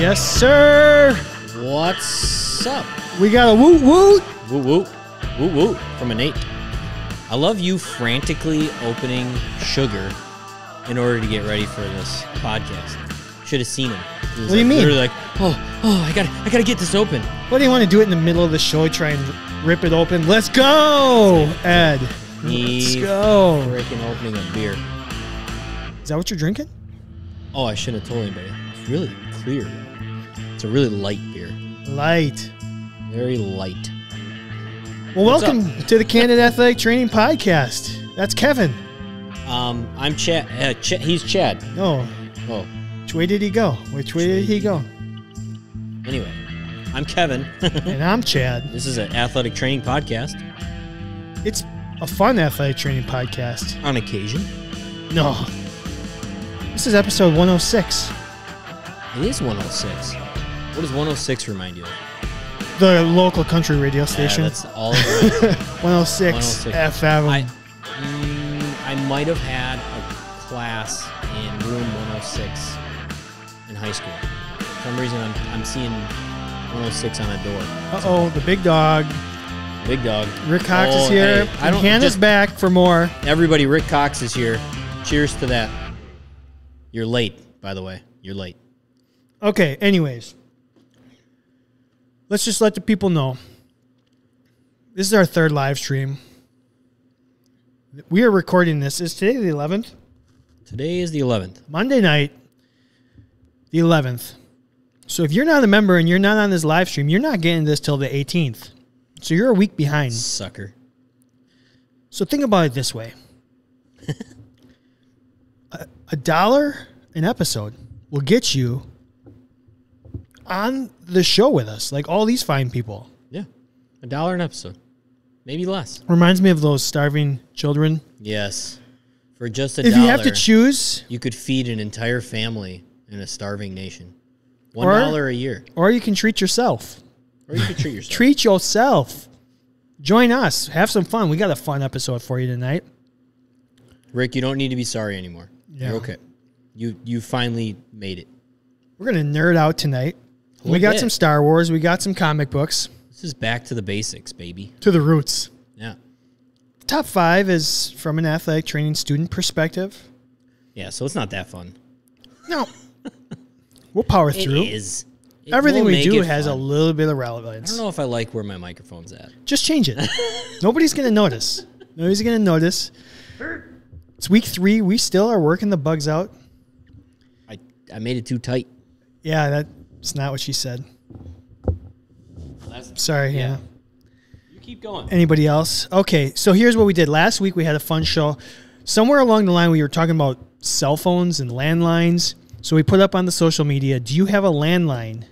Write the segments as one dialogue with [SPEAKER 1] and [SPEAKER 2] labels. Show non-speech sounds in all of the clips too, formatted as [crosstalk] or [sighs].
[SPEAKER 1] Yes, sir.
[SPEAKER 2] What's up?
[SPEAKER 1] We got a woot woot.
[SPEAKER 2] Woo woo. Woo woo from a Nate. I love you frantically opening sugar in order to get ready for this podcast. Should have seen him. He was
[SPEAKER 1] What do you
[SPEAKER 2] like-
[SPEAKER 1] mean?
[SPEAKER 2] Literally like, oh, oh, I gotta, I gotta get this open.
[SPEAKER 1] What do you want to do it in the middle of the show? Try and rip it open. Let's go, Ed. Let's
[SPEAKER 2] Me
[SPEAKER 1] go.
[SPEAKER 2] Freaking opening a beer.
[SPEAKER 1] Is that what you're drinking?
[SPEAKER 2] Oh, I shouldn't have told anybody. It's really clear. It's a really light beer.
[SPEAKER 1] Light.
[SPEAKER 2] Very light.
[SPEAKER 1] Well,
[SPEAKER 2] What's
[SPEAKER 1] welcome to the Candid Athletic Training Podcast. That's Kevin.
[SPEAKER 2] Um, I'm Chad. Uh, Ch- he's Chad.
[SPEAKER 1] No,
[SPEAKER 2] Oh,
[SPEAKER 1] which way did he go? Which way did he go?
[SPEAKER 2] anyway, I'm Kevin. [laughs]
[SPEAKER 1] And I'm Chad.
[SPEAKER 2] this is an athletic training podcast
[SPEAKER 1] It's a fun athletic training podcast.
[SPEAKER 2] on occasion.
[SPEAKER 1] No. This is episode 106.
[SPEAKER 2] It is 106. What does 106 remind you of?
[SPEAKER 1] The local country radio
[SPEAKER 2] Yeah,
[SPEAKER 1] station. [laughs]
[SPEAKER 2] that's all. it was.
[SPEAKER 1] 106,
[SPEAKER 2] 106.
[SPEAKER 1] FM.
[SPEAKER 2] I, mm, I might have had a class in room 106 in high school. For some reason, I'm, I'm seeing 106 on a door.
[SPEAKER 1] Uh oh, the big dog.
[SPEAKER 2] Big dog.
[SPEAKER 1] Rick Cox
[SPEAKER 2] Oh,
[SPEAKER 1] is here.
[SPEAKER 2] hey, I don't
[SPEAKER 1] Hannah's
[SPEAKER 2] just-
[SPEAKER 1] back for more.
[SPEAKER 2] Everybody, Rick Cox is here. Cheers to that. You're late, by the way. You're late.
[SPEAKER 1] Okay, anyways. Let's just let the people know. This is our third live stream. We are recording this. Is today the 11th?
[SPEAKER 2] Today is the 11th.
[SPEAKER 1] Monday night, the 11th. So if you're not a member and you're not on this live stream, you're not getting this till the 18th. So you're a week behind.
[SPEAKER 2] Sucker.
[SPEAKER 1] So think about it this
[SPEAKER 2] [laughs]
[SPEAKER 1] way: a, a dollar an episode will get you on the show with us, like all these fine people.
[SPEAKER 2] Yeah. A dollar an episode. Maybe less.
[SPEAKER 1] Reminds me of those starving children.
[SPEAKER 2] Yes. For just a
[SPEAKER 1] If
[SPEAKER 2] dollar.
[SPEAKER 1] you have to choose,
[SPEAKER 2] you could feed an entire family in a starving nation. One
[SPEAKER 1] Or-
[SPEAKER 2] dollar a year,
[SPEAKER 1] or you can treat yourself.
[SPEAKER 2] or you could treat yourself.
[SPEAKER 1] Treat yourself. Join us. Have some fun. We got a fun episode for you tonight.
[SPEAKER 2] Rick, you don't need to be sorry anymore.
[SPEAKER 1] Yeah.
[SPEAKER 2] You're okay. You you finally made it.
[SPEAKER 1] We're gonna nerd out tonight. We
[SPEAKER 2] Little
[SPEAKER 1] got
[SPEAKER 2] bit.
[SPEAKER 1] some Star Wars. We got some comic books.
[SPEAKER 2] This is back to the basics, baby.
[SPEAKER 1] To the roots.
[SPEAKER 2] Yeah,
[SPEAKER 1] Top five is from an athletic training student perspective.
[SPEAKER 2] yeah. So it's not that fun.
[SPEAKER 1] No. [laughs] We'll power
[SPEAKER 2] It is.
[SPEAKER 1] through.
[SPEAKER 2] It
[SPEAKER 1] Everything
[SPEAKER 2] will
[SPEAKER 1] we
[SPEAKER 2] make
[SPEAKER 1] do
[SPEAKER 2] it
[SPEAKER 1] has a
[SPEAKER 2] fun.
[SPEAKER 1] little bit of
[SPEAKER 2] I don't
[SPEAKER 1] relevance.
[SPEAKER 2] know if I like where my microphone's at.
[SPEAKER 1] Just change it. [laughs] Nobody's going to notice. Nobody's going to notice. It's week three. We still are working the bugs out.
[SPEAKER 2] I I made it too tight.
[SPEAKER 1] Yeah, that's not what she said. Sorry, yeah.
[SPEAKER 2] You keep going.
[SPEAKER 1] Anybody else? Okay, so here's what we did. Last week we had a fun show. Somewhere along the line, we were talking about cell phones and landlines. So we put up on the social media Do you have a landline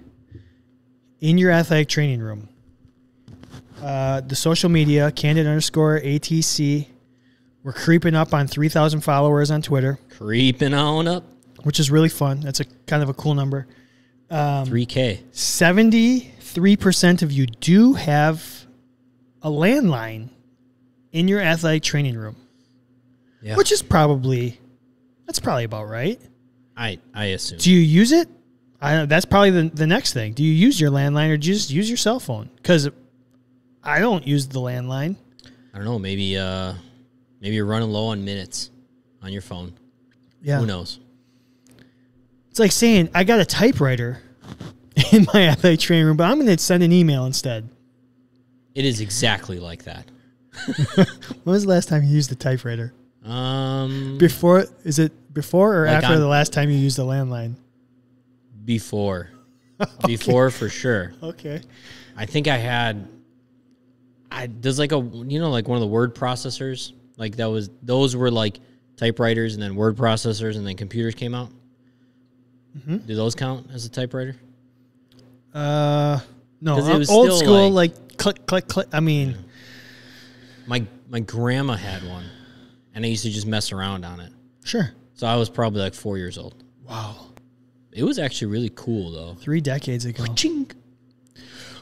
[SPEAKER 1] in your athletic training room? Uh, the social media, candid underscore ATC. We're creeping up on 3,000 followers on Twitter,
[SPEAKER 2] Creeping on up.
[SPEAKER 1] which is really fun. That's a kind of a cool number. Um,
[SPEAKER 2] Three K.
[SPEAKER 1] 73% of you do have a landline in your athletic training room,
[SPEAKER 2] Yeah.
[SPEAKER 1] which is probably that's probably about right.
[SPEAKER 2] I I assume.
[SPEAKER 1] Do you use it? I, that's probably the, the next thing. Do you use your landline or do you just use your cell phone? Because I don't use the landline.
[SPEAKER 2] I don't know. Maybe uh, maybe you're running low on minutes on your phone.
[SPEAKER 1] Yeah,
[SPEAKER 2] Who knows?
[SPEAKER 1] it's like saying I got a typewriter [laughs] in my athletic training room, but I'm going to send an email instead.
[SPEAKER 2] It is exactly like that.
[SPEAKER 1] When was the last time you used the typewriter?
[SPEAKER 2] Um,
[SPEAKER 1] Before is it before or
[SPEAKER 2] Like
[SPEAKER 1] after
[SPEAKER 2] on-
[SPEAKER 1] the last time you used the landline?
[SPEAKER 2] before, before for sure.
[SPEAKER 1] Okay.
[SPEAKER 2] I think I had. I there's like a you know like one of the word processors like that was those were like typewriters and then word processors and then computers came out. Do those count as a typewriter?
[SPEAKER 1] Uh, no,
[SPEAKER 2] 'Cause it
[SPEAKER 1] uh,
[SPEAKER 2] was
[SPEAKER 1] old
[SPEAKER 2] still
[SPEAKER 1] school, like, click, click, click. I mean,
[SPEAKER 2] My my grandma had one, and I used to just mess around on it.
[SPEAKER 1] sure.
[SPEAKER 2] So I was probably like four years old.
[SPEAKER 1] Wow,
[SPEAKER 2] It was actually really cool though.
[SPEAKER 1] three decades ago.
[SPEAKER 2] Chink.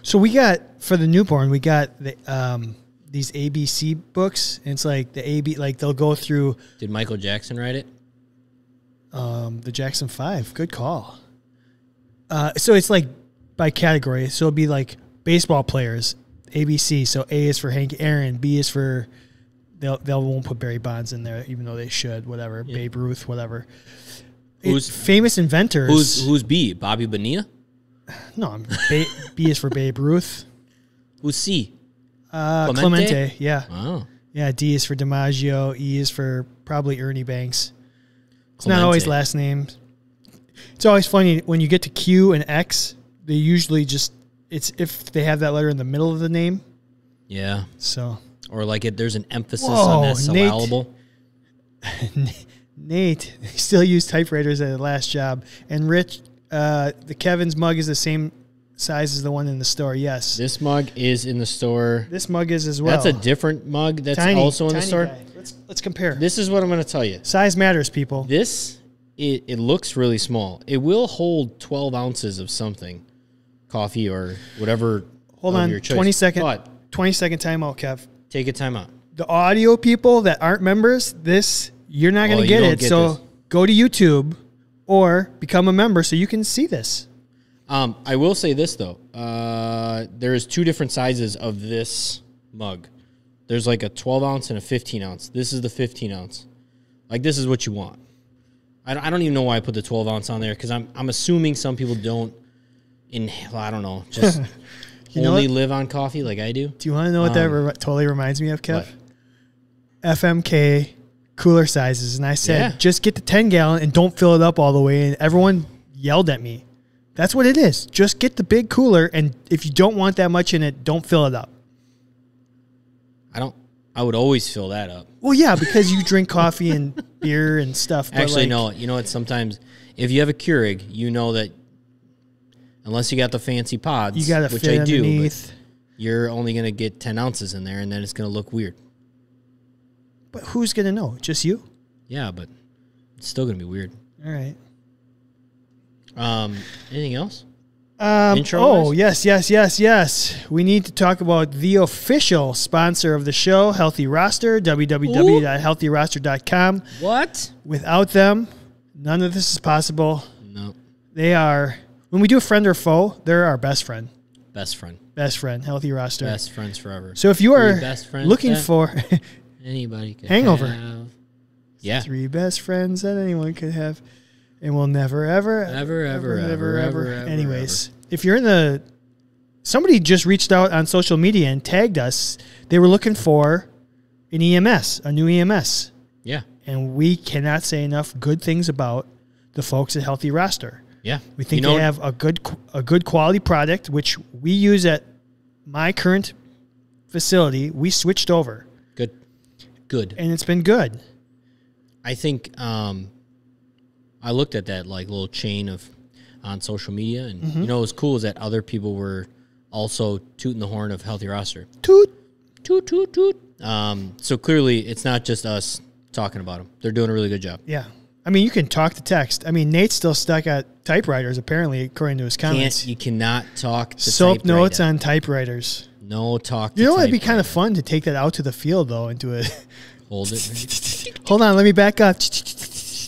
[SPEAKER 1] So we got for the newborn, we got the um these ABC books. And it's like the AB, like they'll go through
[SPEAKER 2] Did Michael Jackson write it?
[SPEAKER 1] um the Jackson Five. Good call. Uh, so it's like by category. So it'll be like baseball players, ABC. So A is for Hank Aaron, B is for they'll they won't put Barry Bonds in there, even though they should. Whatever
[SPEAKER 2] Yeah.
[SPEAKER 1] Babe Ruth, whatever. It-
[SPEAKER 2] Who's-
[SPEAKER 1] famous inventors?
[SPEAKER 2] Who's who's B? Bobby Bonilla.
[SPEAKER 1] no, I'm, ba- B is for Babe Ruth.
[SPEAKER 2] Who's C?
[SPEAKER 1] Uh,
[SPEAKER 2] Clemente?
[SPEAKER 1] Clemente? yeah,
[SPEAKER 2] Oh,
[SPEAKER 1] yeah. D is for DiMaggio. E is for probably Ernie Banks. It's not always
[SPEAKER 2] Clemente.
[SPEAKER 1] last names. It's always funny when you get to Q and X. They usually just it's if they have that letter in the middle of the name.
[SPEAKER 2] Yeah,
[SPEAKER 1] So [laughs]
[SPEAKER 2] or like it, there's an emphasis on
[SPEAKER 1] Whoa,
[SPEAKER 2] that
[SPEAKER 1] Nate.
[SPEAKER 2] syllable.
[SPEAKER 1] Nate [laughs] still used typewriters at his last job, and Rich, uh, the Kevin's mug is the same size as the one in the store. Yes, this,
[SPEAKER 2] This mug is in the store.
[SPEAKER 1] mug is as well.
[SPEAKER 2] That's a different mug. That's
[SPEAKER 1] Tiny,
[SPEAKER 2] also in the
[SPEAKER 1] tiny
[SPEAKER 2] store.
[SPEAKER 1] guy. Let's let's compare.
[SPEAKER 2] This is what I'm going to tell you.
[SPEAKER 1] size matters, people.
[SPEAKER 2] This it, it looks really small. It will hold 12 ounces of something, coffee or whatever.
[SPEAKER 1] Hold
[SPEAKER 2] of
[SPEAKER 1] on,
[SPEAKER 2] your choice.
[SPEAKER 1] 20 second,
[SPEAKER 2] But
[SPEAKER 1] 20 second timeout, Kev.
[SPEAKER 2] take a time out.
[SPEAKER 1] The audio people that aren't members, this you're not going
[SPEAKER 2] Oh,
[SPEAKER 1] to
[SPEAKER 2] you
[SPEAKER 1] get
[SPEAKER 2] don't
[SPEAKER 1] it.
[SPEAKER 2] get
[SPEAKER 1] so
[SPEAKER 2] this.
[SPEAKER 1] go to YouTube or become a member so you can see this.
[SPEAKER 2] Um, I will say this though. Uh, there is two different sizes of this mug. There's like a 12 ounce and a 15 ounce. This is the 15 ounce. Like this is what you want. I don't, I don't even know why I put the 12 ounce on there because I'm I'm assuming some people don't. Inhale, I
[SPEAKER 1] [laughs]
[SPEAKER 2] don't know. Just
[SPEAKER 1] You know
[SPEAKER 2] only
[SPEAKER 1] what?
[SPEAKER 2] live on coffee like I do.
[SPEAKER 1] Do you want to know what that
[SPEAKER 2] Um,
[SPEAKER 1] re- totally reminds me of, Kev?
[SPEAKER 2] What?
[SPEAKER 1] FMK cooler sizes, and I said
[SPEAKER 2] Yeah.
[SPEAKER 1] just get the ten gallon and don't fill it up all the way. And everyone yelled at me. That's what it is. Just get the big cooler, and if you don't want that much in it, don't fill it up.
[SPEAKER 2] I don't. I would always fill that up.
[SPEAKER 1] Well, yeah, because you
[SPEAKER 2] [laughs]
[SPEAKER 1] drink coffee and beer and stuff. But
[SPEAKER 2] Actually,
[SPEAKER 1] like,
[SPEAKER 2] no. You know what? Sometimes if you have a Keurig, you know that unless you got the fancy pods,
[SPEAKER 1] you gotta
[SPEAKER 2] which
[SPEAKER 1] fit
[SPEAKER 2] I do, but
[SPEAKER 1] underneath.
[SPEAKER 2] you're only gonna get ten ounces in there, and then it's gonna look weird.
[SPEAKER 1] but who's gonna know? Just you.
[SPEAKER 2] Yeah, but it's still gonna be weird.
[SPEAKER 1] All right.
[SPEAKER 2] Um, anything else?
[SPEAKER 1] Um,
[SPEAKER 2] Intro
[SPEAKER 1] oh,
[SPEAKER 2] wise?
[SPEAKER 1] yes, yes, yes, yes. We need to talk about the official sponsor of the show, Healthy Roster, www.healthyroster.com.
[SPEAKER 2] What?
[SPEAKER 1] Without them, none of this is possible.
[SPEAKER 2] No,
[SPEAKER 1] They are, when we do friend or foe, they're our best friend.
[SPEAKER 2] best friend,
[SPEAKER 1] Best friend, Healthy Roster.
[SPEAKER 2] best friends forever.
[SPEAKER 1] So if you
[SPEAKER 2] Three
[SPEAKER 1] are
[SPEAKER 2] best friends
[SPEAKER 1] looking
[SPEAKER 2] that
[SPEAKER 1] for [laughs]
[SPEAKER 2] anybody, could
[SPEAKER 1] Hangover.
[SPEAKER 2] have. Yeah,
[SPEAKER 1] three best friends that anyone could have, and we'll never, ever,
[SPEAKER 2] Ever, ever, ever, ever, ever,
[SPEAKER 1] Anyways, if you're in the, somebody just reached out on social media and tagged us. They were looking for an EMS, a new EMS,
[SPEAKER 2] yeah,
[SPEAKER 1] and we cannot say enough good things about the folks at Healthy Roster.
[SPEAKER 2] yeah.
[SPEAKER 1] We think
[SPEAKER 2] you know,
[SPEAKER 1] they have a good qu- a good quality product, which we use at my current facility. We switched over,
[SPEAKER 2] good, good.
[SPEAKER 1] and it's been good.
[SPEAKER 2] I think um, I looked at that like little chain of on social media, and
[SPEAKER 1] Mm-hmm.
[SPEAKER 2] you know, what was cool is that other people were also tooting the horn of healthy roster.
[SPEAKER 1] Toot.
[SPEAKER 2] Toot toot toot. Um, so clearly, it's not just us talking about them. They're doing a really good job.
[SPEAKER 1] Yeah. I mean, you can talk to text. I mean, Nate's still stuck at typewriters, apparently, according to his
[SPEAKER 2] Can't,
[SPEAKER 1] comments.
[SPEAKER 2] you cannot talk to
[SPEAKER 1] Soap
[SPEAKER 2] typewriter.
[SPEAKER 1] notes on typewriters.
[SPEAKER 2] no talk. To
[SPEAKER 1] You know, it'd be kind
[SPEAKER 2] typewriter.
[SPEAKER 1] of fun to take that out to the field, though, and do it. [laughs]
[SPEAKER 2] hold it.
[SPEAKER 1] Hold on, let me back up.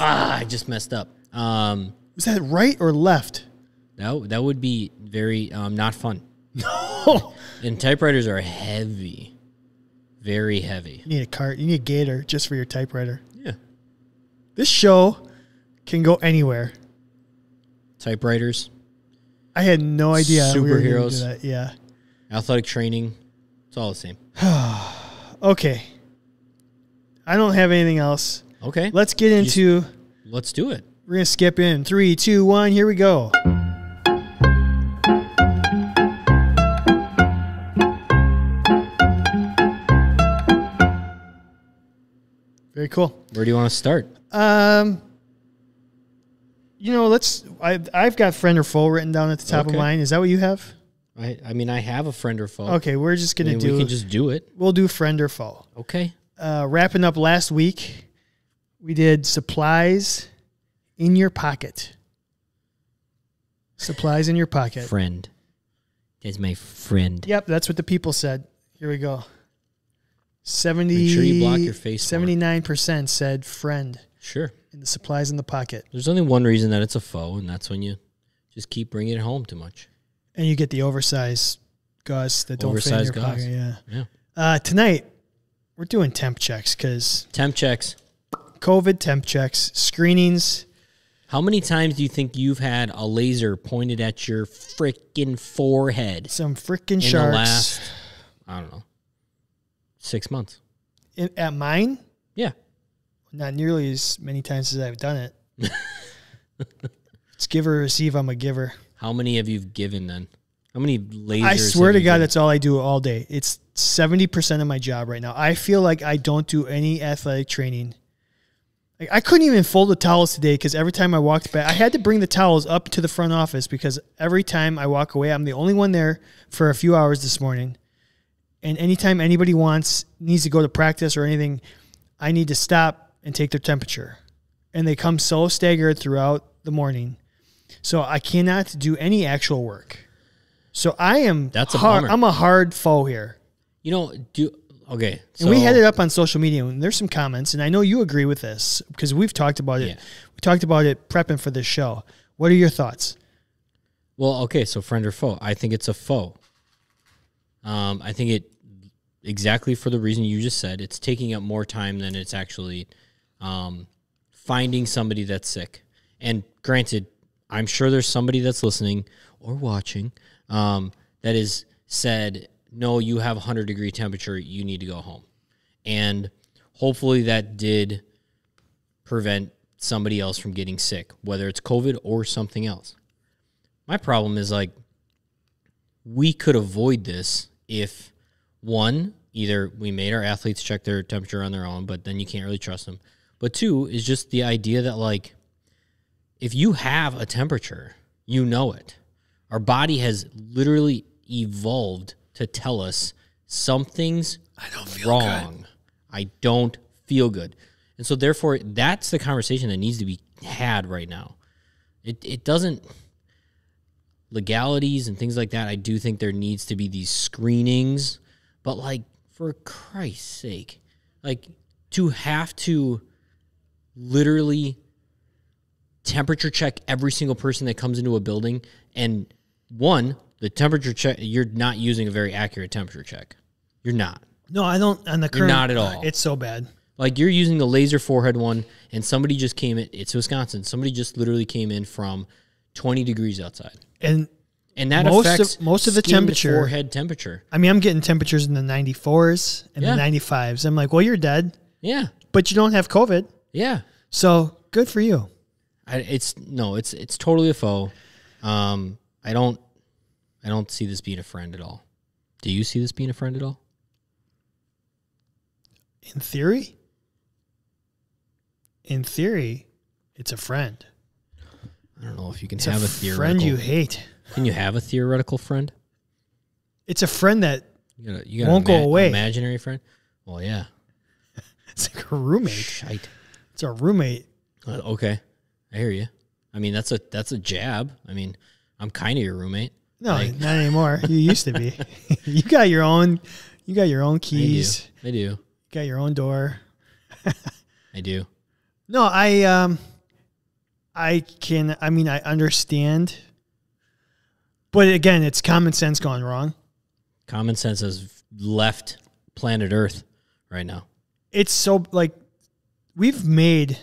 [SPEAKER 2] ah, I just messed up. Um,
[SPEAKER 1] Was that right or
[SPEAKER 2] [laughs]
[SPEAKER 1] left?
[SPEAKER 2] that that would be very um, not fun.
[SPEAKER 1] No.
[SPEAKER 2] And typewriters are heavy, very heavy.
[SPEAKER 1] You need a cart. You need a gator just for your typewriter.
[SPEAKER 2] Yeah.
[SPEAKER 1] This show can go anywhere.
[SPEAKER 2] Typewriters.
[SPEAKER 1] I had no idea. we were gonna do
[SPEAKER 2] Superheroes.
[SPEAKER 1] that. Yeah.
[SPEAKER 2] athletic training. It's all the same.
[SPEAKER 1] Okay. I don't have anything else.
[SPEAKER 2] Okay,
[SPEAKER 1] Let's get
[SPEAKER 2] just-
[SPEAKER 1] into.
[SPEAKER 2] let's do it.
[SPEAKER 1] We're gonna skip in three, two, one. Here we go. Very cool.
[SPEAKER 2] Where do you want to start?
[SPEAKER 1] Um, you know, let's. I, I've got friend or foe written down at the top
[SPEAKER 2] Okay.
[SPEAKER 1] of mine. Is that what you have?
[SPEAKER 2] I, I mean, I have a friend or foe.
[SPEAKER 1] Okay, we're just
[SPEAKER 2] I
[SPEAKER 1] gonna
[SPEAKER 2] mean,
[SPEAKER 1] do.
[SPEAKER 2] we can just do it.
[SPEAKER 1] we'll do friend or foe.
[SPEAKER 2] Okay,
[SPEAKER 1] Uh, wrapping up last week, we did supplies in your pocket. Supplies in your pocket.
[SPEAKER 2] friend. That's my friend.
[SPEAKER 1] Yep, that's what the people said. Here we go. 70,
[SPEAKER 2] Make sure you block your face more.
[SPEAKER 1] 79% said friend
[SPEAKER 2] Sure.
[SPEAKER 1] in the supplies in the pocket.
[SPEAKER 2] There's only one reason that it's a foe, and that's when you just keep bringing it home too much.
[SPEAKER 1] and you get the oversized gauze that don't fit in your
[SPEAKER 2] Oversized gauze.
[SPEAKER 1] pocket. Yeah.
[SPEAKER 2] Yeah.
[SPEAKER 1] Uh, tonight we're doing temp checks because
[SPEAKER 2] Temp checks.
[SPEAKER 1] COVID temp checks, screenings.
[SPEAKER 2] How many times do you think you've had a laser pointed at your freaking forehead
[SPEAKER 1] Some freaking
[SPEAKER 2] in
[SPEAKER 1] sharks
[SPEAKER 2] the last, I don't know, six months?
[SPEAKER 1] in, at mine.
[SPEAKER 2] Yeah.
[SPEAKER 1] Not nearly as many times as I've done it. it's give or receive. I'm a giver.
[SPEAKER 2] How many have you given then? How many lasers?
[SPEAKER 1] I swear
[SPEAKER 2] have
[SPEAKER 1] to
[SPEAKER 2] you
[SPEAKER 1] God,
[SPEAKER 2] given?
[SPEAKER 1] that's all I do all day. It's seventy percent of my job right now. I feel like I don't do any athletic training. Like I couldn't even fold the towels today because every time I walked back, I had to bring the towels up to the front office because every time I walk away, I'm the only one there for a few hours this morning. And anytime anybody wants needs to go to practice or anything, I need to stop and take their temperature. And they come so staggered throughout the morning. So I cannot do any actual work. So I am
[SPEAKER 2] That's a
[SPEAKER 1] hard,
[SPEAKER 2] bummer.
[SPEAKER 1] I'm a hard foe here.
[SPEAKER 2] You know, do okay. So
[SPEAKER 1] And we had it up on social media, and there's some comments, and I know you agree with this because we've talked about it.
[SPEAKER 2] Yeah.
[SPEAKER 1] We talked about it prepping for this show. What are your thoughts?
[SPEAKER 2] Well, okay, so friend or foe? I think it's a foe. Um, I think it exactly for the reason you just said. It's taking up more time than it's actually um, finding somebody that's sick. And granted, I'm sure there's somebody that's listening or watching um, that is said, "No, you have 100 degree temperature. You need to go home." And hopefully, that did prevent somebody else from getting sick, whether it's COVID or something else my problem is like we could avoid this if one either we made our athletes check their temperature on their own but then you can't really trust them but two is just the idea that like if you have a temperature you know it our body has literally evolved to tell us something's I don't feel wrong i don't feel good and so therefore that's the conversation that needs to be had right now it, it doesn't legalities and things like that, I do think there needs to be these screenings. But like for Christ's sake, like to have to literally temperature check every single person that comes into a building and one, the temperature check you're not using a very accurate temperature check. You're not.
[SPEAKER 1] No, I don't. On the current,
[SPEAKER 2] not at all.
[SPEAKER 1] It's so bad.
[SPEAKER 2] Like you're using the laser forehead one, and somebody just came in. It's Wisconsin. Somebody just literally came in from 20 degrees outside,
[SPEAKER 1] And
[SPEAKER 2] and that
[SPEAKER 1] Most of-
[SPEAKER 2] affects
[SPEAKER 1] most of the
[SPEAKER 2] skin to
[SPEAKER 1] temperature-
[SPEAKER 2] forehead temperature.
[SPEAKER 1] I mean, I'm getting temperatures in the 94s and
[SPEAKER 2] Yeah.
[SPEAKER 1] the 95s. I'm like, well, you're dead,
[SPEAKER 2] Yeah,
[SPEAKER 1] but you don't have COVID,
[SPEAKER 2] yeah.
[SPEAKER 1] so good for you.
[SPEAKER 2] I, it's no, it's it's totally a foe. Um, I don't, I don't see this being a friend at all. Do you see this being a friend at all?
[SPEAKER 1] In theory, in theory, it's a friend.
[SPEAKER 2] I don't know if you can
[SPEAKER 1] It's
[SPEAKER 2] have a,
[SPEAKER 1] a
[SPEAKER 2] theoretical.
[SPEAKER 1] friend you hate.
[SPEAKER 2] can you have a theoretical friend?
[SPEAKER 1] It's a friend that [laughs]
[SPEAKER 2] You got a, you got
[SPEAKER 1] Won't
[SPEAKER 2] an
[SPEAKER 1] go away.
[SPEAKER 2] Imaginary friend. Well, yeah.
[SPEAKER 1] it's like a roommate.
[SPEAKER 2] Shite.
[SPEAKER 1] It's a roommate.
[SPEAKER 2] Uh, okay, I hear you. I mean, that's a that's a jab. I mean, I'm kind of your roommate.
[SPEAKER 1] No,
[SPEAKER 2] Like-
[SPEAKER 1] not anymore. You used to
[SPEAKER 2] [laughs]
[SPEAKER 1] be. [laughs] you got your own. You got your own
[SPEAKER 2] I do.
[SPEAKER 1] keys.
[SPEAKER 2] I do.
[SPEAKER 1] got your own door.
[SPEAKER 2] I do.
[SPEAKER 1] No, I um I can I mean I understand. But again, it's common sense gone wrong.
[SPEAKER 2] Common sense has left planet Earth right now.
[SPEAKER 1] It's so like we've made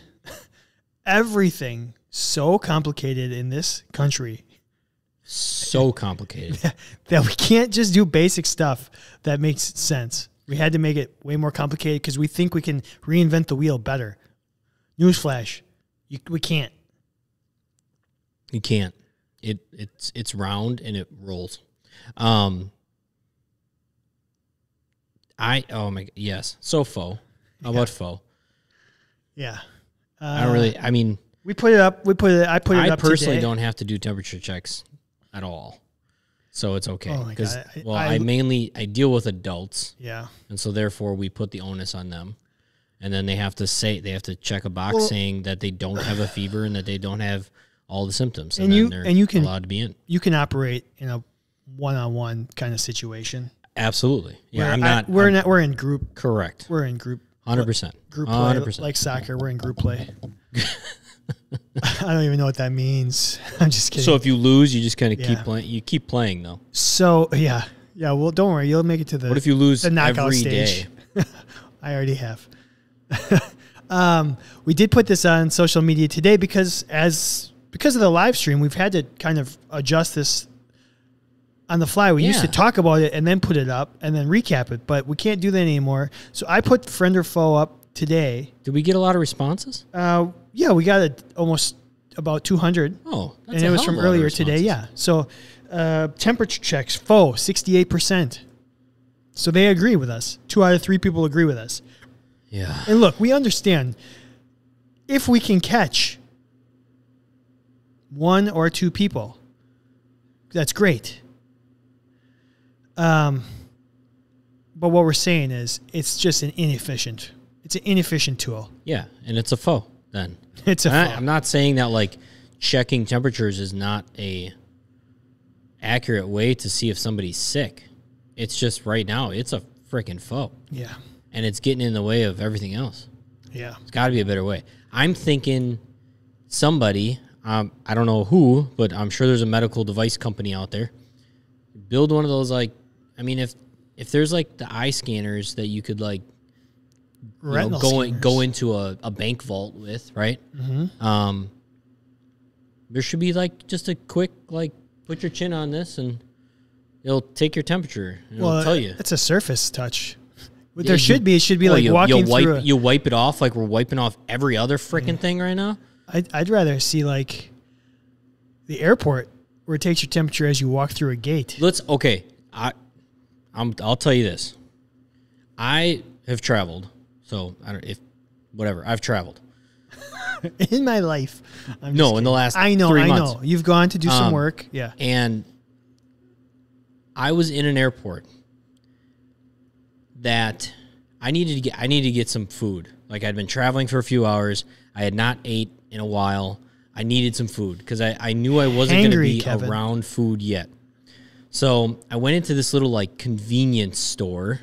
[SPEAKER 1] everything so complicated in this country [laughs]
[SPEAKER 2] So complicated.
[SPEAKER 1] that we can't just do basic stuff that makes sense. We had to make it way more complicated because we think we can reinvent the wheel better. Newsflash, you, we can't.
[SPEAKER 2] You can't. It it's it's round and it rolls. Um I oh my yes. So faux. How about faux?
[SPEAKER 1] Yeah, uh,
[SPEAKER 2] I don't really I mean
[SPEAKER 1] We put it up. We put it. I put it
[SPEAKER 2] I
[SPEAKER 1] up.
[SPEAKER 2] personally
[SPEAKER 1] today.
[SPEAKER 2] don't have to do temperature checks at all. So it's okay.
[SPEAKER 1] Oh my
[SPEAKER 2] Because
[SPEAKER 1] God, I-
[SPEAKER 2] well
[SPEAKER 1] I-
[SPEAKER 2] I, mainly I deal with adults
[SPEAKER 1] Yeah.
[SPEAKER 2] and so therefore we put the onus on them. And then they have to say they have to check a box
[SPEAKER 1] Well-
[SPEAKER 2] saying that they don't have a fever and that they don't have all the symptoms. And,
[SPEAKER 1] And
[SPEAKER 2] then
[SPEAKER 1] you-
[SPEAKER 2] they're
[SPEAKER 1] and you can-
[SPEAKER 2] allowed to be in.
[SPEAKER 1] you can operate in a one-on-one kind of situation.
[SPEAKER 2] Absolutely. Yeah,
[SPEAKER 1] Where
[SPEAKER 2] I'm
[SPEAKER 1] I-
[SPEAKER 2] not
[SPEAKER 1] we're in. We're in group.
[SPEAKER 2] Correct.
[SPEAKER 1] We're in group.
[SPEAKER 2] Hundred percent.
[SPEAKER 1] Group play,
[SPEAKER 2] Hundred percent.
[SPEAKER 1] like soccer. We're in group play. [laughs] I don't even know what that means. [laughs] I'm just kidding.
[SPEAKER 2] So if you lose, you just kind of keep
[SPEAKER 1] Yeah.
[SPEAKER 2] playing. You keep playing though.
[SPEAKER 1] So yeah, yeah. Well, don't worry, you'll make it to the.
[SPEAKER 2] What if you lose
[SPEAKER 1] the knockout
[SPEAKER 2] every
[SPEAKER 1] stage?
[SPEAKER 2] day?
[SPEAKER 1] [laughs] I already have. [laughs] um, we did put this on social media today because as because of the live stream, we've had to kind of adjust this on the fly. We used to
[SPEAKER 2] Yeah.
[SPEAKER 1] talk about it and then put it up and then recap it, but we can't do that anymore. So I put friend or foe up today.
[SPEAKER 2] Did we get a lot of responses?
[SPEAKER 1] Uh, yeah, we got it almost about 200
[SPEAKER 2] Oh, that's
[SPEAKER 1] and
[SPEAKER 2] a
[SPEAKER 1] it was
[SPEAKER 2] hell of
[SPEAKER 1] from
[SPEAKER 2] a lot of
[SPEAKER 1] earlier today.
[SPEAKER 2] responses.
[SPEAKER 1] Yeah. So uh, temperature checks, foe, 68%. So they agree with us. Two out of three people agree with us.
[SPEAKER 2] Yeah.
[SPEAKER 1] And look, we understand if we can catch one or two people, that's great. Um, but what we're saying is it's just an inefficient. It's an inefficient tool. [laughs]
[SPEAKER 2] Yeah, and it's a foe then.
[SPEAKER 1] It's a
[SPEAKER 2] I,
[SPEAKER 1] foe.
[SPEAKER 2] I'm not saying that like checking temperatures is not a accurate way to see if somebody's sick. It's just right now it's a freaking foe,
[SPEAKER 1] Yeah.
[SPEAKER 2] and it's getting in the way of everything else.
[SPEAKER 1] Yeah.
[SPEAKER 2] It's got to be a better way. I'm thinking somebody, um, I don't know who, but I'm sure there's a medical device company out there. Build one of those like, I mean, if if there's like the eye scanners that you could like you know,
[SPEAKER 1] Retinal
[SPEAKER 2] go in,
[SPEAKER 1] scanners. Mm-hmm.
[SPEAKER 2] go into a, a bank vault with, right? Um, there should be like just a quick like put your chin on this and it'll take your temperature. and It'll tell you.
[SPEAKER 1] It's a surface touch. What
[SPEAKER 2] Yeah,
[SPEAKER 1] there
[SPEAKER 2] you-
[SPEAKER 1] should be, it should be
[SPEAKER 2] Oh,
[SPEAKER 1] like
[SPEAKER 2] you,
[SPEAKER 1] walking
[SPEAKER 2] you wipe
[SPEAKER 1] through. a- Mm-hmm.
[SPEAKER 2] you wipe it off like we're wiping off every other freaking thing right now.
[SPEAKER 1] I'd, I'd rather see like the airport where it takes your temperature as you walk through a gate.
[SPEAKER 2] Let's okay. I, I'm. I'll tell you this. I have traveled, so I don't if whatever I've traveled.
[SPEAKER 1] [laughs] in my life, I'm
[SPEAKER 2] No,
[SPEAKER 1] just
[SPEAKER 2] in the
[SPEAKER 1] kidding.
[SPEAKER 2] last
[SPEAKER 1] I know,
[SPEAKER 2] three
[SPEAKER 1] I
[SPEAKER 2] months.
[SPEAKER 1] know. You've gone to do some
[SPEAKER 2] Um,
[SPEAKER 1] work. Yeah,
[SPEAKER 2] and I was in an airport that I needed to get I needed to get some food. Like I'd been traveling for a few hours. I had not ate in a while. I needed some food because I, I knew I wasn't going to
[SPEAKER 1] Hangry,
[SPEAKER 2] be
[SPEAKER 1] Kevin.
[SPEAKER 2] around food yet. So I went into this little like convenience store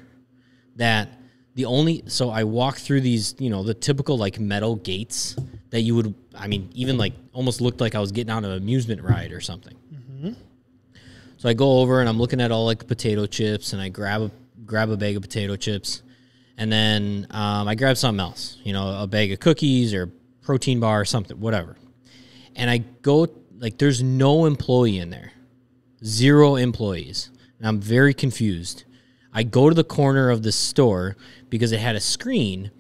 [SPEAKER 2] that the only so I walked through these, you know, the typical like metal gates that you would I mean, even like almost looked like I was getting on an amusement ride or something. So I go over and I'm looking at all like the potato chips and I grab a grab a bag of potato chips and then um, I grab something else, you know, a bag of cookies or protein bar or something, whatever. And I go like there's no employee in there zero employees. And I'm very confused. I go to the corner of the store because it had a screen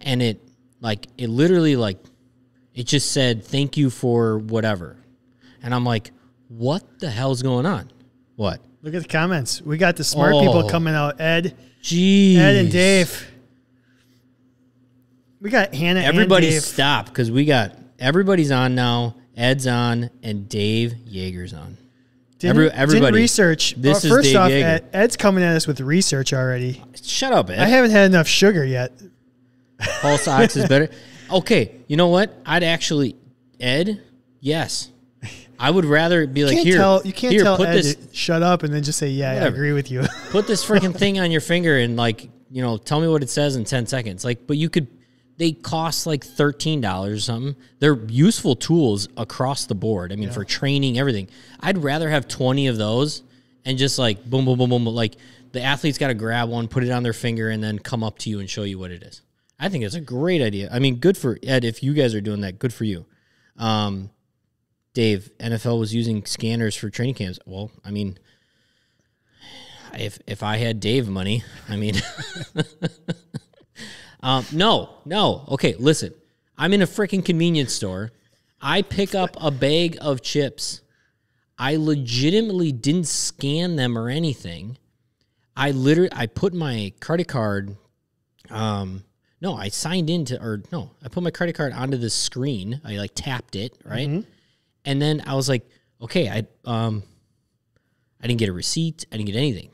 [SPEAKER 2] and it like it literally like it just said thank you for whatever. And I'm like, what the hell's going on? What?
[SPEAKER 1] look at the comments. We got the smart people
[SPEAKER 2] Oh.
[SPEAKER 1] coming out. Ed,
[SPEAKER 2] Jeez.
[SPEAKER 1] Ed, and Dave. We got Hannah.
[SPEAKER 2] Everybody
[SPEAKER 1] and Dave.
[SPEAKER 2] stop because we got everybody's on now. Ed's on and Dave Yeager's on.
[SPEAKER 1] Didn't-
[SPEAKER 2] every-
[SPEAKER 1] didn't
[SPEAKER 2] everybody.
[SPEAKER 1] research.
[SPEAKER 2] This
[SPEAKER 1] Well,
[SPEAKER 2] is
[SPEAKER 1] first
[SPEAKER 2] Dave
[SPEAKER 1] off,
[SPEAKER 2] Yeager.
[SPEAKER 1] Ed, Ed's coming at us with research already.
[SPEAKER 2] Shut up, Ed.
[SPEAKER 1] I haven't had enough sugar yet.
[SPEAKER 2] Pulse ox is better. Okay, you know what? I'd actually, Ed. Yes, I would rather be like
[SPEAKER 1] can't
[SPEAKER 2] here.
[SPEAKER 1] tell, you can't
[SPEAKER 2] here,
[SPEAKER 1] tell
[SPEAKER 2] put
[SPEAKER 1] Ed
[SPEAKER 2] this
[SPEAKER 1] to shut up and then just say, yeah, I
[SPEAKER 2] Whatever.
[SPEAKER 1] agree with you. [laughs]
[SPEAKER 2] put this freaking thing on your finger and like you know tell me what it says in ten seconds. Like, but you could. They cost like thirteen dollars or something. They're useful tools across the board. I mean, for training, everything. I'd rather have twenty of those and just like boom, boom, boom, boom. boom. Like the athlete's got to grab one, put it on their finger, and then come up to you and show you what it is. I think it's a great idea. I mean, good for Ed if you guys are doing that. Good for you. Um, Dave, NFL was using scanners for training camps. Well, I mean, if if I had Dave money, I mean, [laughs] um, no, no. Okay, listen, I'm in a freaking convenience store. I pick up a bag of chips. I legitimately didn't scan them or anything. I literally I put my credit card. Um, no, I signed into or no, I put my credit card onto the screen. I like tapped it right, and then I was like, okay, I um, I didn't get a receipt. I didn't get anything.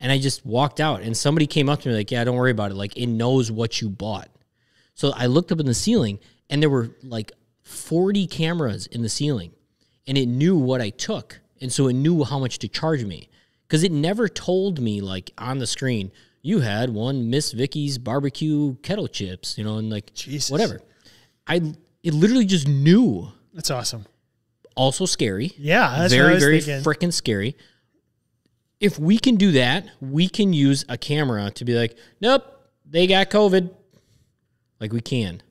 [SPEAKER 2] And I just walked out and somebody came up to me like, yeah, don't worry about it. Like it knows what you bought. So I looked up in the ceiling and there were like 40 cameras in the ceiling and it knew what I took. And so it knew how much to charge me because it never told me like on the screen, you had one Miss Vicky's barbecue kettle chips, you know, and like
[SPEAKER 1] Jesus.
[SPEAKER 2] whatever. I, it literally just knew
[SPEAKER 1] That's awesome.
[SPEAKER 2] Also scary.
[SPEAKER 1] Yeah, that's
[SPEAKER 2] very, very
[SPEAKER 1] thinking.
[SPEAKER 2] freaking scary. If we can do that, we can use a camera to be like, nope, they got COVID. Like we can.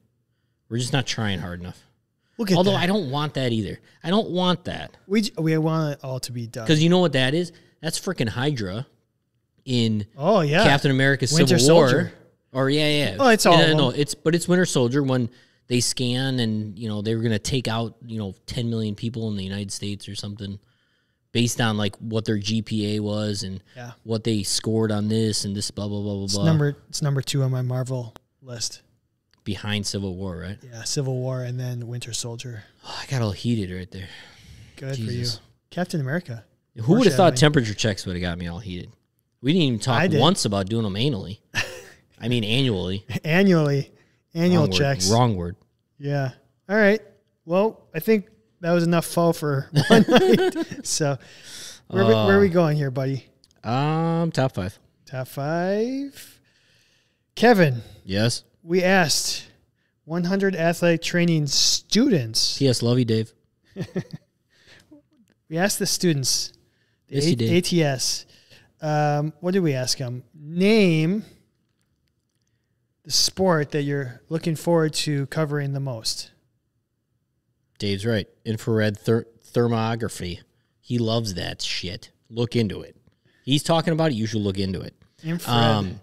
[SPEAKER 2] We're just not trying hard enough.
[SPEAKER 1] We'll get
[SPEAKER 2] Although
[SPEAKER 1] there.
[SPEAKER 2] I don't want that either. I don't want that.
[SPEAKER 1] we j- we want it all to be done.
[SPEAKER 2] Because you know what that is? That's freaking Hydra in
[SPEAKER 1] Oh yeah,
[SPEAKER 2] Captain America
[SPEAKER 1] Winter
[SPEAKER 2] Civil War.
[SPEAKER 1] Soldier.
[SPEAKER 2] Or yeah, yeah.
[SPEAKER 1] Oh, it's all
[SPEAKER 2] No,
[SPEAKER 1] of
[SPEAKER 2] no, no,
[SPEAKER 1] them.
[SPEAKER 2] it's but it's Winter Soldier when they scan and you know they were gonna take out you know 10 million people in the United States or something, based on like what their GPA was and
[SPEAKER 1] Yeah.
[SPEAKER 2] what they scored on this and this blah blah blah blah
[SPEAKER 1] It's
[SPEAKER 2] blah.
[SPEAKER 1] number it's number two on my Marvel list.
[SPEAKER 2] behind Civil War, right?
[SPEAKER 1] Yeah, Civil War and then Winter Soldier.
[SPEAKER 2] Oh, I got all heated right there.
[SPEAKER 1] Good
[SPEAKER 2] Jesus.
[SPEAKER 1] for you, Captain America. [laughs]
[SPEAKER 2] Who would have thought
[SPEAKER 1] Foreshadowing.
[SPEAKER 2] temperature checks would have got me all heated? We didn't even
[SPEAKER 1] I
[SPEAKER 2] talk
[SPEAKER 1] did.
[SPEAKER 2] once about doing
[SPEAKER 1] [laughs]
[SPEAKER 2] them annually. I mean annually.
[SPEAKER 1] Annually, annual
[SPEAKER 2] Wrong word.
[SPEAKER 1] checks.
[SPEAKER 2] Wrong word.
[SPEAKER 1] Yeah. All right. Well, I think that was enough fo for [laughs] one night. [laughs] So, where, we- where are we
[SPEAKER 2] Uh.
[SPEAKER 1] going here, buddy?
[SPEAKER 2] Um, top five.
[SPEAKER 1] Top five. Kevin,
[SPEAKER 2] Yes.
[SPEAKER 1] we asked 100 athletic training students.
[SPEAKER 2] P.S. Love you, Dave.
[SPEAKER 1] We asked the students, the
[SPEAKER 2] Yes, you did.
[SPEAKER 1] A- ATS. Um, what did we ask them? Name the sport that you're looking forward to covering the most.
[SPEAKER 2] Dave's right. Infrared ther- thermography. He loves that shit. Look into it. He's talking about it. You should look into it.
[SPEAKER 1] Infrared.
[SPEAKER 2] Um,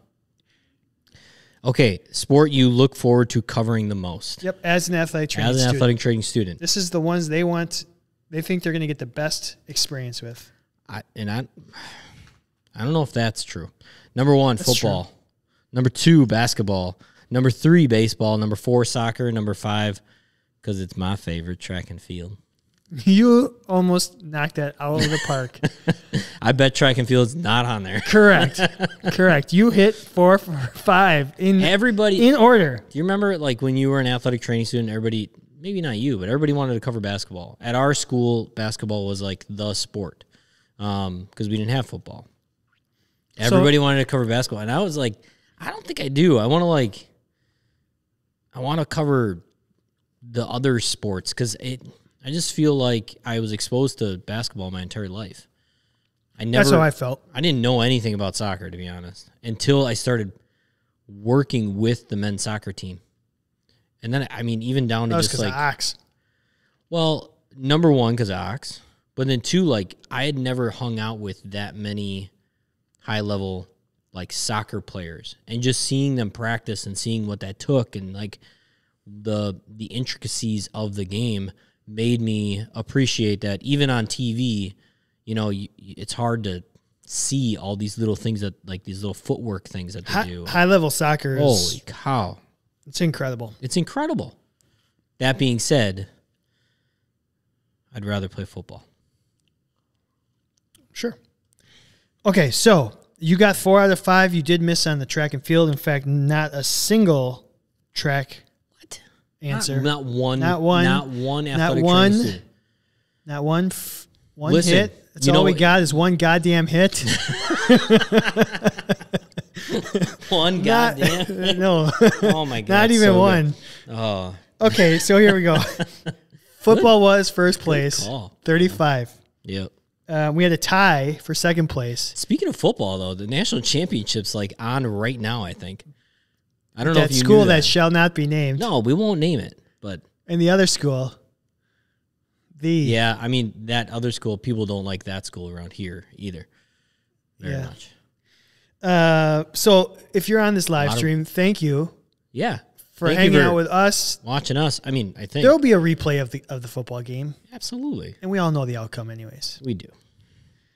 [SPEAKER 2] okay, sport you look forward to covering the most
[SPEAKER 1] yep, as an athletic training
[SPEAKER 2] as an
[SPEAKER 1] student.
[SPEAKER 2] athletic training student.
[SPEAKER 1] This is the ones they want. They think they're going to get the best experience with. [laughs]
[SPEAKER 2] I, and I, I don't know if that's true. Number one, football. Number two, basketball. Number three, baseball. Number four, soccer. Number five, because it's my favorite, track and field.
[SPEAKER 1] You almost knocked that out of the
[SPEAKER 2] [laughs]
[SPEAKER 1] park.
[SPEAKER 2] I bet track and field's not on there.
[SPEAKER 1] Correct. Correct. You hit four, four, five in
[SPEAKER 2] [laughs] Everybody,
[SPEAKER 1] in order.
[SPEAKER 2] Do you remember like when you were an athletic training student, everybody maybe not you, but everybody wanted to cover basketball. At our school, basketball was like the sport. Um, because we didn't have football. Everybody wanted to cover basketball. And I was like, I don't think I do. I wanna like I wanna cover the other sports because it I just feel like I was exposed to basketball my entire life. I never
[SPEAKER 1] That's how I felt.
[SPEAKER 2] I didn't know anything about soccer to be honest until I started working with the men's soccer team. And then I mean even down
[SPEAKER 1] That
[SPEAKER 2] to
[SPEAKER 1] was
[SPEAKER 2] just
[SPEAKER 1] because
[SPEAKER 2] like
[SPEAKER 1] of ox.
[SPEAKER 2] well, number 1 cuz Ox, but then two like I had never hung out with that many high level like soccer players and just seeing them practice and seeing what that took and like the the intricacies of the game made me appreciate that even on TV, you know, you, it's hard to see all these little things that like these little footwork things that they
[SPEAKER 1] High,
[SPEAKER 2] do.
[SPEAKER 1] high level soccer is
[SPEAKER 2] Holy cow.
[SPEAKER 1] it's incredible.
[SPEAKER 2] It's incredible. That being said, I'd rather play football.
[SPEAKER 1] Sure. Okay, so you got four out of five. You did miss on the track and field. In fact, not a single track
[SPEAKER 2] What?
[SPEAKER 1] answer. Not,
[SPEAKER 2] Not, not one
[SPEAKER 1] Not one.
[SPEAKER 2] not one
[SPEAKER 1] Not
[SPEAKER 2] athletic
[SPEAKER 1] one.
[SPEAKER 2] training student.
[SPEAKER 1] one. F- one
[SPEAKER 2] Listen,
[SPEAKER 1] hit. That's
[SPEAKER 2] you
[SPEAKER 1] all
[SPEAKER 2] know-
[SPEAKER 1] we got is one goddamn hit.
[SPEAKER 2] [laughs]
[SPEAKER 1] [laughs]
[SPEAKER 2] One
[SPEAKER 1] Not-
[SPEAKER 2] [laughs]
[SPEAKER 1] [laughs]
[SPEAKER 2] goddamn.
[SPEAKER 1] no,
[SPEAKER 2] Oh my god.
[SPEAKER 1] not
[SPEAKER 2] so
[SPEAKER 1] even
[SPEAKER 2] good.
[SPEAKER 1] one.
[SPEAKER 2] Oh,
[SPEAKER 1] Okay, so here we go.
[SPEAKER 2] [laughs]
[SPEAKER 1] Football was first place,
[SPEAKER 2] call.
[SPEAKER 1] 35.
[SPEAKER 2] yep.
[SPEAKER 1] Uh, we had a tie for second place.
[SPEAKER 2] Speaking of football, though, the national championships like on right now. I think. I don't know
[SPEAKER 1] That
[SPEAKER 2] if you
[SPEAKER 1] school
[SPEAKER 2] knew
[SPEAKER 1] that shall not be named.
[SPEAKER 2] no, we won't name it, but
[SPEAKER 1] And the other school, the
[SPEAKER 2] yeah, I mean that other school. People don't like that school around here either. Very
[SPEAKER 1] Yeah.
[SPEAKER 2] much.
[SPEAKER 1] Uh, so if you're on this live
[SPEAKER 2] lot of-
[SPEAKER 1] stream, thank you
[SPEAKER 2] Yeah.
[SPEAKER 1] for
[SPEAKER 2] Thank you
[SPEAKER 1] hanging
[SPEAKER 2] for
[SPEAKER 1] out with us.
[SPEAKER 2] watching us. I mean, I think
[SPEAKER 1] There'll be a replay of the of the football game,
[SPEAKER 2] absolutely
[SPEAKER 1] and we all know the outcome, anyways.
[SPEAKER 2] we do,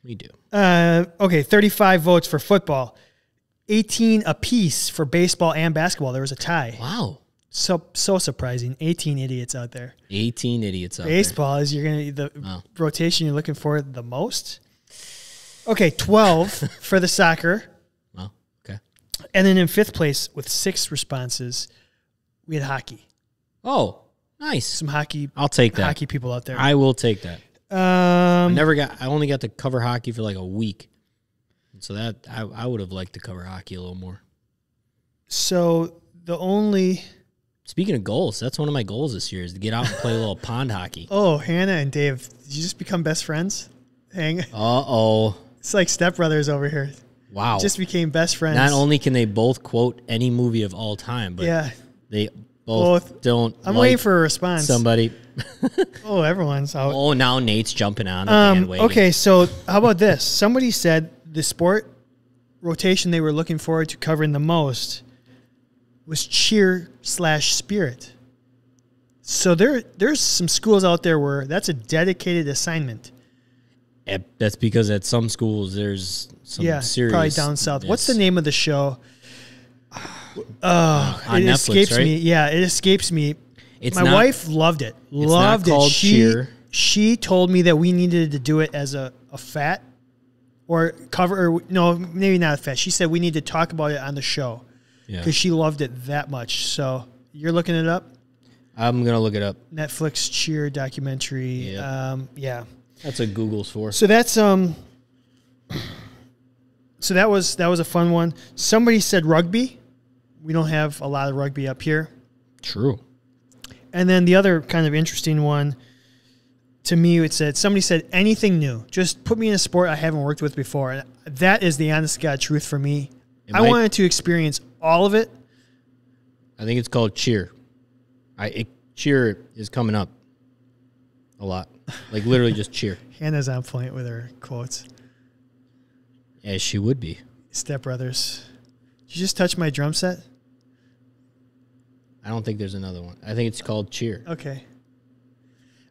[SPEAKER 2] we do.
[SPEAKER 1] Uh, okay, 35 votes for football, 18 apiece for baseball and basketball. There was a tie.
[SPEAKER 2] Wow,
[SPEAKER 1] So so surprising. 18 idiots out there.
[SPEAKER 2] eighteen idiots out there.
[SPEAKER 1] baseball is you're gonna the
[SPEAKER 2] Wow.
[SPEAKER 1] rotation you're looking for the most. Okay,
[SPEAKER 2] [laughs]
[SPEAKER 1] twelve for the soccer,
[SPEAKER 2] Wow. Okay.
[SPEAKER 1] and then in fifth place with six responses, we had hockey.
[SPEAKER 2] Oh, nice.
[SPEAKER 1] Some hockey
[SPEAKER 2] I'll take that.
[SPEAKER 1] hockey people out there.
[SPEAKER 2] I will take that.
[SPEAKER 1] um,
[SPEAKER 2] Never got. I only got to cover hockey for like a week, so that I, I would have liked to cover hockey a little more.
[SPEAKER 1] so the only
[SPEAKER 2] Speaking of goals, that's one of my goals this year is to get out and play a [laughs] little pond hockey.
[SPEAKER 1] Oh, Hannah and Dave, did you just become best friends? Hang,
[SPEAKER 2] Uh oh.
[SPEAKER 1] it's like stepbrothers over here.
[SPEAKER 2] Wow.
[SPEAKER 1] Just became best friends.
[SPEAKER 2] Not only can they both quote any movie of all time, but
[SPEAKER 1] yeah.
[SPEAKER 2] they both,
[SPEAKER 1] Both.
[SPEAKER 2] don't.
[SPEAKER 1] I'm
[SPEAKER 2] like
[SPEAKER 1] waiting for a response.
[SPEAKER 2] somebody.
[SPEAKER 1] Oh, everyone's out.
[SPEAKER 2] Oh, now Nate's jumping on. the
[SPEAKER 1] Um,
[SPEAKER 2] bandwagon.
[SPEAKER 1] okay, so how about this? Somebody said the sport rotation they were looking forward to covering the most was cheer slash spirit. So there, there's some schools out there where that's a dedicated assignment.
[SPEAKER 2] At- that's because at some schools there's some
[SPEAKER 1] yeah,
[SPEAKER 2] serious.
[SPEAKER 1] probably down south. What's the
[SPEAKER 2] it's-
[SPEAKER 1] name of the show? Oh,
[SPEAKER 2] On
[SPEAKER 1] it
[SPEAKER 2] Netflix,
[SPEAKER 1] escapes
[SPEAKER 2] right?
[SPEAKER 1] me. Yeah, it escapes me.
[SPEAKER 2] It's
[SPEAKER 1] My
[SPEAKER 2] not-
[SPEAKER 1] wife loved it.
[SPEAKER 2] not
[SPEAKER 1] Loved it.
[SPEAKER 2] called
[SPEAKER 1] She
[SPEAKER 2] Cheer.
[SPEAKER 1] she told me that we needed to do it as a, a fat or cover or no, maybe not a fat. She said we need to talk about it on the show
[SPEAKER 2] Yeah.
[SPEAKER 1] because she loved it that much. So you're looking it up.
[SPEAKER 2] I'm gonna look it up.
[SPEAKER 1] Netflix cheer documentary.
[SPEAKER 2] Yep.
[SPEAKER 1] Um, yeah.
[SPEAKER 2] That's what Google's for.
[SPEAKER 1] So that's um. [clears throat] So that was that was a fun one. Somebody said rugby. We don't have a lot of rugby up here.
[SPEAKER 2] True.
[SPEAKER 1] And then the other kind of interesting one to me, it said somebody said anything new. Just put me in a sport I haven't worked with before, and that is the honest to god truth for me.
[SPEAKER 2] It
[SPEAKER 1] I
[SPEAKER 2] might-
[SPEAKER 1] wanted to experience all of it.
[SPEAKER 2] I think it's called Cheer. I it, Cheer is coming up a lot. Like literally
[SPEAKER 1] [laughs]
[SPEAKER 2] just Cheer.
[SPEAKER 1] Hannah's on point with her quotes.
[SPEAKER 2] As she would be.
[SPEAKER 1] Step Brothers. Did you just touch my drum set?
[SPEAKER 2] I don't think there's another one. I think it's called Cheer.
[SPEAKER 1] Okay.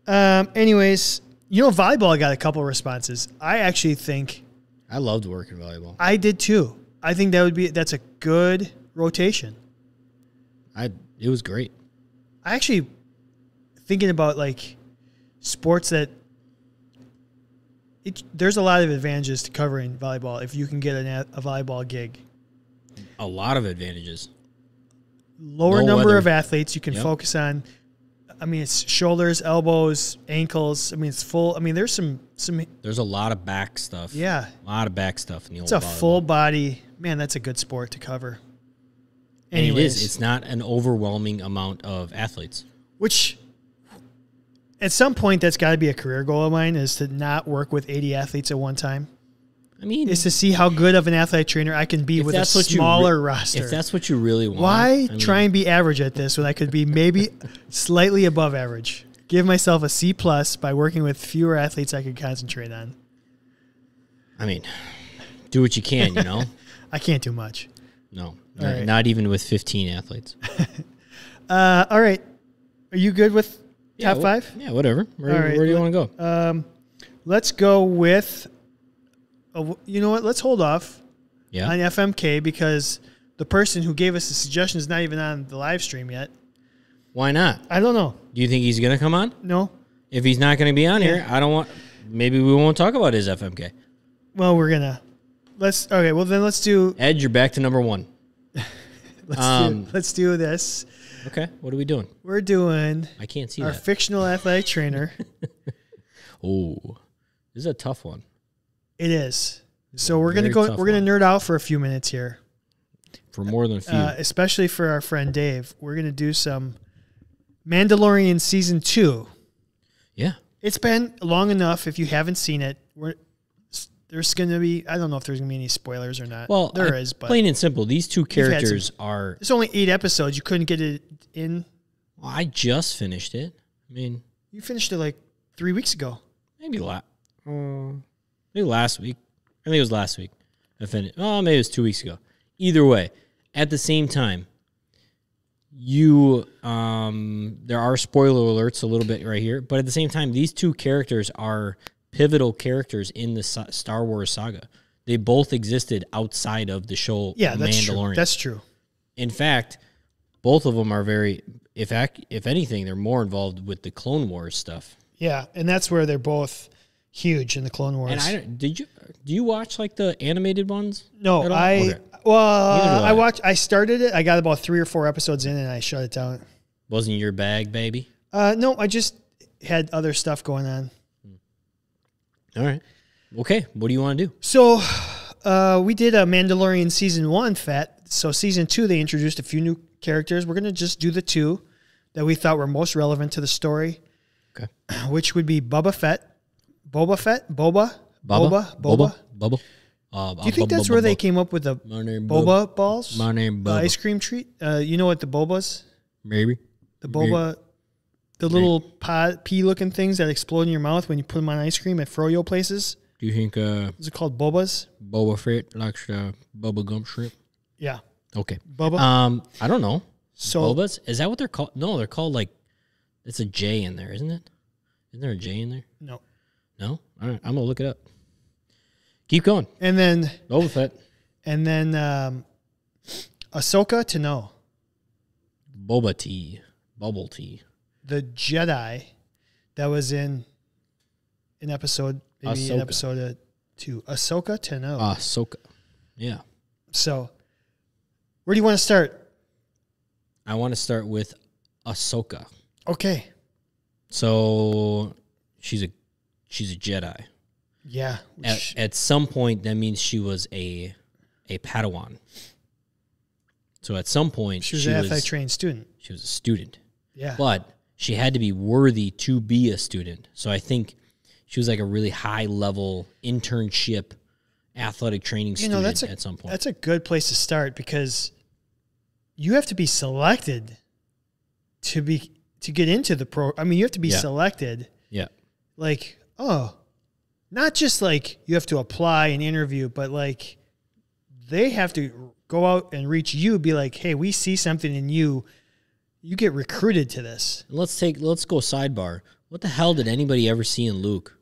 [SPEAKER 1] Um, anyways, you know, volleyball got a couple responses. I actually think
[SPEAKER 2] I loved working volleyball.
[SPEAKER 1] I did too. I think that would be that's a good rotation.
[SPEAKER 2] I it was great.
[SPEAKER 1] I actually thinking about like sports that it, there's a lot of advantages to covering volleyball if you can get an, a- a volleyball gig.
[SPEAKER 2] A lot of advantages.
[SPEAKER 1] Lower
[SPEAKER 2] No
[SPEAKER 1] number
[SPEAKER 2] other-
[SPEAKER 1] of athletes you can
[SPEAKER 2] Yep.
[SPEAKER 1] focus on. I mean, it's shoulders, elbows, ankles. I mean, it's full. I mean, there's some some
[SPEAKER 2] There's a lot of back stuff.
[SPEAKER 1] Yeah.
[SPEAKER 2] A lot of back stuff in the
[SPEAKER 1] It's a
[SPEAKER 2] old
[SPEAKER 1] full body man. That's a good sport to cover.
[SPEAKER 2] and it
[SPEAKER 1] Anyways,
[SPEAKER 2] is. It's not an overwhelming amount of athletes.
[SPEAKER 1] which at some point that's got to be a career goal of mine is to not work with 80 athletes at one time.
[SPEAKER 2] I mean
[SPEAKER 1] Is to see how good of an athletic trainer I can be
[SPEAKER 2] if
[SPEAKER 1] with a
[SPEAKER 2] that's what you re-
[SPEAKER 1] smaller roster.
[SPEAKER 2] If that's what you really want.
[SPEAKER 1] Why
[SPEAKER 2] I mean,
[SPEAKER 1] try and be average at this when I could be maybe slightly above average? Give myself a C plus by working with fewer athletes I could concentrate on.
[SPEAKER 2] I mean do what you can,
[SPEAKER 1] [laughs]
[SPEAKER 2] you know?
[SPEAKER 1] I can't do much.
[SPEAKER 2] no.
[SPEAKER 1] All
[SPEAKER 2] Not,
[SPEAKER 1] right.
[SPEAKER 2] not even with fifteen
[SPEAKER 1] [laughs]
[SPEAKER 2] athletes.
[SPEAKER 1] Uh, all right, are you good with
[SPEAKER 2] Yeah,
[SPEAKER 1] top
[SPEAKER 2] wh-
[SPEAKER 1] five?
[SPEAKER 2] Yeah, whatever. Where,
[SPEAKER 1] All right,
[SPEAKER 2] where do you
[SPEAKER 1] let-
[SPEAKER 2] want to go?
[SPEAKER 1] Um, let's go with. Uh, you know what? Let's hold off
[SPEAKER 2] yeah.
[SPEAKER 1] on FMK because the person who gave us the suggestion is not even on the live stream yet.
[SPEAKER 2] Why not?
[SPEAKER 1] I don't know.
[SPEAKER 2] Do you think he's going to come on?
[SPEAKER 1] No.
[SPEAKER 2] If he's not going to be on here,
[SPEAKER 1] Yeah.
[SPEAKER 2] I don't want. Maybe we won't talk about his FMK.
[SPEAKER 1] Well, we're gonna. Let's okay. Well, then let's do
[SPEAKER 2] Ed, you're back to number one.
[SPEAKER 1] let's
[SPEAKER 2] Um,
[SPEAKER 1] do let's do this.
[SPEAKER 2] Okay, what are we doing?
[SPEAKER 1] We're doing
[SPEAKER 2] I can't see
[SPEAKER 1] our
[SPEAKER 2] that.
[SPEAKER 1] fictional athletic trainer.
[SPEAKER 2] [laughs] oh, this is a tough one.
[SPEAKER 1] It is. So we're gonna
[SPEAKER 2] Very
[SPEAKER 1] go.
[SPEAKER 2] tough
[SPEAKER 1] We're gonna
[SPEAKER 2] one.
[SPEAKER 1] nerd out for a few minutes here,
[SPEAKER 2] For more than a few.
[SPEAKER 1] uh, especially for our friend Dave. We're gonna do some Mandalorian season two.
[SPEAKER 2] yeah,
[SPEAKER 1] It's been long enough. If you haven't seen it, we're, s- there's going to be. I don't know if there's going to be any spoilers or not.
[SPEAKER 2] well,
[SPEAKER 1] there is,
[SPEAKER 2] I-
[SPEAKER 1] but
[SPEAKER 2] plain and simple. These two
[SPEAKER 1] had some-
[SPEAKER 2] characters are.
[SPEAKER 1] it's only eight episodes. You couldn't get it in.
[SPEAKER 2] Well, I just finished it. I mean,
[SPEAKER 1] You finished it like three weeks ago.
[SPEAKER 2] maybe la- uh, maybe last week. I think it was last week. I finished. Oh, maybe it was two weeks ago. Either way, at the same time, you um, there are spoiler alerts a little bit right here, but at the same time, these two characters are pivotal characters in the sa- Star Wars saga. They both existed outside of the show.
[SPEAKER 1] Yeah, that's true.
[SPEAKER 2] Mandalorian.
[SPEAKER 1] That's true.
[SPEAKER 2] In fact, both of them are very. If ac- if anything, they're more involved with the Clone Wars stuff.
[SPEAKER 1] Yeah, and that's where they're both huge in the Clone Wars.
[SPEAKER 2] And I don't- did you do you watch like the animated ones?
[SPEAKER 1] no,
[SPEAKER 2] at all?
[SPEAKER 1] I
[SPEAKER 2] Okay. Neither
[SPEAKER 1] well,
[SPEAKER 2] do
[SPEAKER 1] I
[SPEAKER 2] I.
[SPEAKER 1] watched. I started it. I got about three or four episodes in, and I shut it down.
[SPEAKER 2] wasn't your bag, baby.
[SPEAKER 1] Uh, no, I just had other stuff going on.
[SPEAKER 2] All right, okay. What do you want to do?
[SPEAKER 1] So, uh, we did a Mandalorian season one, Fat. So season two, they introduced a few new characters. We're going to just do the two that we thought were most relevant to the story,
[SPEAKER 2] Okay.
[SPEAKER 1] which would be Boba Fett, Boba Fett, Boba,
[SPEAKER 2] Bubba.
[SPEAKER 1] Boba, Boba.
[SPEAKER 2] Bubba. Uh,
[SPEAKER 1] Do you think that's where they came up with the
[SPEAKER 2] My name
[SPEAKER 1] boba balls?
[SPEAKER 2] My name
[SPEAKER 1] The
[SPEAKER 2] Bubba.
[SPEAKER 1] ice cream treat. Uh, you know what the bobas?
[SPEAKER 2] Maybe.
[SPEAKER 1] The boba, the little pod, pea-looking things that explode in your mouth when you put them on ice cream at froyo places.
[SPEAKER 2] Do you think uh,
[SPEAKER 1] Is it called bobas?
[SPEAKER 2] Boba Fett likes uh, Bubba Gump shrimp?
[SPEAKER 1] Yeah,
[SPEAKER 2] Okay.
[SPEAKER 1] boba.
[SPEAKER 2] Um, I don't know.
[SPEAKER 1] so
[SPEAKER 2] Bobas? Is that what they're called? No, they're called like it's a J in there, isn't it? Isn't there a J in there?
[SPEAKER 1] no,
[SPEAKER 2] No. All right, I'm gonna look it up. Keep going.
[SPEAKER 1] and then
[SPEAKER 2] Boba Fett.
[SPEAKER 1] and then um, Ahsoka to know
[SPEAKER 2] Boba tea. Bubble tea.
[SPEAKER 1] the Jedi that was in an episode, maybe an
[SPEAKER 2] Ahsoka.
[SPEAKER 1] episode of two. Ahsoka to know.
[SPEAKER 2] Ah, Soka. Yeah.
[SPEAKER 1] so, where do you want to start?
[SPEAKER 2] I want to start with Ahsoka.
[SPEAKER 1] Okay.
[SPEAKER 2] So she's a she's a Jedi.
[SPEAKER 1] Yeah.
[SPEAKER 2] At, at some point, that means she was a a Padawan. So at some point,
[SPEAKER 1] She was
[SPEAKER 2] she
[SPEAKER 1] an
[SPEAKER 2] was,
[SPEAKER 1] FI trained student.
[SPEAKER 2] she was a student.
[SPEAKER 1] Yeah.
[SPEAKER 2] but she had to be worthy to be a student. So I think she was like a really high level internship athletic training
[SPEAKER 1] You
[SPEAKER 2] student
[SPEAKER 1] know, that's a-
[SPEAKER 2] at some point.
[SPEAKER 1] That's a good place to start because you have to be selected to be to get into the pro. I mean, you have to be
[SPEAKER 2] Yeah.
[SPEAKER 1] selected.
[SPEAKER 2] Yeah.
[SPEAKER 1] Like, oh, not just like you have to apply and interview, but like they have to go out and reach you. Be like, hey, we see something in you. You get recruited to this.
[SPEAKER 2] And let's take let's go sidebar. What the hell did anybody ever see in Luke?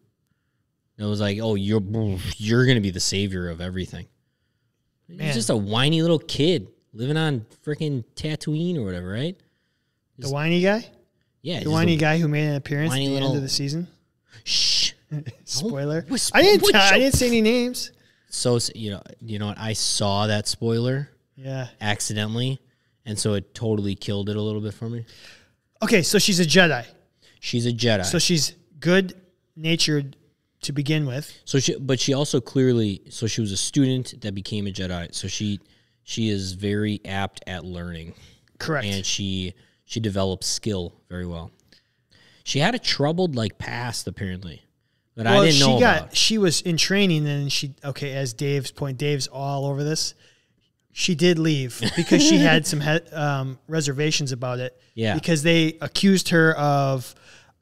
[SPEAKER 2] And it was like, oh, you're you're gonna be the savior of everything.
[SPEAKER 1] Man.
[SPEAKER 2] He's just a whiny little kid living on freaking Tatooine or whatever, right?
[SPEAKER 1] The whiny guy,
[SPEAKER 2] Yeah,
[SPEAKER 1] the
[SPEAKER 2] just a-
[SPEAKER 1] whiny guy who made an appearance at the
[SPEAKER 2] whiny
[SPEAKER 1] end of
[SPEAKER 2] little-
[SPEAKER 1] the
[SPEAKER 2] [laughs]
[SPEAKER 1] season.
[SPEAKER 2] Shh.
[SPEAKER 1] Spoiler.
[SPEAKER 2] whisper-
[SPEAKER 1] I didn't.
[SPEAKER 2] what
[SPEAKER 1] I
[SPEAKER 2] you-
[SPEAKER 1] didn't say any names.
[SPEAKER 2] So you know, you know what? I saw that spoiler.
[SPEAKER 1] Yeah.
[SPEAKER 2] accidentally, and so it totally killed it a little bit for me.
[SPEAKER 1] Okay, so she's a Jedi.
[SPEAKER 2] She's a Jedi,
[SPEAKER 1] So
[SPEAKER 2] so,
[SPEAKER 1] she's good natured to begin with.
[SPEAKER 2] she, but she also clearly, so she was a student that became a Jedi. So she, she is very apt at learning,
[SPEAKER 1] Correct.
[SPEAKER 2] and she she develops skill very well. She had a troubled like past apparently, but I didn't
[SPEAKER 1] she
[SPEAKER 2] know
[SPEAKER 1] got
[SPEAKER 2] about.
[SPEAKER 1] she was in training and she okay, as Dave's point, Dave's all over this. She did
[SPEAKER 2] [laughs]
[SPEAKER 1] leave because she had some he, um, reservations about it.
[SPEAKER 2] Yeah.
[SPEAKER 1] Because they accused her of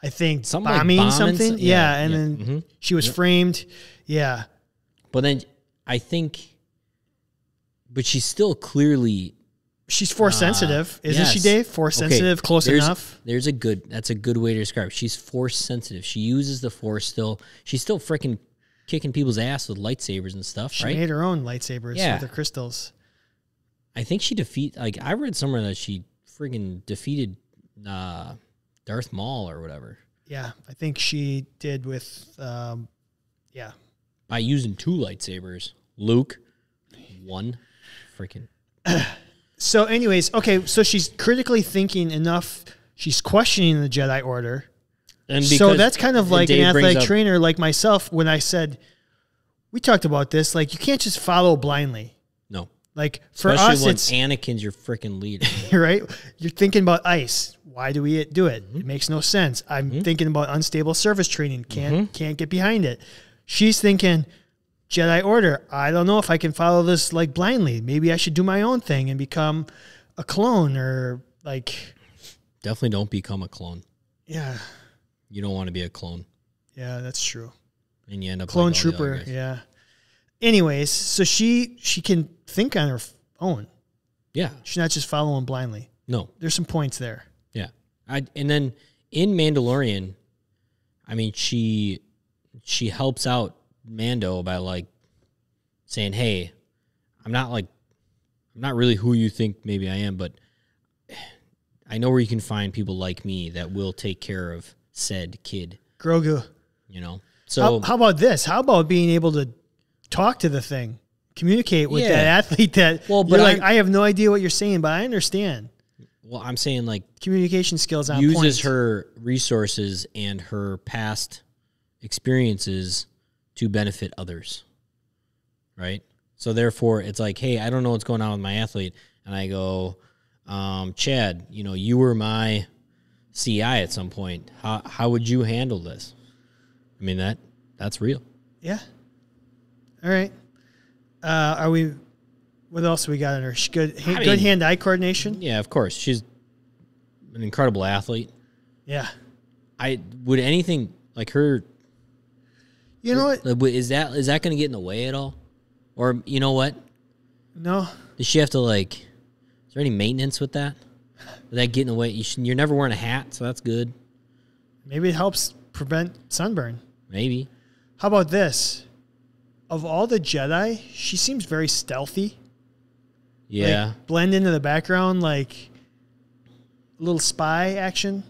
[SPEAKER 1] I think
[SPEAKER 2] Something like
[SPEAKER 1] bombing,
[SPEAKER 2] bombing
[SPEAKER 1] something.
[SPEAKER 2] some-
[SPEAKER 1] yeah,
[SPEAKER 2] yeah,
[SPEAKER 1] and
[SPEAKER 2] yeah. Mm-hmm.
[SPEAKER 1] then she was framed. Yeah.
[SPEAKER 2] But then I think, but she's still clearly
[SPEAKER 1] She's force sensitive, isn't she,
[SPEAKER 2] Uh, yes.
[SPEAKER 1] Dave? Force
[SPEAKER 2] Okay,
[SPEAKER 1] sensitive, close
[SPEAKER 2] there's-
[SPEAKER 1] enough.
[SPEAKER 2] There's a good. That's a good way to describe. It. She's force sensitive. She uses the force still. She's still freaking kicking people's ass with lightsabers and stuff,
[SPEAKER 1] She
[SPEAKER 2] right?
[SPEAKER 1] made her own lightsabers
[SPEAKER 2] Yeah.
[SPEAKER 1] with her crystals.
[SPEAKER 2] I think she defeat. Like I read somewhere that she freaking defeated uh, Darth Maul or whatever
[SPEAKER 1] Yeah, I think she did with, um, yeah,
[SPEAKER 2] by using two lightsabers. Luke, one, freaking
[SPEAKER 1] So, anyways, okay, so she's critically thinking enough. She's questioning the Jedi Order.
[SPEAKER 2] and
[SPEAKER 1] So that's kind of
[SPEAKER 2] and
[SPEAKER 1] like an
[SPEAKER 2] Dave brings
[SPEAKER 1] athletic
[SPEAKER 2] up-
[SPEAKER 1] trainer like myself when I said, we talked about this, like, you can't just follow blindly.
[SPEAKER 2] No,
[SPEAKER 1] Like, for
[SPEAKER 2] especially
[SPEAKER 1] us,
[SPEAKER 2] when
[SPEAKER 1] it's,
[SPEAKER 2] Anakin's your freaking leader.
[SPEAKER 1] [laughs] right? You're thinking about ice. Why do we do it?
[SPEAKER 2] Mm-hmm.
[SPEAKER 1] It makes no sense. I'm thinking about unstable surface training. Can't
[SPEAKER 2] Mm-hmm.
[SPEAKER 1] can't get behind it. She's thinking Jedi Order. I don't know if I can follow this like blindly. Maybe I should do my own thing and become a clone or like
[SPEAKER 2] Definitely don't become a clone.
[SPEAKER 1] yeah,
[SPEAKER 2] You don't want to be a clone,
[SPEAKER 1] yeah, that's true.
[SPEAKER 2] and you end up
[SPEAKER 1] Clone
[SPEAKER 2] like all the other
[SPEAKER 1] trooper.
[SPEAKER 2] guys.
[SPEAKER 1] Yeah. Anyways, so she she can think on her own.
[SPEAKER 2] yeah,
[SPEAKER 1] She's not just following blindly.
[SPEAKER 2] no,
[SPEAKER 1] There's some points there.
[SPEAKER 2] Yeah. I and then in Mandalorian, I mean she she helps out Mando by like saying, "Hey, I'm not like I'm not really who you think maybe I am, but I know where you can find people like me that will take care of said kid,
[SPEAKER 1] Grogu.
[SPEAKER 2] you know."
[SPEAKER 1] How,
[SPEAKER 2] So
[SPEAKER 1] how about this? How about being able to talk to the thing, communicate with that
[SPEAKER 2] Yeah.
[SPEAKER 1] athlete that well,
[SPEAKER 2] [laughs] Well,
[SPEAKER 1] but
[SPEAKER 2] but
[SPEAKER 1] like,
[SPEAKER 2] I'm-
[SPEAKER 1] I have no idea what you're saying, but I understand
[SPEAKER 2] well, I'm saying like
[SPEAKER 1] communication skills on
[SPEAKER 2] uses
[SPEAKER 1] point.
[SPEAKER 2] her resources and her past experiences to benefit others. Right? So therefore it's like, hey, I don't know what's going on with my athlete and I go um, Chad, you know, you were my CI at some point. How how would you handle this? I mean that that's real.
[SPEAKER 1] Yeah. All right. Uh, are we? What else we got in her? Sh- Good, ha-
[SPEAKER 2] I
[SPEAKER 1] good
[SPEAKER 2] mean-
[SPEAKER 1] hand-eye coordination.
[SPEAKER 2] Yeah, of course. She's an incredible athlete.
[SPEAKER 1] Yeah.
[SPEAKER 2] I would anything like her
[SPEAKER 1] You know what?
[SPEAKER 2] like, wait, is that is that going to get in the way at all? Or you know what?
[SPEAKER 1] No.
[SPEAKER 2] Does she have to like? Is there any maintenance with that? Would that get in the way? You should, you're never wearing a hat, so that's good.
[SPEAKER 1] Maybe it helps prevent sunburn.
[SPEAKER 2] Maybe.
[SPEAKER 1] How about this? Of all the Jedi, she seems very stealthy. Like,
[SPEAKER 2] Yeah.
[SPEAKER 1] blend into the background like a little spy action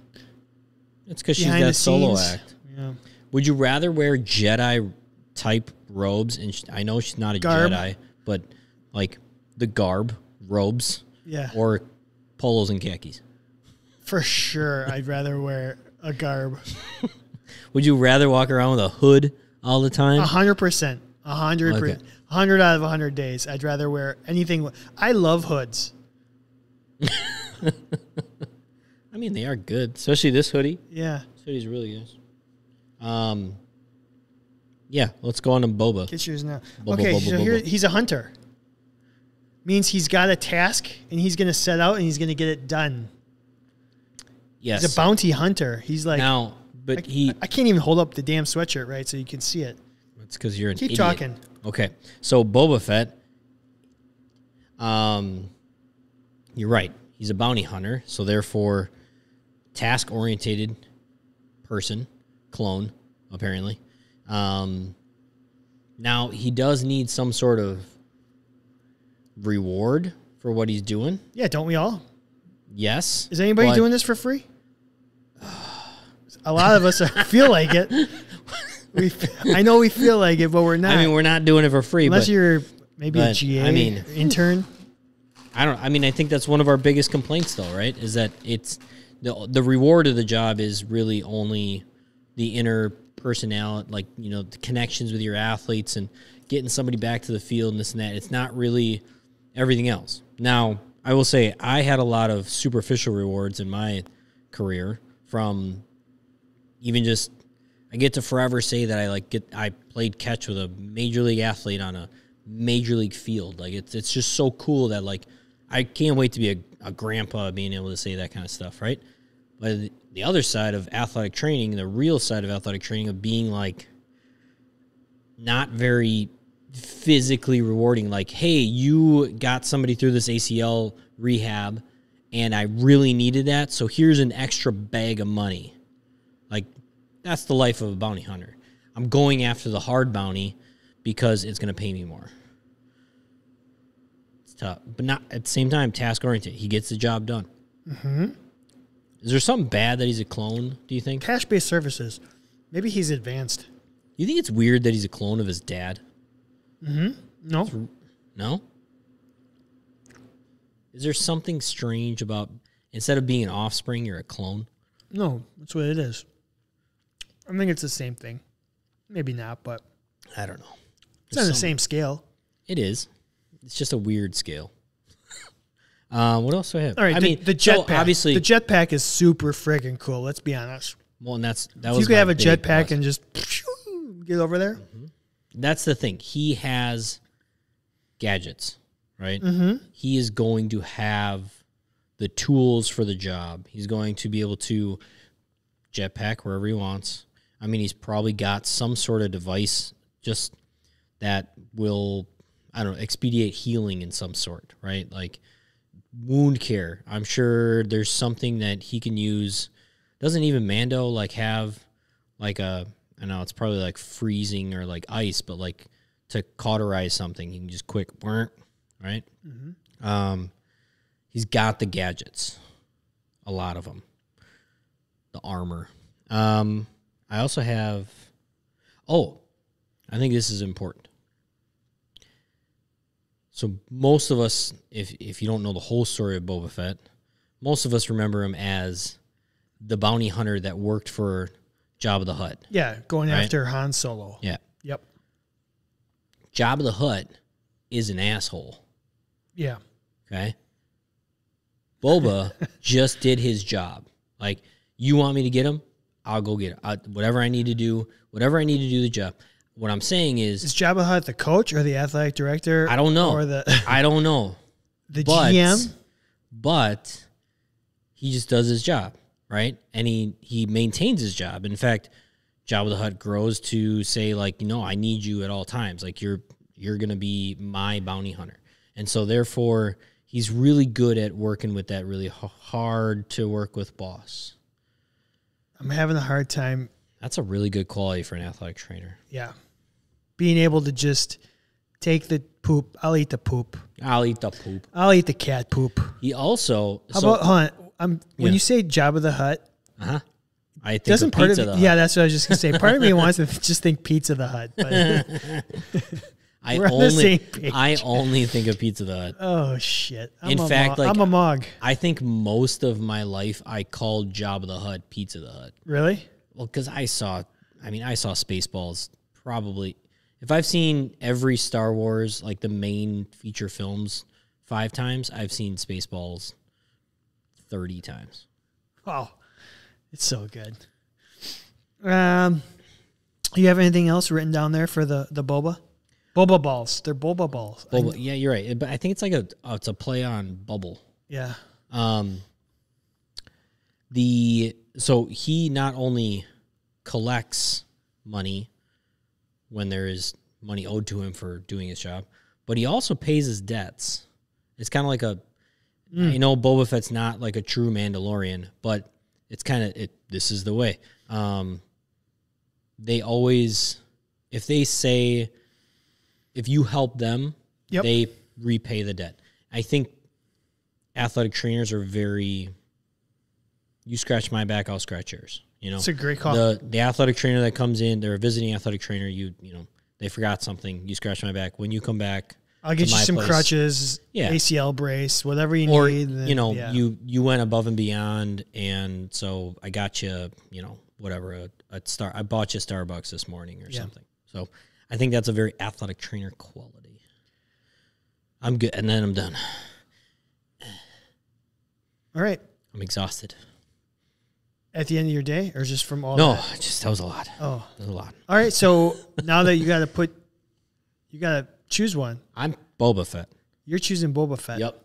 [SPEAKER 2] it's because she's
[SPEAKER 1] behind
[SPEAKER 2] got
[SPEAKER 1] the
[SPEAKER 2] solo
[SPEAKER 1] scenes.
[SPEAKER 2] act.
[SPEAKER 1] Yeah.
[SPEAKER 2] Would you rather wear Jedi type robes? And sh I know she's not a
[SPEAKER 1] Garb.
[SPEAKER 2] Jedi, but like the garb robes
[SPEAKER 1] Yeah.
[SPEAKER 2] or polos and khakis.
[SPEAKER 1] For sure, I'd rather wear a garb.
[SPEAKER 2] Would you rather walk around with a hood all the time?
[SPEAKER 1] A hundred percent. A hundred
[SPEAKER 2] Okay.
[SPEAKER 1] percent. A hundred out of a hundred days. I'd rather wear anything. with- I love hoods.
[SPEAKER 2] I mean, they are good, especially this hoodie.
[SPEAKER 1] Yeah.
[SPEAKER 2] This hoodie's really nice. Um, yeah, let's go on to Boba.
[SPEAKER 1] Get yours now.
[SPEAKER 2] Bubble,
[SPEAKER 1] okay,
[SPEAKER 2] bubble,
[SPEAKER 1] so here
[SPEAKER 2] bubble.
[SPEAKER 1] he's a hunter. Means he's got a task and he's gonna set out and he's gonna get it done.
[SPEAKER 2] Yes.
[SPEAKER 1] He's a bounty hunter. He's like
[SPEAKER 2] now, but he.
[SPEAKER 1] I can't even hold up the damn sweatshirt right so you can see it.
[SPEAKER 2] It's because you're an
[SPEAKER 1] Keep
[SPEAKER 2] idiot.
[SPEAKER 1] talking.
[SPEAKER 2] Okay, so Boba Fett. Um, you're right. He's a bounty hunter, so therefore, task orientated person, clone apparently. Um, now he does need some sort of reward for what he's doing.
[SPEAKER 1] Yeah, don't we all?
[SPEAKER 2] Yes.
[SPEAKER 1] Is anybody
[SPEAKER 2] but-
[SPEAKER 1] doing this for free? A lot of us are- feel like
[SPEAKER 2] [laughs]
[SPEAKER 1] it. We, f- I know we feel like it, but we're not.
[SPEAKER 2] I mean, we're not doing it for free,
[SPEAKER 1] Unless
[SPEAKER 2] but
[SPEAKER 1] you're maybe a
[SPEAKER 2] but,
[SPEAKER 1] GA
[SPEAKER 2] I mean-
[SPEAKER 1] intern.
[SPEAKER 2] I don't. I mean, I think that's one of our biggest complaints, though, right? Is that it's the the reward of the job is really only the inner personality, like you know, the connections with your athletes and getting somebody back to the field and this and that. It's not really everything else. Now, I will say I had a lot of superficial rewards in my career from even just I get to forever say that I like get I played catch with a major league athlete on a major league field. Like it's it's just so cool that like I can't wait to be a, a grandpa being able to say that kind of stuff, right? But the other side of athletic training, the real side of athletic training of being like not very physically rewarding. Like, hey, you got somebody through this ACL rehab and I really needed that. So here's an extra bag of money. Like, that's the life of a bounty hunter. I'm going after the hard bounty because it's going to pay me more. It's tough, but not at the same time, task oriented. He gets the job done. Mm-hmm. Is there something bad that he's a clone, do you think?
[SPEAKER 1] Cash based services. Maybe he's advanced.
[SPEAKER 2] You think it's weird that he's a clone of his dad?
[SPEAKER 1] No?
[SPEAKER 2] No? Is there something strange about instead of being an offspring, you're a clone?
[SPEAKER 1] No, that's what it is. I think it's the same thing. Maybe not, but
[SPEAKER 2] I don't know.
[SPEAKER 1] it's on the same scale.
[SPEAKER 2] It is. It's just a weird scale. [laughs] um, what else do I have?
[SPEAKER 1] All right,
[SPEAKER 2] I
[SPEAKER 1] the,
[SPEAKER 2] mean,
[SPEAKER 1] the
[SPEAKER 2] so
[SPEAKER 1] jetpack.
[SPEAKER 2] obviously,
[SPEAKER 1] the jetpack is super friggin' cool. Let's be honest.
[SPEAKER 2] well, and that's that
[SPEAKER 1] If
[SPEAKER 2] was
[SPEAKER 1] you could
[SPEAKER 2] my
[SPEAKER 1] have a
[SPEAKER 2] big Mm-hmm.
[SPEAKER 1] jetpack
[SPEAKER 2] plus.
[SPEAKER 1] and just get over there.
[SPEAKER 2] that's the thing. He has gadgets, right? Mm-hmm. He is going to have the tools for the job. He's going to be able to jetpack wherever he wants. I mean, he's probably got some sort of device just that will, I don't know, expedite healing in some sort, right? Like wound care. I'm sure there's something that he can use. Doesn't even Mando like have like a I know it's probably like freezing or like ice, but like to cauterize something, you can just quick, right? Um, he's got the gadgets, a lot of them, the armor. Um, I also have. Oh, I think this is important. So most of us, if if you don't know the whole story of Boba Fett, most of us remember him as the bounty hunter that worked for Jabba the Hutt.
[SPEAKER 1] Yeah, going
[SPEAKER 2] Right.
[SPEAKER 1] after Han Solo.
[SPEAKER 2] Yeah.
[SPEAKER 1] Yep.
[SPEAKER 2] Jabba the Hutt is an asshole.
[SPEAKER 1] Yeah.
[SPEAKER 2] Okay.
[SPEAKER 1] [laughs]
[SPEAKER 2] Boba just did his job. Like, you want me to get him? I'll go get him. I, whatever I need to do, whatever I need to do the job. What I'm saying
[SPEAKER 1] Is
[SPEAKER 2] is,
[SPEAKER 1] Jabba Hutt the coach or the athletic director?
[SPEAKER 2] I don't know.
[SPEAKER 1] Or the [laughs]
[SPEAKER 2] I don't know.
[SPEAKER 1] the
[SPEAKER 2] but
[SPEAKER 1] GM?
[SPEAKER 2] but he just does his job right and he he maintains his job in fact Jabba the Hutt grows to say like no I need you at all times like you're you're gonna be my bounty hunter and so therefore he's really good at working with that really h- hard to work with boss
[SPEAKER 1] I'm having a hard time.
[SPEAKER 2] that's a really good quality for an athletic trainer
[SPEAKER 1] Yeah, being able to just take the poop. I'll eat the poop.
[SPEAKER 2] I'll eat the poop
[SPEAKER 1] I'll eat the cat poop.
[SPEAKER 2] he also
[SPEAKER 1] How
[SPEAKER 2] so
[SPEAKER 1] about hunt? I'm when
[SPEAKER 2] Yeah.
[SPEAKER 1] you say Jabba the Hutt,
[SPEAKER 2] uh-huh. I think
[SPEAKER 1] doesn't
[SPEAKER 2] doesn't
[SPEAKER 1] part of
[SPEAKER 2] pizza
[SPEAKER 1] me-
[SPEAKER 2] the Hutt.
[SPEAKER 1] yeah, that's what I was just gonna say. Part of me [laughs] wants to just think Pizza the Hut,
[SPEAKER 2] [laughs]
[SPEAKER 1] but
[SPEAKER 2] I
[SPEAKER 1] we're on the same
[SPEAKER 2] only
[SPEAKER 1] page.
[SPEAKER 2] I only think of pizza the Hutt.
[SPEAKER 1] oh shit! I'm
[SPEAKER 2] In
[SPEAKER 1] a
[SPEAKER 2] fact,
[SPEAKER 1] mo-
[SPEAKER 2] like-
[SPEAKER 1] I'm a mog.
[SPEAKER 2] I think most of my life I called Job of the Hut Pizza the Hut.
[SPEAKER 1] Really?
[SPEAKER 2] Well, because I saw, I mean, I saw Spaceballs probably. If I've seen every Star Wars, like the main feature films, five times, I've seen Spaceballs 30 times.
[SPEAKER 1] Wow, Oh, it's so good. Um, you have anything else written down there for the the boba? Boba balls. They're boba balls. I-
[SPEAKER 2] Bubble, yeah, you're right. But I think it's like a, oh, it's a play on bubble.
[SPEAKER 1] yeah.
[SPEAKER 2] Um, the so he not only collects money when there is money owed to him for doing his job, but he also pays his debts. It's kind of like a, I know Boba Fett's not like a true Mandalorian, but it's kind of it. This is the way. Um, they always, if they say, if you help them,
[SPEAKER 1] Yep.
[SPEAKER 2] they repay the debt. I think athletic trainers are very you scratch my back i'll scratch yours you know
[SPEAKER 1] It's a great call.
[SPEAKER 2] the the athletic trainer that comes in they're a visiting athletic trainer you you know they forgot something you scratch my back when you come back
[SPEAKER 1] I'll get
[SPEAKER 2] to
[SPEAKER 1] you
[SPEAKER 2] my
[SPEAKER 1] some
[SPEAKER 2] place-
[SPEAKER 1] crutches,
[SPEAKER 2] Yeah.
[SPEAKER 1] ACL brace, whatever you
[SPEAKER 2] or
[SPEAKER 1] need. then-
[SPEAKER 2] you know
[SPEAKER 1] yeah.
[SPEAKER 2] you you went above and beyond and so i got you you know whatever a, a star i bought you starbucks this morning or
[SPEAKER 1] Yeah.
[SPEAKER 2] something so i think that's a very athletic trainer quality i'm good and then i'm done
[SPEAKER 1] All right.
[SPEAKER 2] i'm exhausted
[SPEAKER 1] At the end of your day, or just from all
[SPEAKER 2] no
[SPEAKER 1] that?
[SPEAKER 2] just that was a lot
[SPEAKER 1] Oh,
[SPEAKER 2] that was a lot
[SPEAKER 1] all right.
[SPEAKER 2] [laughs]
[SPEAKER 1] So now that you got to put, you got to choose one.
[SPEAKER 2] i'm boba fett
[SPEAKER 1] You're choosing Boba Fett.
[SPEAKER 2] Yep.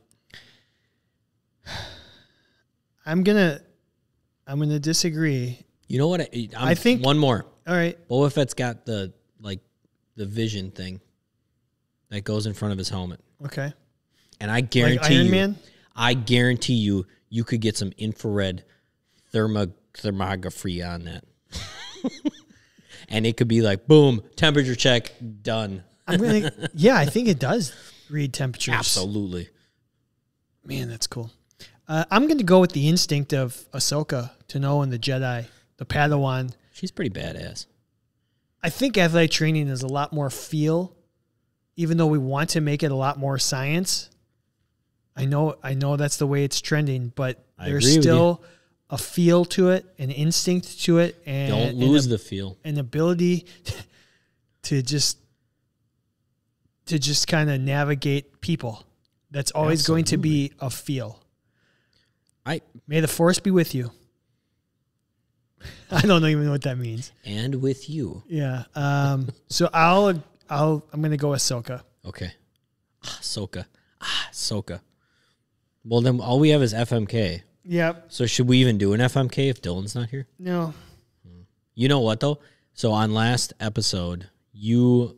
[SPEAKER 1] I'm gonna, I'm gonna disagree.
[SPEAKER 2] You know what? I, I'm,
[SPEAKER 1] I think-
[SPEAKER 2] one more.
[SPEAKER 1] All right.
[SPEAKER 2] Boba Fett's got the like the vision thing that goes in front of his helmet,
[SPEAKER 1] Okay.
[SPEAKER 2] and I guarantee
[SPEAKER 1] Iron
[SPEAKER 2] you,
[SPEAKER 1] Man?
[SPEAKER 2] I guarantee you, you could get some infrared thermo thermography on that, [laughs] and it could be like boom, temperature check done.
[SPEAKER 1] I'm gonna. yeah, I think it does read temperatures.
[SPEAKER 2] Absolutely.
[SPEAKER 1] Man, that's cool. Uh, I'm going to go with the instinct of Ahsoka to know and the Jedi, the Padawan.
[SPEAKER 2] She's pretty badass.
[SPEAKER 1] I think athletic training is a lot more feel, even though we want to make it a lot more science. I know, I know that's the way it's trending, but
[SPEAKER 2] I
[SPEAKER 1] there's
[SPEAKER 2] agree with you.
[SPEAKER 1] still a feel to it, an instinct to it, and
[SPEAKER 2] Don't
[SPEAKER 1] and
[SPEAKER 2] lose
[SPEAKER 1] a-
[SPEAKER 2] the feel.
[SPEAKER 1] an ability [laughs] to just to just kind of navigate people. That's always going to be a feel.
[SPEAKER 2] I
[SPEAKER 1] May the force be with you. [laughs] I don't even know what that means.
[SPEAKER 2] and with you.
[SPEAKER 1] Yeah.
[SPEAKER 2] [laughs]
[SPEAKER 1] Um, so I'll I'll I'm gonna go Ahsoka.
[SPEAKER 2] Okay. Ah, Soka. Ah, Soka. Well, then all we have is FMK.
[SPEAKER 1] Yep.
[SPEAKER 2] So should we even do an FMK if Dylan's not here?
[SPEAKER 1] No.
[SPEAKER 2] You know what though? So on last episode, you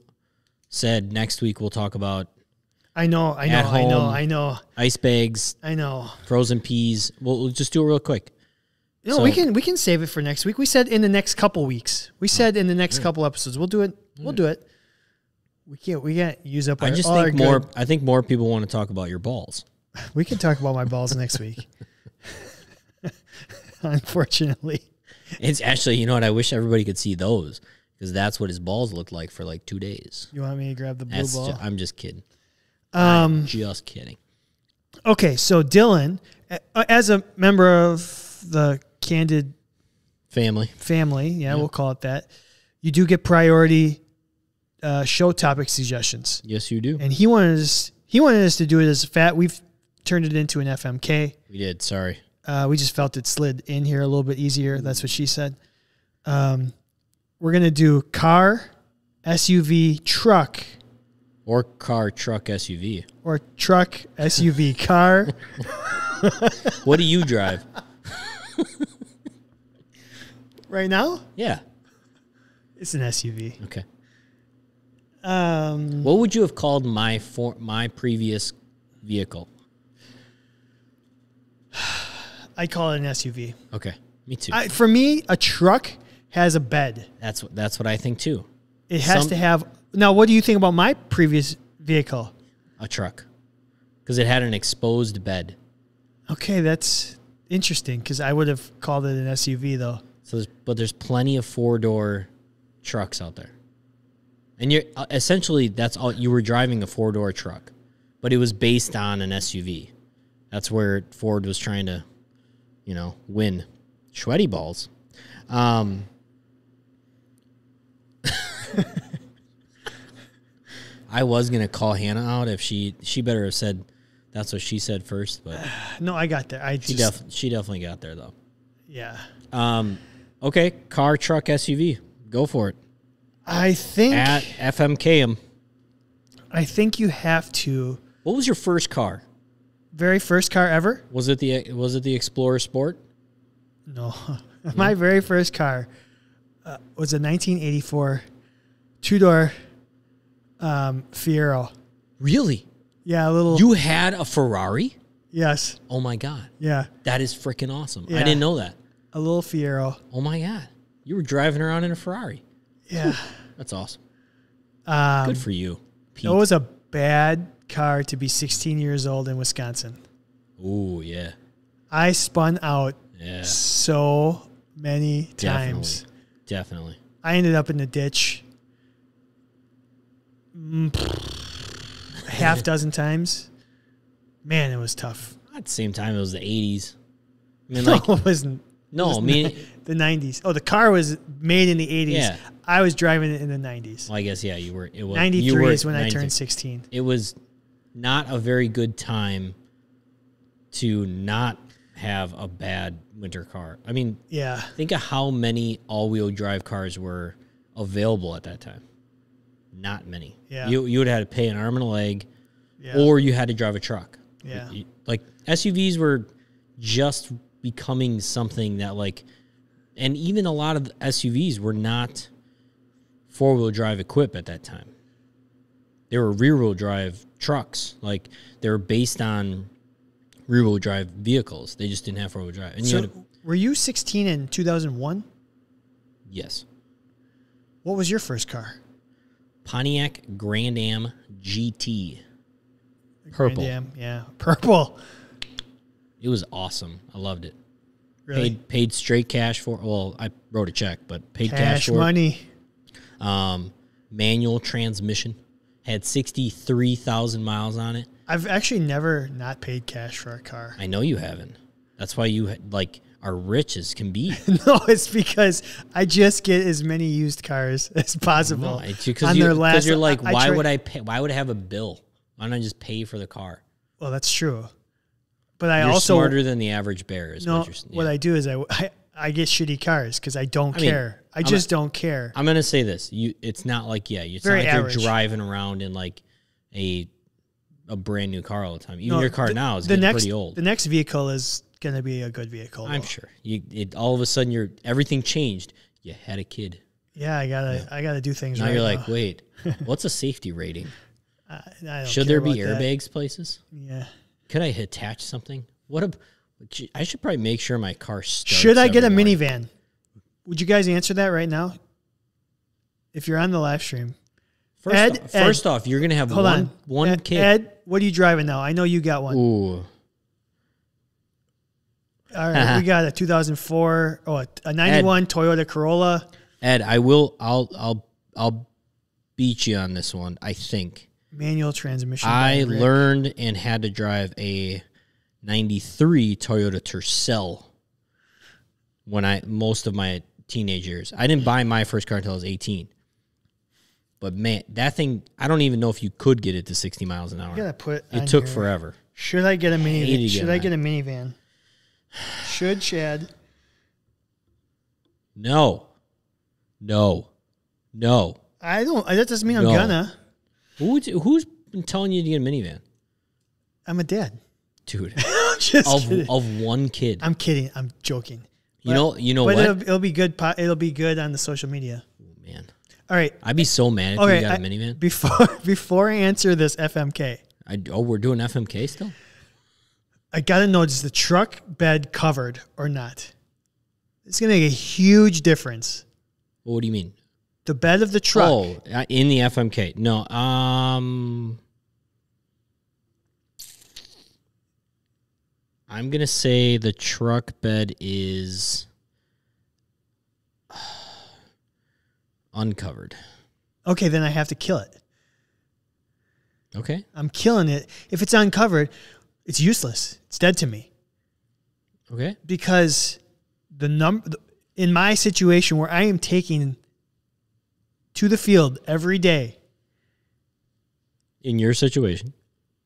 [SPEAKER 2] said next week we'll talk about
[SPEAKER 1] I know. I know.
[SPEAKER 2] At
[SPEAKER 1] I know.
[SPEAKER 2] home.
[SPEAKER 1] I know.
[SPEAKER 2] ice bags,
[SPEAKER 1] I know.
[SPEAKER 2] frozen peas. We'll, we'll just do it real quick.
[SPEAKER 1] No, we
[SPEAKER 2] So-
[SPEAKER 1] can we can save it for next week. We said in the next couple weeks.
[SPEAKER 2] Oh,
[SPEAKER 1] We said in the next couple episodes. We'll do it. We'll do it. We can't we can't use up.
[SPEAKER 2] Hmm. I
[SPEAKER 1] our-
[SPEAKER 2] just
[SPEAKER 1] all our
[SPEAKER 2] think
[SPEAKER 1] good-
[SPEAKER 2] more. I think more people want to talk about your balls.
[SPEAKER 1] We can talk about my balls next week. [laughs] Unfortunately.
[SPEAKER 2] It's actually, you know what? I wish everybody could see those because that's what his balls looked like for like two days.
[SPEAKER 1] You want me to grab the blue
[SPEAKER 2] That's
[SPEAKER 1] ball?
[SPEAKER 2] ju- I'm just kidding.
[SPEAKER 1] um
[SPEAKER 2] Just kidding.
[SPEAKER 1] Okay, so Dylan, a- as a member of the Candid
[SPEAKER 2] Family.
[SPEAKER 1] family, yeah, we'll call it that, you do get priority uh, show topic suggestions,
[SPEAKER 2] Yes, you do.
[SPEAKER 1] and he wanted us he wanted us to do it as fat. We've turned it into an FMK.
[SPEAKER 2] We did. Sorry.
[SPEAKER 1] Uh, we just felt it slid in here a little bit easier. That's what she said. Um, we're gonna do car, SUV, truck,
[SPEAKER 2] Or car, truck, SUV.
[SPEAKER 1] or truck,
[SPEAKER 2] [laughs]
[SPEAKER 1] SUV, car.
[SPEAKER 2] What do you drive? [laughs]
[SPEAKER 1] Right now,
[SPEAKER 2] yeah.
[SPEAKER 1] it's an SUV.
[SPEAKER 2] Okay.
[SPEAKER 1] Um,
[SPEAKER 2] What would you have called my for my previous vehicle?
[SPEAKER 1] I call it an SUV.
[SPEAKER 2] Okay. Me too.
[SPEAKER 1] I, for me, a truck has a bed.
[SPEAKER 2] that's what that's what I think too.
[SPEAKER 1] It has
[SPEAKER 2] Some-
[SPEAKER 1] to have. Now, what do you think about my previous vehicle?
[SPEAKER 2] A truck. Cuz it had an exposed bed.
[SPEAKER 1] Okay, that's interesting because I would have called it an SUV though.
[SPEAKER 2] So there's but there's plenty of four-door trucks out there. And you're uh, essentially that's all you were driving a four-door truck, but it was based on an SUV. That's where Ford was trying to, you know, win. Sweaty balls. Um [laughs] I was gonna call Hannah out if she she better have said that's what she said first, but
[SPEAKER 1] No, I got there. I [sighs] just
[SPEAKER 2] she, def- she definitely got there though.
[SPEAKER 1] yeah.
[SPEAKER 2] Um, okay, car, truck, SUV. Go for it.
[SPEAKER 1] I think
[SPEAKER 2] At FMKM.
[SPEAKER 1] I think you have to.
[SPEAKER 2] What was your first car?
[SPEAKER 1] Very first car ever?
[SPEAKER 2] Was it the was it the Explorer Sport?
[SPEAKER 1] No, [laughs] my very first car uh, was a 1984 two door um, Fiero.
[SPEAKER 2] Really?
[SPEAKER 1] Yeah, a little.
[SPEAKER 2] You had a Ferrari?
[SPEAKER 1] yes,
[SPEAKER 2] Oh my god.
[SPEAKER 1] yeah,
[SPEAKER 2] That is freaking awesome. I
[SPEAKER 1] Yeah.
[SPEAKER 2] didn't know that.
[SPEAKER 1] a little Fiero.
[SPEAKER 2] Oh my god. You were driving around in a Ferrari.
[SPEAKER 1] Yeah,
[SPEAKER 2] That's awesome.
[SPEAKER 1] um,
[SPEAKER 2] Good for you. Pete.
[SPEAKER 1] it was a bad car to be 16 years old in Wisconsin.
[SPEAKER 2] Oh yeah.
[SPEAKER 1] I spun out
[SPEAKER 2] Yeah.
[SPEAKER 1] so many times.
[SPEAKER 2] Definitely. Definitely.
[SPEAKER 1] I ended up in the ditch mm,
[SPEAKER 2] [laughs]
[SPEAKER 1] half dozen times. Man, it was tough.
[SPEAKER 2] At the same time it was the eighties. I
[SPEAKER 1] [laughs]
[SPEAKER 2] mean
[SPEAKER 1] No,
[SPEAKER 2] like
[SPEAKER 1] it wasn't.
[SPEAKER 2] no, I mean
[SPEAKER 1] The 90s. Oh, the car was made in the 80s.
[SPEAKER 2] Yeah.
[SPEAKER 1] I was driving it in the 90s.
[SPEAKER 2] well, I guess yeah, you were it was you
[SPEAKER 1] 93
[SPEAKER 2] were
[SPEAKER 1] is when I
[SPEAKER 2] 93.
[SPEAKER 1] turned 16.
[SPEAKER 2] it was not a very good time to not have a bad winter car. I mean,
[SPEAKER 1] Yeah.
[SPEAKER 2] think of how many all-wheel drive cars were available at that time. Not many.
[SPEAKER 1] Yeah.
[SPEAKER 2] You you would have had to pay an arm and a leg
[SPEAKER 1] Yeah.
[SPEAKER 2] or you had to drive a truck.
[SPEAKER 1] Yeah.
[SPEAKER 2] You- Like SUVs were just becoming something that like and even a lot of the SUVs were not four-wheel drive equipped at that time. They were rear-wheel drive trucks. Like they were based on rear-wheel drive vehicles. They just didn't have four-wheel drive. And you
[SPEAKER 1] so,
[SPEAKER 2] had to,
[SPEAKER 1] were you 16 in 2001?
[SPEAKER 2] yes.
[SPEAKER 1] What was your first car?
[SPEAKER 2] Pontiac Grand Am GT. Purple.
[SPEAKER 1] Damn. Yeah. [laughs] Purple.
[SPEAKER 2] It was awesome. I loved it.
[SPEAKER 1] Really?
[SPEAKER 2] Paid paid straight cash for. Well, I wrote a check, but paid cash,
[SPEAKER 1] Cash
[SPEAKER 2] for. it.
[SPEAKER 1] money.
[SPEAKER 2] Um, manual transmission had sixty three thousand miles on it.
[SPEAKER 1] I've actually never not paid cash for a car. [laughs]
[SPEAKER 2] I know you haven't. That's why you like are rich as can
[SPEAKER 1] [laughs]
[SPEAKER 2] be.
[SPEAKER 1] No, it's because I just get as many used cars [laughs] as possible.
[SPEAKER 2] No, it's because
[SPEAKER 1] on
[SPEAKER 2] you,
[SPEAKER 1] their last-
[SPEAKER 2] because you're like,
[SPEAKER 1] I- I
[SPEAKER 2] why
[SPEAKER 1] try-
[SPEAKER 2] would I pay? Why would I have a bill? Why not just pay for the car?
[SPEAKER 1] Well, that's true. But I
[SPEAKER 2] You're
[SPEAKER 1] also
[SPEAKER 2] smarter than the average bear. Is
[SPEAKER 1] no.
[SPEAKER 2] what you're s-
[SPEAKER 1] What
[SPEAKER 2] yeah.
[SPEAKER 1] I do is I [laughs] I, I get shitty cars because I don't
[SPEAKER 2] mean,
[SPEAKER 1] care. I
[SPEAKER 2] I'm a-
[SPEAKER 1] just don't care.
[SPEAKER 2] I'm gonna say this. You, it's not like yeah, it's
[SPEAKER 1] Very
[SPEAKER 2] not like
[SPEAKER 1] average.
[SPEAKER 2] you're driving around in like a a brand new car all the time. Even
[SPEAKER 1] No,
[SPEAKER 2] your car
[SPEAKER 1] the-
[SPEAKER 2] now is
[SPEAKER 1] the
[SPEAKER 2] getting
[SPEAKER 1] next
[SPEAKER 2] pretty old.
[SPEAKER 1] the next vehicle is gonna be a good vehicle.
[SPEAKER 2] I'm
[SPEAKER 1] though.
[SPEAKER 2] sure. You, it, all of a sudden, your everything changed. You had a kid.
[SPEAKER 1] Yeah, I gotta I gotta do things.
[SPEAKER 2] Now
[SPEAKER 1] right
[SPEAKER 2] you're like,
[SPEAKER 1] now. [laughs]
[SPEAKER 2] wait, what's a safety rating?
[SPEAKER 1] I, I don't
[SPEAKER 2] Should
[SPEAKER 1] care
[SPEAKER 2] there be
[SPEAKER 1] about that.
[SPEAKER 2] airbags places?
[SPEAKER 1] Yeah.
[SPEAKER 2] Could I attach something? What a, I should probably make sure my car starts.
[SPEAKER 1] Should I get a
[SPEAKER 2] every morning.
[SPEAKER 1] minivan? Would you guys answer that right now? If you're on the live stream,
[SPEAKER 2] First,
[SPEAKER 1] Ed,
[SPEAKER 2] off, first off, you're gonna have
[SPEAKER 1] Hold
[SPEAKER 2] one
[SPEAKER 1] on.
[SPEAKER 2] one
[SPEAKER 1] Ed,
[SPEAKER 2] kid.
[SPEAKER 1] Ed, what are you driving now? I know you got one.
[SPEAKER 2] Ooh,
[SPEAKER 1] All
[SPEAKER 2] [laughs]
[SPEAKER 1] right, we got a 2004, oh, a- a 91 Toyota Corolla.
[SPEAKER 2] Ed, I will. I'll. I'll. I'll beat you on this one. I think.
[SPEAKER 1] Manual transmission.
[SPEAKER 2] I
[SPEAKER 1] Rick.
[SPEAKER 2] learned and had to drive a 93 Toyota Tercel when I most of my teenage years. I didn't buy my first car until I was 18. But man, that thing, I don't even know if you could get it to 60 miles an hour.
[SPEAKER 1] You gotta put. on
[SPEAKER 2] it took
[SPEAKER 1] your-
[SPEAKER 2] forever.
[SPEAKER 1] Should I get a
[SPEAKER 2] Hated
[SPEAKER 1] minivan?
[SPEAKER 2] you,
[SPEAKER 1] Should I
[SPEAKER 2] man.
[SPEAKER 1] get a minivan? Should Chad?
[SPEAKER 2] No. No. No.
[SPEAKER 1] I don't. That doesn't mean I'm
[SPEAKER 2] No.
[SPEAKER 1] gonna.
[SPEAKER 2] Who, who's been telling you to get a minivan?
[SPEAKER 1] I'm a dad. [laughs]
[SPEAKER 2] Dude,
[SPEAKER 1] Just
[SPEAKER 2] of,
[SPEAKER 1] kidding.
[SPEAKER 2] of one kid.
[SPEAKER 1] I'm kidding. I'm joking.
[SPEAKER 2] you know, you know
[SPEAKER 1] But uh,
[SPEAKER 2] what?
[SPEAKER 1] it'll, it'll be good. po- It'll be good on the social media.
[SPEAKER 2] Man,
[SPEAKER 1] All right.
[SPEAKER 2] I'd be so mad if
[SPEAKER 1] All
[SPEAKER 2] you
[SPEAKER 1] right.
[SPEAKER 2] got
[SPEAKER 1] I-
[SPEAKER 2] a minivan.
[SPEAKER 1] Before [laughs] before I answer this FMK,
[SPEAKER 2] I, oh, we're doing FMK still?
[SPEAKER 1] I gotta know is the truck bed covered or not? It's gonna make a huge difference.
[SPEAKER 2] What do you mean?
[SPEAKER 1] The bed of the truck.
[SPEAKER 2] Oh, uh, in the FMK. No. Um I'm going to say the truck bed is [sighs] uncovered.
[SPEAKER 1] Okay, then I have to kill it.
[SPEAKER 2] Okay?
[SPEAKER 1] I'm killing it. If it's uncovered, it's useless. It's dead to me
[SPEAKER 2] Okay.
[SPEAKER 1] because the number in my situation where I am taking to the field every day,
[SPEAKER 2] In your situation.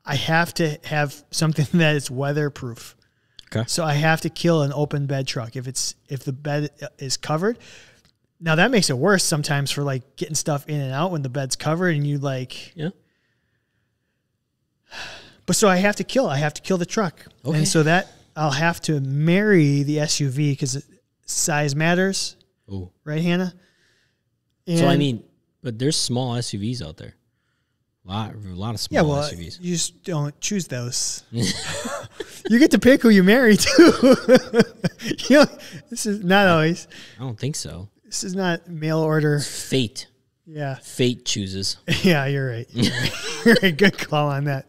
[SPEAKER 1] I have to have something [laughs] that is weatherproof.
[SPEAKER 2] Okay.
[SPEAKER 1] So I have to kill an open bed truck if it's if the bed is covered. Now that makes it worse sometimes for like getting stuff in and out when the bed's covered and you like
[SPEAKER 2] Yeah.
[SPEAKER 1] But so I have to kill. I have to kill the truck.
[SPEAKER 2] Okay.
[SPEAKER 1] And so that I'll have to marry the SUV because size matters,
[SPEAKER 2] Oh.
[SPEAKER 1] right, Hannah? And,
[SPEAKER 2] So I mean, but there's small SUVs out there. lot, a lot of
[SPEAKER 1] yeah,
[SPEAKER 2] small
[SPEAKER 1] well,
[SPEAKER 2] SUVs.
[SPEAKER 1] you just don't choose
[SPEAKER 2] [laughs]
[SPEAKER 1] those. [laughs] you get to pick who you marry too. [laughs] you know, this is not always.
[SPEAKER 2] I don't think so.
[SPEAKER 1] This is not mail order.
[SPEAKER 2] Fate.
[SPEAKER 1] Yeah, [laughs]
[SPEAKER 2] Fate chooses.
[SPEAKER 1] yeah, you're
[SPEAKER 2] [laughs]
[SPEAKER 1] right. You're right. [laughs] You're right. Good call on that.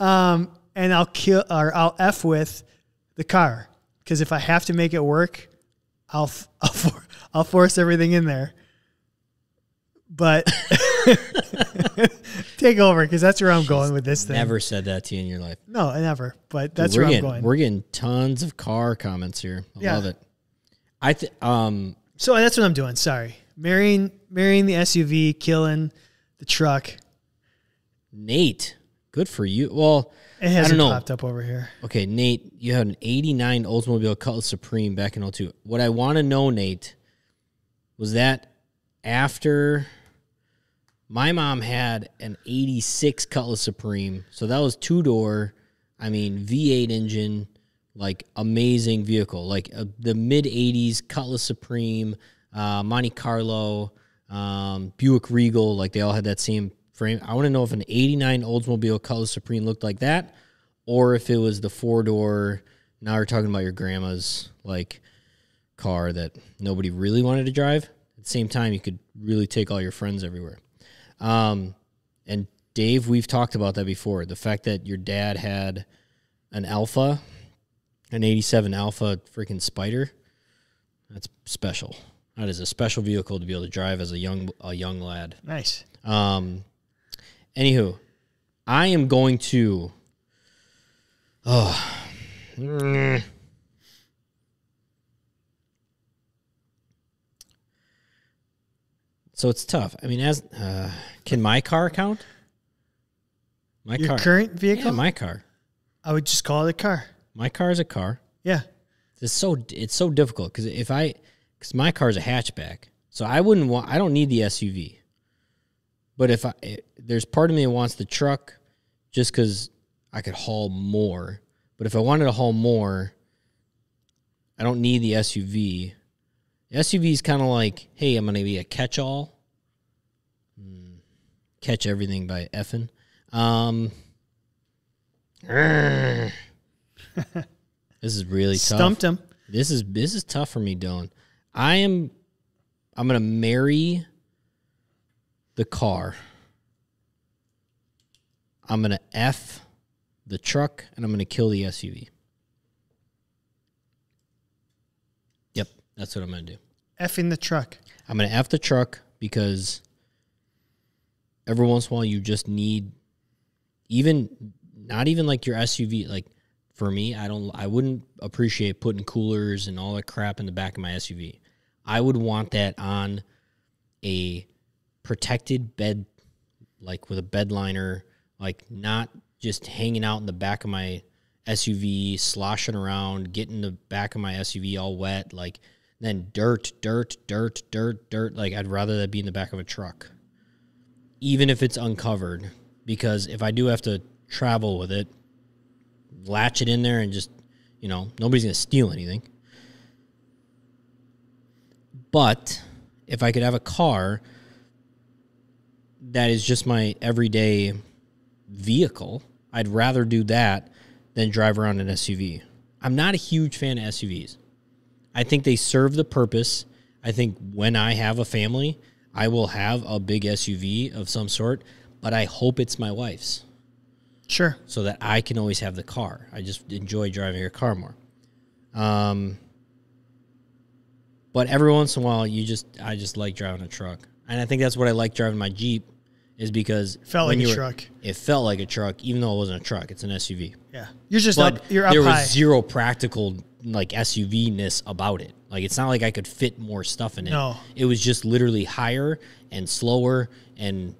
[SPEAKER 1] Um, and I'll kill or I'll f with the car because if I have to make it work, I'll f- [laughs] I'll, for, I'll force everything in there. But [laughs] take over because that's where I'm going with this thing.
[SPEAKER 2] Never said that to you in your life.
[SPEAKER 1] No, never. But that's
[SPEAKER 2] we're
[SPEAKER 1] where I'm
[SPEAKER 2] getting,
[SPEAKER 1] going.
[SPEAKER 2] We're getting tons of car comments here. I
[SPEAKER 1] Yeah.
[SPEAKER 2] love it. I th- um
[SPEAKER 1] So that's what I'm doing. Sorry, marrying marrying the SUV, killing the truck.
[SPEAKER 2] Nate, good for you. Well,
[SPEAKER 1] It hasn't
[SPEAKER 2] know.
[SPEAKER 1] popped up over here.
[SPEAKER 2] okay, Nate, you had an 89 Oldsmobile Cutlass Supreme back in 02. What I want to know, Nate, was that after my mom had an 86 Cutlass Supreme. So that was two door, I mean, V8 engine, like amazing vehicle, like uh, the mid 80s Cutlass Supreme, uh, Monte Carlo, um, Buick Regal, like they all had that same frame. I want to know if an 89 Oldsmobile Cutlass Supreme looked like that or if it was the four door. Now we're talking about your grandma's like car that nobody really wanted to drive. At the same time, you could really take all your friends everywhere. Um, and Dave, we've talked about that before. The fact that your dad had an Alpha, an '87 Alpha freaking Spider, that's special. That is a special vehicle to be able to drive as a young a young lad.
[SPEAKER 1] Nice.
[SPEAKER 2] Um, anywho, I am going to. Oh, Mm. so it's tough. I mean, as uh, can my car count? My
[SPEAKER 1] Your
[SPEAKER 2] car,
[SPEAKER 1] current vehicle.
[SPEAKER 2] yeah, my car,
[SPEAKER 1] I would just call it a car.
[SPEAKER 2] my car is a car.
[SPEAKER 1] Yeah.
[SPEAKER 2] It's so it's so difficult because if I because my car's a hatchback, so I wouldn't want I don't need the SUV. But if I it, there's part of me that wants the truck, just because I could haul more. But if I wanted to haul more, I don't need the SUV. The SUV is kind of like, hey, I'm gonna be a catch-all, Hmm. catch everything by effing. Um, this is really tough.
[SPEAKER 1] Stumped him.
[SPEAKER 2] This is this is tough for me, Dylan. I am I'm gonna marry the car. I'm gonna F the truck and I'm gonna kill the SUV. Yep, that's what I'm gonna do.
[SPEAKER 1] effing the truck.
[SPEAKER 2] I'm gonna F the truck because every once in a while you just need even not even like your SUV like for me I don't I wouldn't appreciate putting coolers and all that crap in the back of my SUV. I would want that on a protected bed, like with a bed liner, like not just hanging out in the back of my SUV, sloshing around, getting the back of my SUV all wet, like then dirt, dirt, dirt, dirt, dirt. Like I'd rather that be in the back of a truck, even if it's uncovered, because if I do have to travel with it, latch it in there and just, you know, nobody's gonna steal anything. But if I could have a car that is just my everyday vehicle, I'd rather do that than drive around an SUV. I'm not a huge fan of SUVs. I think they serve the purpose. I think when I have a family, I will have a big SUV of some sort, but I hope it's my wife's
[SPEAKER 1] Sure.
[SPEAKER 2] so that I can always have the car. I just enjoy driving a car more. Um, but every once in a while, you just I just like driving a truck, and I think that's what I like driving my Jeep is because it
[SPEAKER 1] Felt like a truck.
[SPEAKER 2] It felt like a truck, even though it wasn't a truck. It's an SUV.
[SPEAKER 1] Yeah. You're just
[SPEAKER 2] But
[SPEAKER 1] up. You're up
[SPEAKER 2] there
[SPEAKER 1] high.
[SPEAKER 2] was zero practical like SUV ness about it. Like it's not like I could fit more stuff in it.
[SPEAKER 1] No.
[SPEAKER 2] It was just literally higher and slower and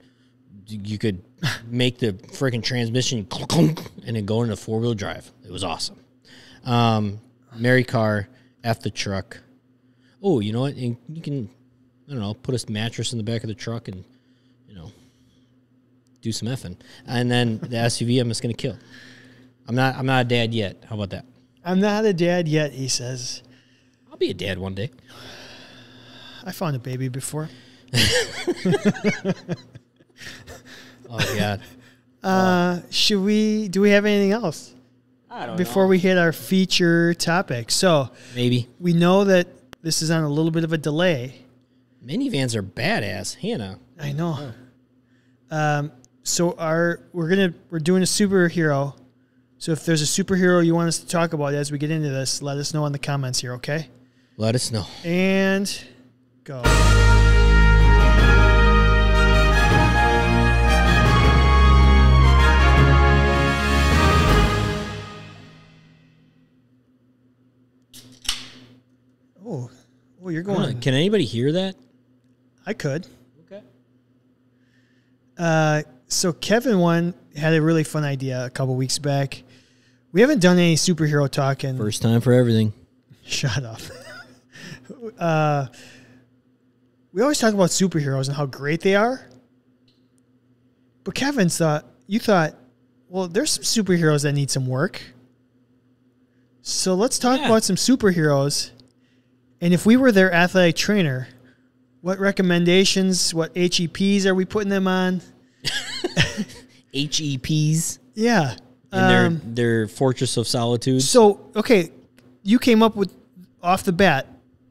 [SPEAKER 2] you could [laughs] make the freaking transmission clunk, clunk, and then go into four wheel drive. It was awesome. Um, Mary car, F the truck. Oh, you know what? And you can, I don't know, put a mattress in the back of the truck and, you know, do some effing. And then the SUV, I'm just gonna kill. I'm not. I'm not a dad yet. How about that?
[SPEAKER 1] I'm not a dad yet. He says.
[SPEAKER 2] I'll be a dad one day.
[SPEAKER 1] I found a baby before.
[SPEAKER 2] Oh
[SPEAKER 1] [laughs]
[SPEAKER 2] God.
[SPEAKER 1] Uh, should we? Do we have anything else
[SPEAKER 2] I don't
[SPEAKER 1] before we hit our feature topic? So
[SPEAKER 2] Maybe
[SPEAKER 1] we know that this is on a little bit of a delay.
[SPEAKER 2] minivans are badass. Hannah.
[SPEAKER 1] I know. Um, so our we're gonna we're doing a superhero. So if there's a superhero you want us to talk about as we get into this, let us know in the comments here, okay?
[SPEAKER 2] Let us know.
[SPEAKER 1] And go. Oh, Oh, oh, you're
[SPEAKER 2] I don't know,
[SPEAKER 1] going.
[SPEAKER 2] Can anybody hear that?
[SPEAKER 1] I could.
[SPEAKER 2] Okay.
[SPEAKER 1] Uh, so Kevin one had a really fun idea a couple weeks back. We haven't done any superhero talking.
[SPEAKER 2] First time for everything.
[SPEAKER 1] [laughs] Shut up. [laughs] uh, we always talk about superheroes and how great they are. But Kevin thought you thought, well, there's some superheroes that need some work. So let's talk
[SPEAKER 2] Yeah.
[SPEAKER 1] about some superheroes. And if we were their athletic trainer, what recommendations, what HEPs are we putting them on?
[SPEAKER 2] HEPs
[SPEAKER 1] Yeah.
[SPEAKER 2] E in
[SPEAKER 1] Um,
[SPEAKER 2] their their fortress of solitude.
[SPEAKER 1] so okay, you came up with off the bat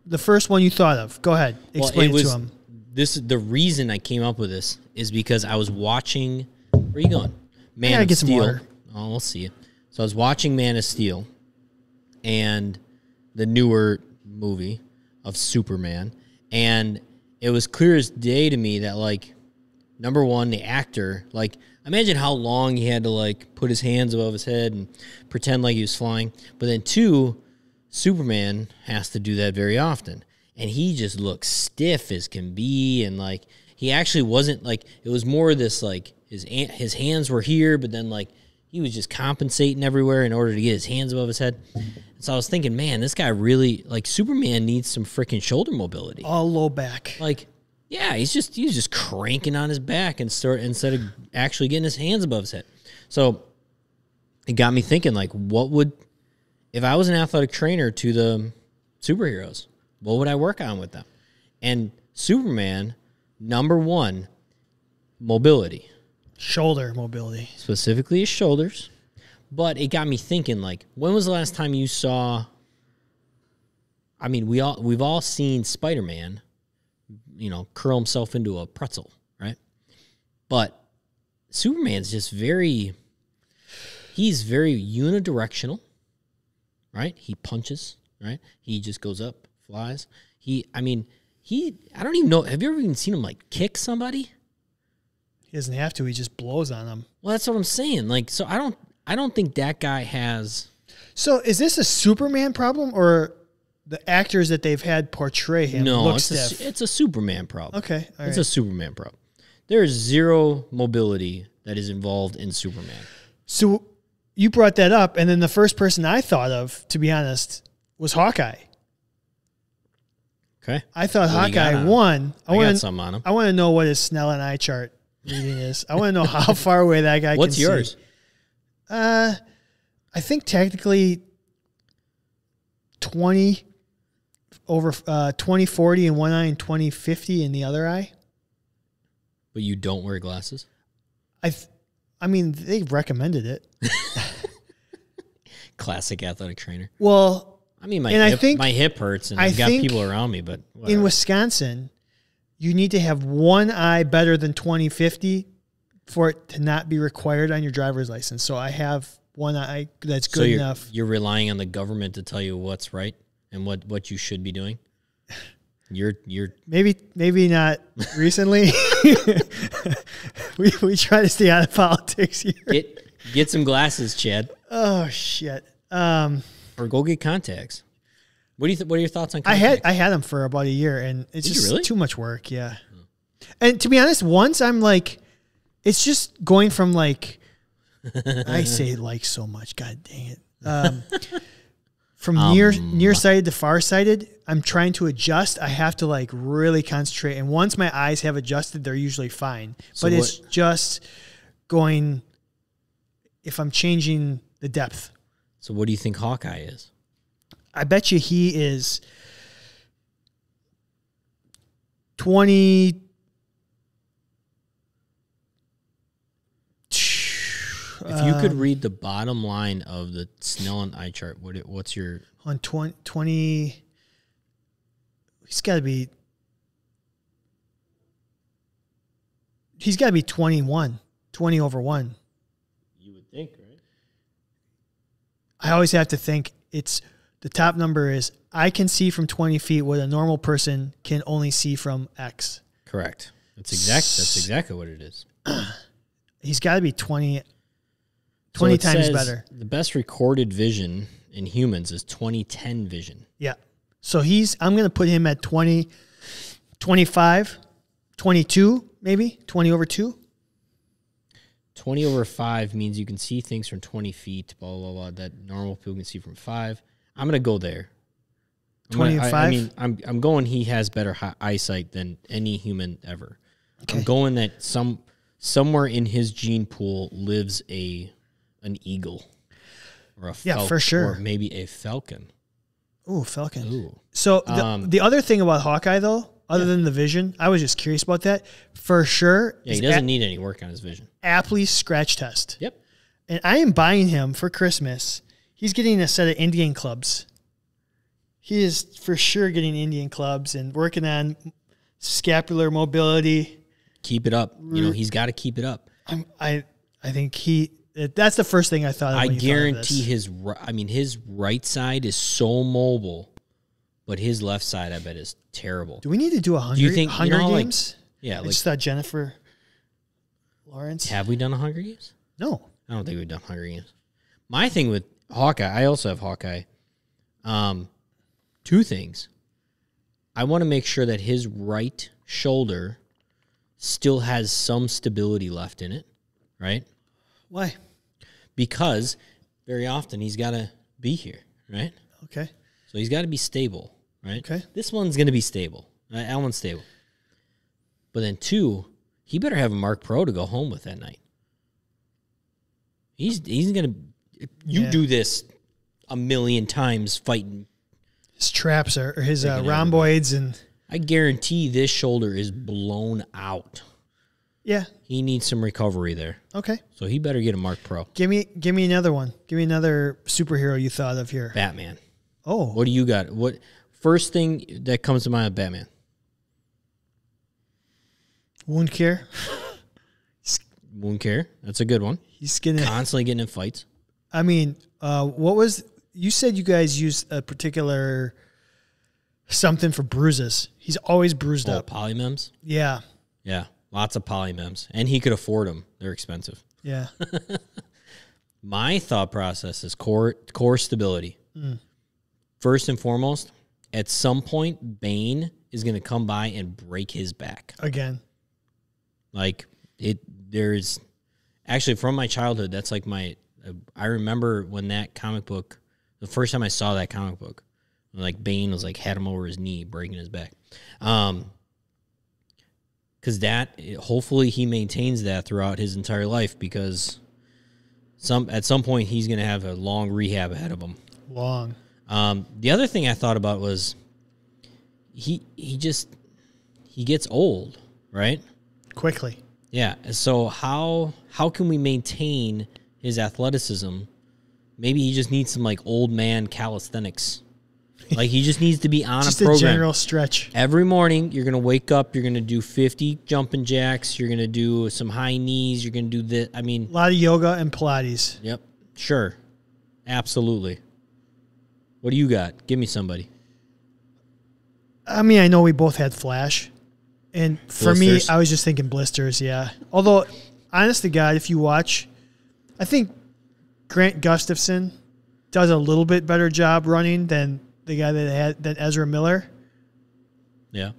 [SPEAKER 1] the first one you thought of. Go ahead,
[SPEAKER 2] Well,
[SPEAKER 1] explain
[SPEAKER 2] it was,
[SPEAKER 1] it to him.
[SPEAKER 2] This the reason I came up with this is because I was watching. Where you going? Man
[SPEAKER 1] gotta
[SPEAKER 2] of
[SPEAKER 1] get some
[SPEAKER 2] Steel.
[SPEAKER 1] water.
[SPEAKER 2] Oh, we'll see. So I was watching Man of Steel, and the newer movie of Superman, and it was clear as day to me that like number one, the actor. Like, imagine how long he had to like put his hands above his head and pretend like he was flying. But then two, Superman has to do that very often, and he just looks stiff as can be, and like he actually wasn't like it was more this like his an- his hands were here, but then like he was just compensating everywhere in order to get his hands above his head. So I was thinking, man, this guy really like Superman needs some freaking shoulder mobility
[SPEAKER 1] All low back.
[SPEAKER 2] like yeah he's just he's just cranking on his back and start instead of actually getting his hands above his head so it got me thinking like what would if i was an athletic trainer to the superheroes what would i work on with them and superman number one mobility
[SPEAKER 1] Shoulder mobility.
[SPEAKER 2] specifically his shoulders. But it got me thinking like when was the last time you saw I mean, we all we've all seen Spider-Man, you know, curl himself into a pretzel, right? But Superman's just very he's very unidirectional, right? He punches, right? He just goes up, flies. He I mean, he I don't even know have you ever even seen him like kick somebody?
[SPEAKER 1] He doesn't have to. He just blows on them.
[SPEAKER 2] Well, that's what I'm saying. Like, so I don't, I don't think that guy has.
[SPEAKER 1] So is this a Superman problem or the actors that they've had portray him
[SPEAKER 2] no,
[SPEAKER 1] look
[SPEAKER 2] it's a,
[SPEAKER 1] stiff?
[SPEAKER 2] it's a Superman problem.
[SPEAKER 1] okay, all right.
[SPEAKER 2] it's a Superman problem. There is zero mobility that is involved in Superman.
[SPEAKER 1] So you brought that up, and then the first person I thought of, to be honest, was Hawkeye.
[SPEAKER 2] Okay.
[SPEAKER 1] I thought
[SPEAKER 2] What do you got on
[SPEAKER 1] Hawkeye
[SPEAKER 2] him?
[SPEAKER 1] won.
[SPEAKER 2] I,
[SPEAKER 1] I
[SPEAKER 2] got
[SPEAKER 1] want to.
[SPEAKER 2] some on him.
[SPEAKER 1] I want to know what his Snell and eye chart reading is. I want to know
[SPEAKER 2] [laughs]
[SPEAKER 1] how far away that guy.
[SPEAKER 2] What's
[SPEAKER 1] can
[SPEAKER 2] yours?
[SPEAKER 1] See. Uh, I think technically twenty over uh, twenty forty in one eye and twenty fifty in the other eye.
[SPEAKER 2] But you don't wear glasses.
[SPEAKER 1] I, th- I mean, they recommended it.
[SPEAKER 2] Classic athletic trainer.
[SPEAKER 1] Well,
[SPEAKER 2] I mean, my
[SPEAKER 1] And I
[SPEAKER 2] hip,
[SPEAKER 1] think-
[SPEAKER 2] my hip hurts, and
[SPEAKER 1] I
[SPEAKER 2] I've got
[SPEAKER 1] think
[SPEAKER 2] people around me. But
[SPEAKER 1] in
[SPEAKER 2] whatever.
[SPEAKER 1] Wisconsin, you need to have one eye better than 2050 for it to not be required on your driver's license. So I have one eye that's good
[SPEAKER 2] so you're,
[SPEAKER 1] enough.
[SPEAKER 2] you're relying on the government to tell you what's right and what what you should
[SPEAKER 1] [laughs]
[SPEAKER 2] be doing. You're you're
[SPEAKER 1] Maybe maybe not recently. [laughs] we, we try to stay out of politics here.
[SPEAKER 2] get get some glasses, Chad,
[SPEAKER 1] Oh shit. Um,
[SPEAKER 2] or go get contacts. What do you th- what are your thoughts on?
[SPEAKER 1] I had
[SPEAKER 2] Contacts?
[SPEAKER 1] I had them for about a year, and it's
[SPEAKER 2] Did you
[SPEAKER 1] just
[SPEAKER 2] really? Hmm.
[SPEAKER 1] too much work. Yeah, and to be honest, once I'm like, it's just going from like, I
[SPEAKER 2] [laughs]
[SPEAKER 1] say like so much. God dang it. Um, from
[SPEAKER 2] Um,
[SPEAKER 1] near nearsighted to farsighted, I'm trying to adjust. I have to like really concentrate, and once my eyes have adjusted, they're usually fine.
[SPEAKER 2] So
[SPEAKER 1] but it's just going if I'm changing the depth.
[SPEAKER 2] so what do you think Hawkeye is?
[SPEAKER 1] I bet you he is 20
[SPEAKER 2] If
[SPEAKER 1] uh,
[SPEAKER 2] you could read the bottom line of the Snell and eye chart, what it, what's your
[SPEAKER 1] on 20, 20 he's got to be he's got to be 21 20 over 1
[SPEAKER 2] you would think right?
[SPEAKER 1] I always have to think it's the top number is I can see from 20 feet what a normal person can only see from X.
[SPEAKER 2] Correct. That's exact. That's exactly what it is.
[SPEAKER 1] He's got to be 20
[SPEAKER 2] So
[SPEAKER 1] 20
[SPEAKER 2] it
[SPEAKER 1] times
[SPEAKER 2] says
[SPEAKER 1] better.
[SPEAKER 2] The best recorded vision in humans is 2010 vision.
[SPEAKER 1] Yeah. So he's, I'm going to put him at 20, 25, 22, maybe 20 over two.
[SPEAKER 2] 20 over 5 means you can see things from 20 feet, blah, blah, blah, that normal people can see from 5. I'm going to go there. I'm
[SPEAKER 1] 20
[SPEAKER 2] gonna-
[SPEAKER 1] and
[SPEAKER 2] I, I
[SPEAKER 1] five?
[SPEAKER 2] mean, I'm, I'm going he has better hi- eyesight than any human ever. I'm
[SPEAKER 1] Okay.
[SPEAKER 2] going that some somewhere in his gene pool lives a an eagle or a
[SPEAKER 1] Yeah,
[SPEAKER 2] falcon,
[SPEAKER 1] for sure.
[SPEAKER 2] or maybe a falcon.
[SPEAKER 1] Ooh, Falcon.
[SPEAKER 2] Ooh.
[SPEAKER 1] So the,
[SPEAKER 2] Um,
[SPEAKER 1] the other thing about Hawkeye, though, other than the vision, I was just curious about that. For sure,
[SPEAKER 2] Yeah, he
[SPEAKER 1] is
[SPEAKER 2] doesn't
[SPEAKER 1] a-
[SPEAKER 2] need any work on his vision.
[SPEAKER 1] Apley's scratch test.
[SPEAKER 2] Yep.
[SPEAKER 1] and I am buying him for Christmas. He's getting a set of Indian clubs. He is for sure getting Indian clubs and working on scapular mobility.
[SPEAKER 2] Keep it up. You know, he's got to keep it up.
[SPEAKER 1] I'm, I I think he that's the first thing I thought. Of
[SPEAKER 2] I
[SPEAKER 1] when you thought of
[SPEAKER 2] guarantee
[SPEAKER 1] this.
[SPEAKER 2] his. ri- I mean, his right side is so mobile, but his left side, I bet, is terrible.
[SPEAKER 1] Do we need to do a hundred?
[SPEAKER 2] you think- you
[SPEAKER 1] Hunger
[SPEAKER 2] know, like-
[SPEAKER 1] games?
[SPEAKER 2] Yeah,
[SPEAKER 1] I
[SPEAKER 2] like
[SPEAKER 1] just thought Jennifer Lawrence.
[SPEAKER 2] have we done a Hunger Games?
[SPEAKER 1] No,
[SPEAKER 2] I don't think we've done Hunger Games. My thing with Hawkeye, I also have Hawkeye. Um, two things. I want to make sure that his right shoulder still has some stability left in it, right?
[SPEAKER 1] why?
[SPEAKER 2] Because very often he's got to be here, right?
[SPEAKER 1] Okay,
[SPEAKER 2] So he's got to be stable, right?
[SPEAKER 1] Okay.
[SPEAKER 2] This one's going to be stable. Uh, that one's stable. But then two, he better have a Mark Pro to go home with that night. He's he's going to. You
[SPEAKER 1] Yeah.
[SPEAKER 2] do this a million times fighting.
[SPEAKER 1] his traps are or his uh,
[SPEAKER 2] Taking
[SPEAKER 1] rhomboids and
[SPEAKER 2] I guarantee this shoulder is blown out.
[SPEAKER 1] yeah.
[SPEAKER 2] He needs some recovery there.
[SPEAKER 1] Okay,
[SPEAKER 2] So he better get a Mark Pro.
[SPEAKER 1] give me give me another one. Give me another superhero you thought of here.
[SPEAKER 2] Batman.
[SPEAKER 1] Oh,
[SPEAKER 2] What do you got? What first thing that comes to mind with Batman?
[SPEAKER 1] wound care.
[SPEAKER 2] Wound care. That's a
[SPEAKER 1] [laughs]
[SPEAKER 2] good one.
[SPEAKER 1] He's gonna.
[SPEAKER 2] Constantly getting in fights.
[SPEAKER 1] I mean, uh, what was you said? You guys used a particular something for bruises. He's always bruised
[SPEAKER 2] Oh,
[SPEAKER 1] up.
[SPEAKER 2] polymems.
[SPEAKER 1] Yeah,
[SPEAKER 2] Yeah, lots of polymems, and he could afford them. They're expensive.
[SPEAKER 1] yeah.
[SPEAKER 2] My thought process is core core stability. First and foremost, at some point, Bane is going to come by and break his back.
[SPEAKER 1] Again,
[SPEAKER 2] Like it, there's actually from my childhood. That's like my. I remember when that comic book, the first time I saw that comic book, like Bane was like had him over his knee, breaking his back. Um, because that hopefully he maintains that throughout his entire life because some at some point he's going to have a long rehab ahead of him.
[SPEAKER 1] Long.
[SPEAKER 2] Um, the other thing I thought about was he he just he gets old, right?
[SPEAKER 1] Quickly.
[SPEAKER 2] Yeah. So how how can we maintain his athleticism? Maybe he just needs some like old man calisthenics. Like he just needs to be on
[SPEAKER 1] Just
[SPEAKER 2] a
[SPEAKER 1] a,
[SPEAKER 2] program.
[SPEAKER 1] general stretch.
[SPEAKER 2] Every morning, you're going to wake up, you're going to do 50 jumping jacks, you're going to do some high knees, you're going to do this. I
[SPEAKER 1] A
[SPEAKER 2] mean,
[SPEAKER 1] lot of yoga and Pilates.
[SPEAKER 2] yep, sure. Absolutely. What do you got? Give me somebody.
[SPEAKER 1] I mean, I know we both had flash, and for
[SPEAKER 2] Blisters.
[SPEAKER 1] me, I was just thinking blisters. Yeah. Although, honest to God, if you watch, I think Grant Gustafson does a little bit better job running than the guy that had than Ezra Miller.
[SPEAKER 2] Yeah.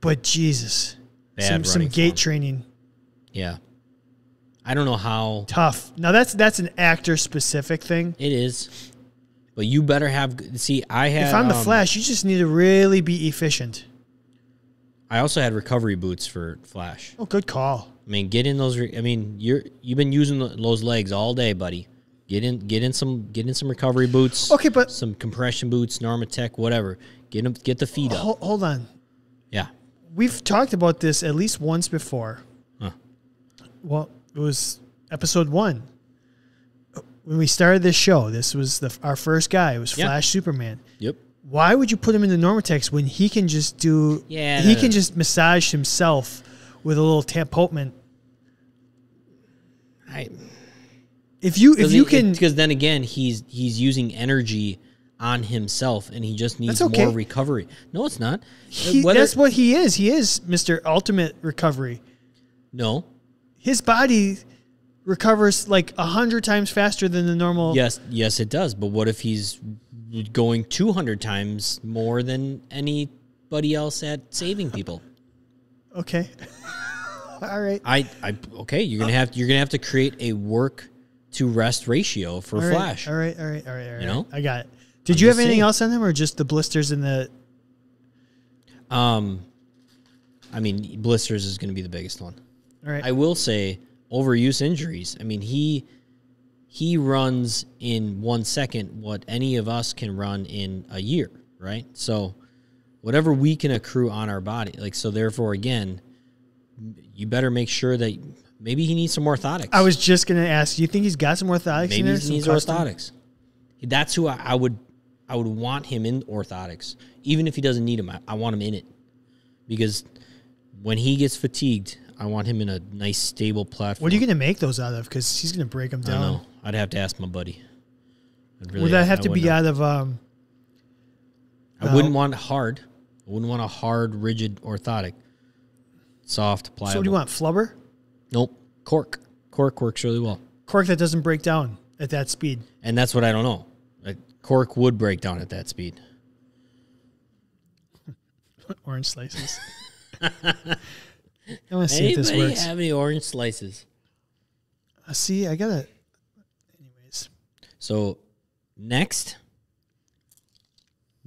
[SPEAKER 1] But Jesus,
[SPEAKER 2] Bad
[SPEAKER 1] some some
[SPEAKER 2] running
[SPEAKER 1] gait
[SPEAKER 2] form.
[SPEAKER 1] training
[SPEAKER 2] Yeah. I don't know how
[SPEAKER 1] tough. Now that's that's an actor specific thing.
[SPEAKER 2] it is, but you better have. g- See, I had.
[SPEAKER 1] If I'm the
[SPEAKER 2] um,
[SPEAKER 1] Flash, you just need to really be efficient.
[SPEAKER 2] I also had recovery boots for Flash.
[SPEAKER 1] Oh, good call.
[SPEAKER 2] I mean, get in those. Re- I mean, you're you've been using th- those legs all day, buddy. Get in, get in some, get in some recovery boots.
[SPEAKER 1] Okay, but-
[SPEAKER 2] some compression boots, Normatec, whatever. Get them, get the feet up.
[SPEAKER 1] Hol- hold on.
[SPEAKER 2] Yeah,
[SPEAKER 1] we've talked about this at least once before.
[SPEAKER 2] Huh.
[SPEAKER 1] Well, it was episode one when we started this show. This was the our first guy. It was
[SPEAKER 2] Yeah.
[SPEAKER 1] Flash Superman.
[SPEAKER 2] yep.
[SPEAKER 1] Why would you put him in the Normatex when he can just do?
[SPEAKER 2] Yeah,
[SPEAKER 1] he
[SPEAKER 2] no,
[SPEAKER 1] can
[SPEAKER 2] no.
[SPEAKER 1] just massage himself with a little tampotement.
[SPEAKER 2] I,
[SPEAKER 1] If you if you can,
[SPEAKER 2] because then again, he's he's using energy on himself, and he just needs
[SPEAKER 1] That's okay.
[SPEAKER 2] more recovery. No, it's not.
[SPEAKER 1] he,
[SPEAKER 2] Whether-
[SPEAKER 1] that's what he is. He is Mister Ultimate Recovery.
[SPEAKER 2] no.
[SPEAKER 1] His body recovers like a hundred times faster than the normal.
[SPEAKER 2] Yes, yes, it does. But what if he's going two hundred times more than anybody else at saving people?
[SPEAKER 1] Okay. [laughs] All right.
[SPEAKER 2] I, I okay, you're gonna have you're gonna have to create a work to rest ratio for
[SPEAKER 1] All right,
[SPEAKER 2] Flash.
[SPEAKER 1] All right, all right, all right, all right.
[SPEAKER 2] know?
[SPEAKER 1] I got it. Did you have
[SPEAKER 2] just
[SPEAKER 1] anything
[SPEAKER 2] saying.
[SPEAKER 1] else on them, or just the blisters and the?
[SPEAKER 2] Um, I mean, blisters is gonna be the biggest one.
[SPEAKER 1] All right,
[SPEAKER 2] I will say overuse injuries. I mean, he he runs in one second what any of us can run in a year, right? So whatever we can accrue on our body, like so. Therefore, again, you better make sure that maybe he needs some orthotics.
[SPEAKER 1] I was just gonna ask. Do you think he's got some orthotics in
[SPEAKER 2] Maybe
[SPEAKER 1] there?
[SPEAKER 2] he
[SPEAKER 1] Some
[SPEAKER 2] needs
[SPEAKER 1] custom?
[SPEAKER 2] orthotics. That's who I, I would I would want him in orthotics. Even if he doesn't need him, I, I want him in it. Because when he gets fatigued, I want him in a nice stable platform.
[SPEAKER 1] What are you gonna make those out of? Because he's gonna break them
[SPEAKER 2] I don't
[SPEAKER 1] down.
[SPEAKER 2] know. I'd have to ask my buddy. I'd really-
[SPEAKER 1] Would that have
[SPEAKER 2] I
[SPEAKER 1] to be Oh. out
[SPEAKER 2] wouldn't-
[SPEAKER 1] of? Um,
[SPEAKER 2] I wouldn't want hard. I wouldn't want a hard, rigid orthotic. Soft, pliable.
[SPEAKER 1] so what do you want? Flubber,
[SPEAKER 2] Nope. Cork. Cork works really well.
[SPEAKER 1] cork that doesn't break down at that speed.
[SPEAKER 2] And that's what I don't know. Like, cork would break down at that speed.
[SPEAKER 1] Orange
[SPEAKER 2] [laughs]
[SPEAKER 1] slices. I want to see if this works.
[SPEAKER 2] have any orange slices?
[SPEAKER 1] Uh, see, I gotta. Anyways,
[SPEAKER 2] So next,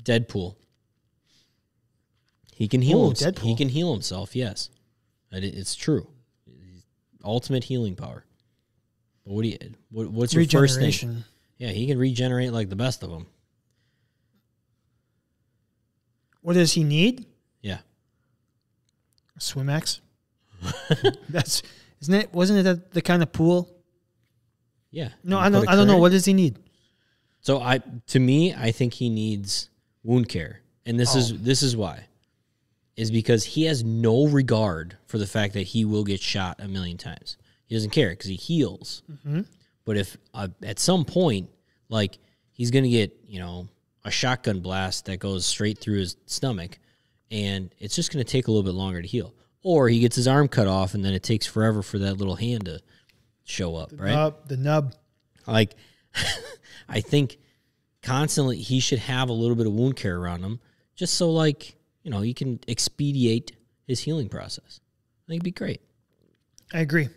[SPEAKER 2] Deadpool. He can heal.
[SPEAKER 1] Ooh,
[SPEAKER 2] himself. He
[SPEAKER 1] Deadpool.
[SPEAKER 2] can heal himself. Yes, That i- it's true. Ultimate healing power. But what do you? What, what's your first thing?
[SPEAKER 1] regeneration.
[SPEAKER 2] Yeah, he can regenerate like the best of them.
[SPEAKER 1] What does he need?
[SPEAKER 2] Yeah,
[SPEAKER 1] Swimax. [laughs] That's isn't it? Wasn't it that the kind of pool?
[SPEAKER 2] yeah.
[SPEAKER 1] No,
[SPEAKER 2] You
[SPEAKER 1] I
[SPEAKER 2] put
[SPEAKER 1] don't.
[SPEAKER 2] a
[SPEAKER 1] I don't know.
[SPEAKER 2] current-
[SPEAKER 1] What does he need?
[SPEAKER 2] So I, to me, I think he needs wound care, and this is this is why, is because he has no regard for the fact that he will get shot a million times. He doesn't care because he heals. But if uh, at some point, like he's gonna get, you know, a shotgun blast that goes straight through his stomach, and it's just gonna take a little bit longer to heal, or he gets his arm cut off, and then it takes forever for that little hand to show up, right?
[SPEAKER 1] Uh, the nub.
[SPEAKER 2] Like, [laughs] I think constantly he should have a little bit of wound care around him, just so like you know he can expedite his healing process. I think it'd be great.
[SPEAKER 1] I agree. Um,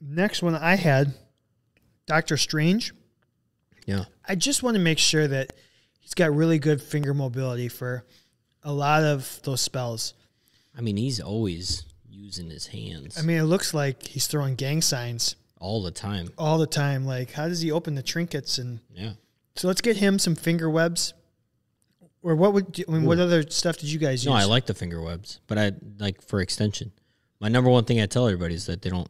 [SPEAKER 1] next one I had Doctor Strange.
[SPEAKER 2] Yeah.
[SPEAKER 1] I just want to make sure that he's got really good finger mobility for a lot of those spells.
[SPEAKER 2] I mean, he's always using his hands
[SPEAKER 1] I mean, it looks like he's throwing gang signs
[SPEAKER 2] all the time.
[SPEAKER 1] all the time. Like, how does he open the trinkets? And
[SPEAKER 2] Yeah.
[SPEAKER 1] so let's get him some finger webs. Or what would you, I mean? What other stuff did you guys
[SPEAKER 2] No,
[SPEAKER 1] use?
[SPEAKER 2] I like the finger webs, but I like for extension. My number one thing I tell everybody is that they don't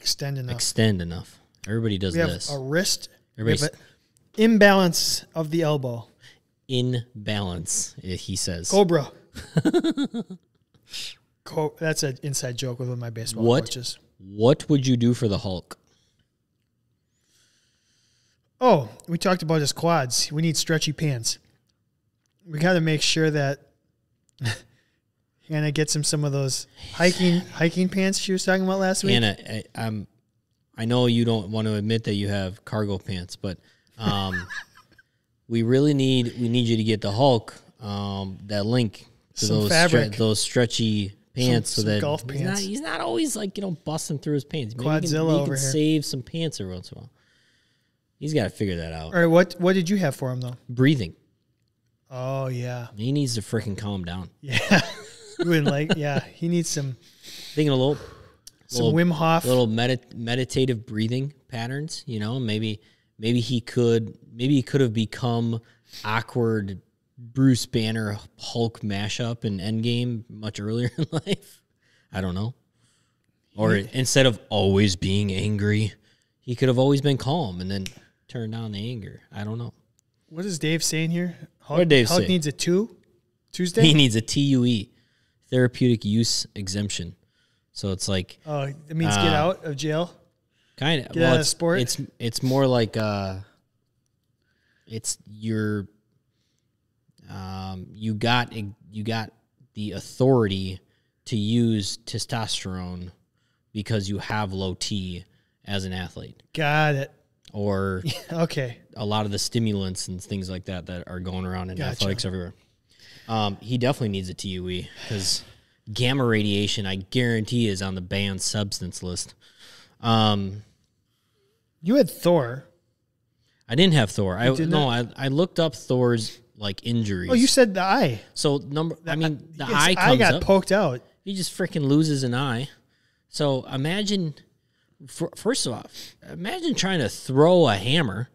[SPEAKER 1] Extend enough.
[SPEAKER 2] extend enough. Everybody does
[SPEAKER 1] we have
[SPEAKER 2] this.
[SPEAKER 1] a wrist. we have
[SPEAKER 2] Everybody's
[SPEAKER 1] a imbalance of the elbow.
[SPEAKER 2] in balance, i- he says. [laughs]
[SPEAKER 1] Cobra. Co- that's an inside joke with one of my baseball
[SPEAKER 2] What?
[SPEAKER 1] coaches.
[SPEAKER 2] What would you do for the Hulk?
[SPEAKER 1] Oh, we talked about his quads. We need stretchy pants. We got to make sure that [laughs] Hannah gets him some of those hiking hiking pants she was talking about last week.
[SPEAKER 2] Anna, I, I'm, I know you don't want to admit that you have cargo pants, but
[SPEAKER 1] [laughs]
[SPEAKER 2] um, we really need we need you to get the Hulk um, that link to
[SPEAKER 1] Some
[SPEAKER 2] those
[SPEAKER 1] fabric.
[SPEAKER 2] those stretchy pants
[SPEAKER 1] Some-
[SPEAKER 2] so
[SPEAKER 1] some
[SPEAKER 2] that
[SPEAKER 1] golf
[SPEAKER 2] he's
[SPEAKER 1] pants.
[SPEAKER 2] Not, he's not always like you know busting through his pants. Maybe you
[SPEAKER 1] Quadzilla
[SPEAKER 2] can, maybe you
[SPEAKER 1] over
[SPEAKER 2] can
[SPEAKER 1] here.
[SPEAKER 2] save some pants every once in a while. He's got to figure that out.
[SPEAKER 1] All right, what what did you have for him though?
[SPEAKER 2] Breathing.
[SPEAKER 1] Oh yeah,
[SPEAKER 2] He needs to freaking calm down.
[SPEAKER 1] yeah. you wouldn't like yeah. He needs some
[SPEAKER 2] Thinking a little
[SPEAKER 1] some
[SPEAKER 2] Little-
[SPEAKER 1] Wim Hof.
[SPEAKER 2] little medit- meditative breathing patterns you know maybe maybe he could maybe he could have become awkward bruce banner hulk mashup in endgame much earlier in [laughs] life i don't know or instead of always being angry he could have always been calm and then turned down the anger i don't know
[SPEAKER 1] What is Dave saying here? Hulk,
[SPEAKER 2] did Dave
[SPEAKER 1] Hulk
[SPEAKER 2] say?
[SPEAKER 1] needs a two Tuesday.
[SPEAKER 2] he needs a tue therapeutic use exemption so it's like
[SPEAKER 1] Oh, it means
[SPEAKER 2] Uh.
[SPEAKER 1] get out of jail.
[SPEAKER 2] Kind of.
[SPEAKER 1] out
[SPEAKER 2] Well,
[SPEAKER 1] of
[SPEAKER 2] it's,
[SPEAKER 1] sport?
[SPEAKER 2] It's it's more like uh, it's your um you got you got the authority to use testosterone because you have low T as an athlete
[SPEAKER 1] Got it.
[SPEAKER 2] or
[SPEAKER 1] [laughs] Okay.
[SPEAKER 2] a lot of the stimulants and things like that that are going around in
[SPEAKER 1] Gotcha.
[SPEAKER 2] athletics everywhere. Um, he definitely needs a TUE because gamma radiation, I guarantee, is on the banned substance list. Um,
[SPEAKER 1] You had Thor.
[SPEAKER 2] I didn't have Thor. I
[SPEAKER 1] did
[SPEAKER 2] no, I, I looked up Thor's like injuries.
[SPEAKER 1] Oh, you said the eye.
[SPEAKER 2] so number. I mean, the
[SPEAKER 1] His
[SPEAKER 2] eye comes
[SPEAKER 1] got
[SPEAKER 2] up.
[SPEAKER 1] poked out.
[SPEAKER 2] he just freaking loses an eye. So imagine, fir- first of all, imagine trying to throw a hammer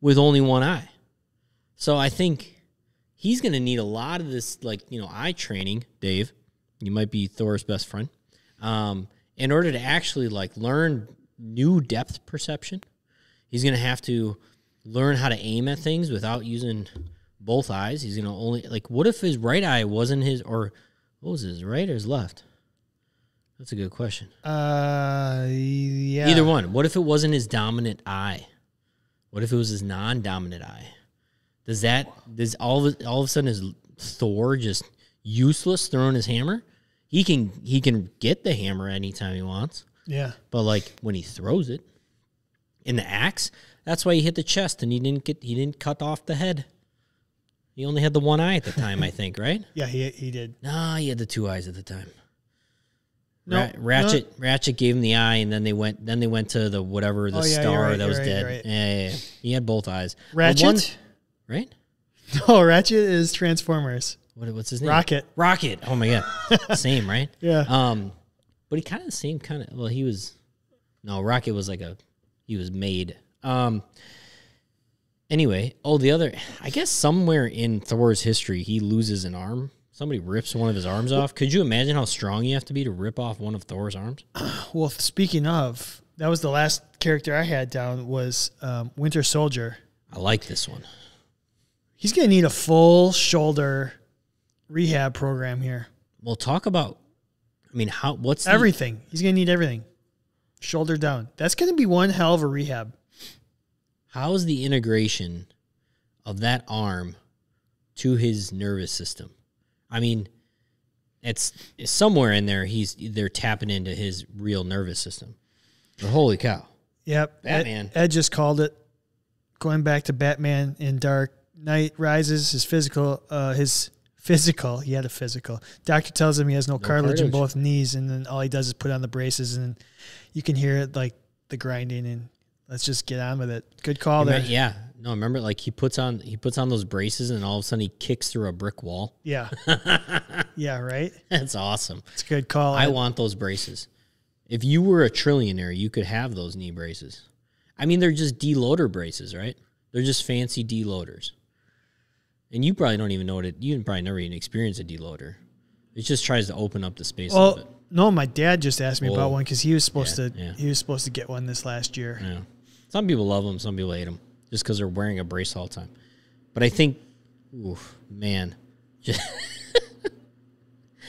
[SPEAKER 2] with only one eye. So I think he's going to need a lot of this, like you know, eye training. Dave, you might be Thor's best friend, um, in order to actually like learn new depth perception. He's going to have to learn how to aim at things without using both eyes. He's going to only like what if his right eye wasn't his or what was his right or his left? That's a good question.
[SPEAKER 1] Uh, yeah.
[SPEAKER 2] Either one. What if it wasn't his dominant eye? What if it was his non-dominant eye? Does that does all of, all of a sudden is Thor just useless throwing his hammer? He can he can get the hammer anytime he wants.
[SPEAKER 1] Yeah.
[SPEAKER 2] But like when he throws it in the axe, that's why he hit the chest and he didn't get he didn't cut off the head. He only had the one eye at the time, I think, [laughs] right?
[SPEAKER 1] Yeah. He he did.
[SPEAKER 2] No, he had the two eyes at the time.
[SPEAKER 1] No,
[SPEAKER 2] Ra- Ratchet Ratchet gave him the eye and then they went then they went to the whatever the
[SPEAKER 1] Oh, yeah, you're
[SPEAKER 2] star
[SPEAKER 1] right,
[SPEAKER 2] that
[SPEAKER 1] you're
[SPEAKER 2] was
[SPEAKER 1] right,
[SPEAKER 2] dead.
[SPEAKER 1] you're right.
[SPEAKER 2] Yeah, yeah, yeah. He had both eyes. The
[SPEAKER 1] Ratchet. [laughs]
[SPEAKER 2] one- right?
[SPEAKER 1] No, Ratchet is Transformers.
[SPEAKER 2] What, what's his name?
[SPEAKER 1] Rocket.
[SPEAKER 2] Rocket. Oh my
[SPEAKER 1] [laughs]
[SPEAKER 2] god. same, right?
[SPEAKER 1] Yeah.
[SPEAKER 2] Um but he kind of seemed kind of well he was no, Rocket was like a he was made. Um anyway, oh the other I guess somewhere in Thor's history he loses an arm. Somebody rips one of his arms off. Could you imagine how strong you have to be to rip off one of Thor's arms?
[SPEAKER 1] Well, speaking of, that was the last character I had down was um, Winter Soldier.
[SPEAKER 2] I like this one.
[SPEAKER 1] He's gonna need a full shoulder rehab program here.
[SPEAKER 2] Well, talk about. I mean, how? What's the-
[SPEAKER 1] Everything. He's gonna need everything. Shoulder down. That's gonna be one hell of a rehab.
[SPEAKER 2] how is the integration of that arm to his nervous system? I mean, it's, it's somewhere in there. He's they're tapping into his real nervous system. But holy cow!
[SPEAKER 1] Yep.
[SPEAKER 2] Batman.
[SPEAKER 1] Ed, Ed just called it. Going back to Batman in Dark Knight Rises, his physical, uh, his Physical. He had a physical. Doctor tells him he has no, cartilage, in both
[SPEAKER 2] cartilage.
[SPEAKER 1] knees, and then all he does is put on the braces, and you can hear it like the grinding. And let's just get on with it. Good call there.
[SPEAKER 2] Right, yeah. No, remember like he puts on he puts on those braces and all of a sudden he kicks through a brick wall. [laughs]
[SPEAKER 1] Yeah. yeah. Right.
[SPEAKER 2] That's awesome.
[SPEAKER 1] It's a good call.
[SPEAKER 2] I want those braces. If you were a trillionaire, you could have those knee braces. I mean, they're just deloader braces, right? They're just fancy deloaders. And you probably don't even know what it. You probably never even experienced a deloader. It just tries to open up the space a
[SPEAKER 1] well,
[SPEAKER 2] little bit.
[SPEAKER 1] no, my dad just asked me about
[SPEAKER 2] Whoa.
[SPEAKER 1] one because he was supposed
[SPEAKER 2] Yeah,
[SPEAKER 1] to.
[SPEAKER 2] yeah.
[SPEAKER 1] He was supposed to get one this last year.
[SPEAKER 2] Yeah. Some people love them. Some people hate them just because they're wearing a brace all the time. But I think, oof, man, [laughs] just,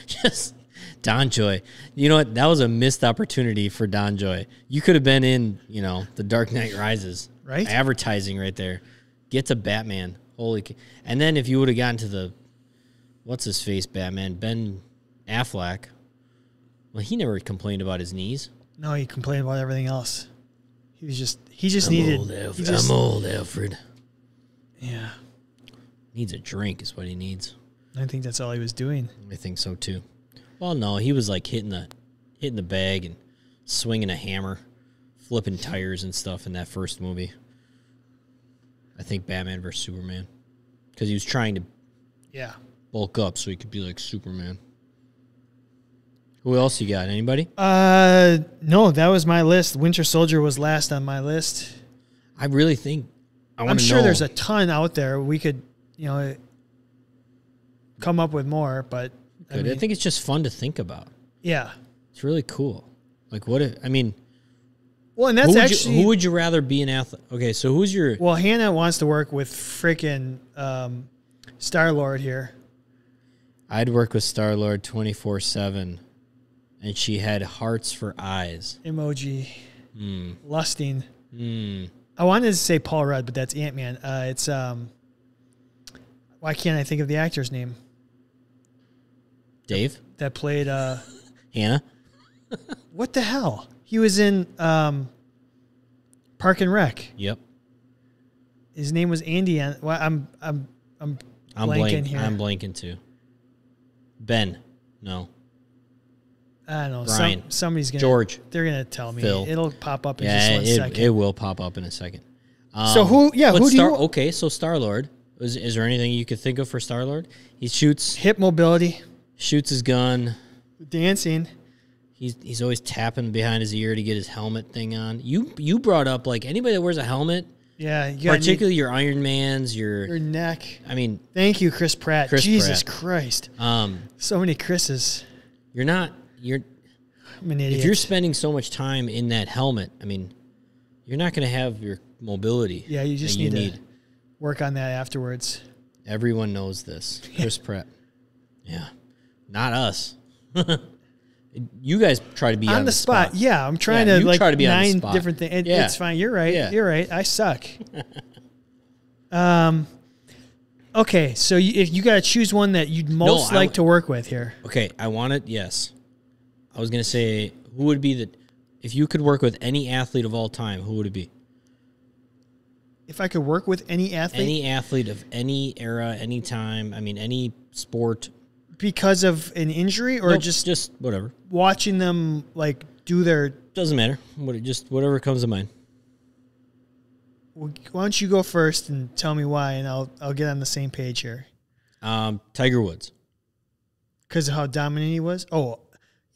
[SPEAKER 2] just Don Joy. You know what? That was a missed opportunity for Don Joy. You could have been in, you know, The Dark Knight Rises,
[SPEAKER 1] Right?
[SPEAKER 2] Advertising right there. Get to Batman. Holy! c- And then if you would have gotten to the, what's his face, Batman Ben Affleck. Well, he never complained about his knees.
[SPEAKER 1] No, he complained about everything else. He was just. He just
[SPEAKER 2] old,
[SPEAKER 1] needed. he
[SPEAKER 2] Alfred.
[SPEAKER 1] just-
[SPEAKER 2] I'm old, Alfred.
[SPEAKER 1] yeah.
[SPEAKER 2] Needs a drink is what he needs.
[SPEAKER 1] I think that's all he was doing.
[SPEAKER 2] I think so too. Well, no, he was like hitting the hitting the bag and swinging a hammer, flipping tires and stuff in that first movie. I think Batman versus Superman, because he was trying to
[SPEAKER 1] Yeah.
[SPEAKER 2] bulk up so he could be like Superman. Who else you got? Anybody?
[SPEAKER 1] Uh, no, that was my list. Winter Soldier was last on my list.
[SPEAKER 2] I really think I
[SPEAKER 1] I'm
[SPEAKER 2] want to
[SPEAKER 1] sure
[SPEAKER 2] know.
[SPEAKER 1] there's a ton out there. We could, you know, come up with more, but I
[SPEAKER 2] good- I
[SPEAKER 1] mean,
[SPEAKER 2] think it's just fun to think about.
[SPEAKER 1] yeah.
[SPEAKER 2] It's really cool. Like what? If, I mean,
[SPEAKER 1] Well, and
[SPEAKER 2] who
[SPEAKER 1] that's
[SPEAKER 2] would,
[SPEAKER 1] actually
[SPEAKER 2] you, who would you rather be an athlete? Okay, so who's your
[SPEAKER 1] well, Hannah wants to work with freaking um, Star Lord here.
[SPEAKER 2] I'd work with Star Lord 24 7, and she had hearts for eyes.
[SPEAKER 1] Emoji
[SPEAKER 2] Hmm.
[SPEAKER 1] lusting.
[SPEAKER 2] Mm.
[SPEAKER 1] I wanted to say Paul Rudd, but that's Ant Man. Uh, it's um, why can't I think of the actor's name
[SPEAKER 2] Dave?
[SPEAKER 1] that played uh,
[SPEAKER 2] [laughs] Hannah?
[SPEAKER 1] what the hell? He was in um, Park and Rec.
[SPEAKER 2] Yep.
[SPEAKER 1] His name was Andy. An- Well, I'm I'm I'm
[SPEAKER 2] I'm
[SPEAKER 1] blanking
[SPEAKER 2] blanking.
[SPEAKER 1] here.
[SPEAKER 2] I'm blanking too. Ben? No.
[SPEAKER 1] I don't know.
[SPEAKER 2] Brian.
[SPEAKER 1] Some, somebody's gonna
[SPEAKER 2] George.
[SPEAKER 1] They're gonna tell me.
[SPEAKER 2] Phil.
[SPEAKER 1] It'll pop up in just
[SPEAKER 2] Yeah,
[SPEAKER 1] one
[SPEAKER 2] it,
[SPEAKER 1] second.
[SPEAKER 2] it will pop up in a second. Um,
[SPEAKER 1] So who- yeah,
[SPEAKER 2] but
[SPEAKER 1] who do
[SPEAKER 2] Star,
[SPEAKER 1] you-
[SPEAKER 2] Okay, so Star Lord. Is, is there anything you could think of for Star Lord? He shoots
[SPEAKER 1] Hip mobility,
[SPEAKER 2] shoots his gun.
[SPEAKER 1] dancing.
[SPEAKER 2] He's he's always tapping behind his ear to get his helmet thing on. You you brought up like anybody that wears a helmet,
[SPEAKER 1] Yeah, you got
[SPEAKER 2] particularly your Iron Man's,
[SPEAKER 1] your
[SPEAKER 2] your
[SPEAKER 1] neck.
[SPEAKER 2] I mean,
[SPEAKER 1] Thank you, Chris Pratt.
[SPEAKER 2] Chris
[SPEAKER 1] Jesus
[SPEAKER 2] Pratt.
[SPEAKER 1] Christ,
[SPEAKER 2] um,
[SPEAKER 1] so many Chris's.
[SPEAKER 2] you're not you're
[SPEAKER 1] I'm an idiot.
[SPEAKER 2] if you're spending so much time in that helmet i mean you're not going to have your mobility
[SPEAKER 1] yeah, you just
[SPEAKER 2] that
[SPEAKER 1] need, to work on that afterwards.
[SPEAKER 2] everyone
[SPEAKER 1] [laughs]
[SPEAKER 2] knows this chris pratt yeah not us [laughs] you guys try to be
[SPEAKER 1] On, the, spot. Yeah, I'm trying
[SPEAKER 2] Yeah,
[SPEAKER 1] to
[SPEAKER 2] you
[SPEAKER 1] like
[SPEAKER 2] try to be on the
[SPEAKER 1] nine
[SPEAKER 2] spot.
[SPEAKER 1] different things. It,
[SPEAKER 2] Yeah.
[SPEAKER 1] It's fine. You're right.
[SPEAKER 2] Yeah.
[SPEAKER 1] You're right. I suck. [laughs] um. Okay, so you, if you got to choose one that you'd most
[SPEAKER 2] I
[SPEAKER 1] like
[SPEAKER 2] w-
[SPEAKER 1] to work with here.
[SPEAKER 2] okay i want it yes i was going to say who would be the if you could work with any athlete of all time who would it be
[SPEAKER 1] If I could work with any athlete,
[SPEAKER 2] any athlete of any era any time i mean any sport
[SPEAKER 1] because of an injury or
[SPEAKER 2] Nope,
[SPEAKER 1] just
[SPEAKER 2] just whatever
[SPEAKER 1] watching them like do their
[SPEAKER 2] doesn't matter what it just whatever comes to mind
[SPEAKER 1] why don't you go first and tell me why and I'll I'll get on the same page here
[SPEAKER 2] Um, Tiger Woods.
[SPEAKER 1] cuz of how dominant he was. Oh.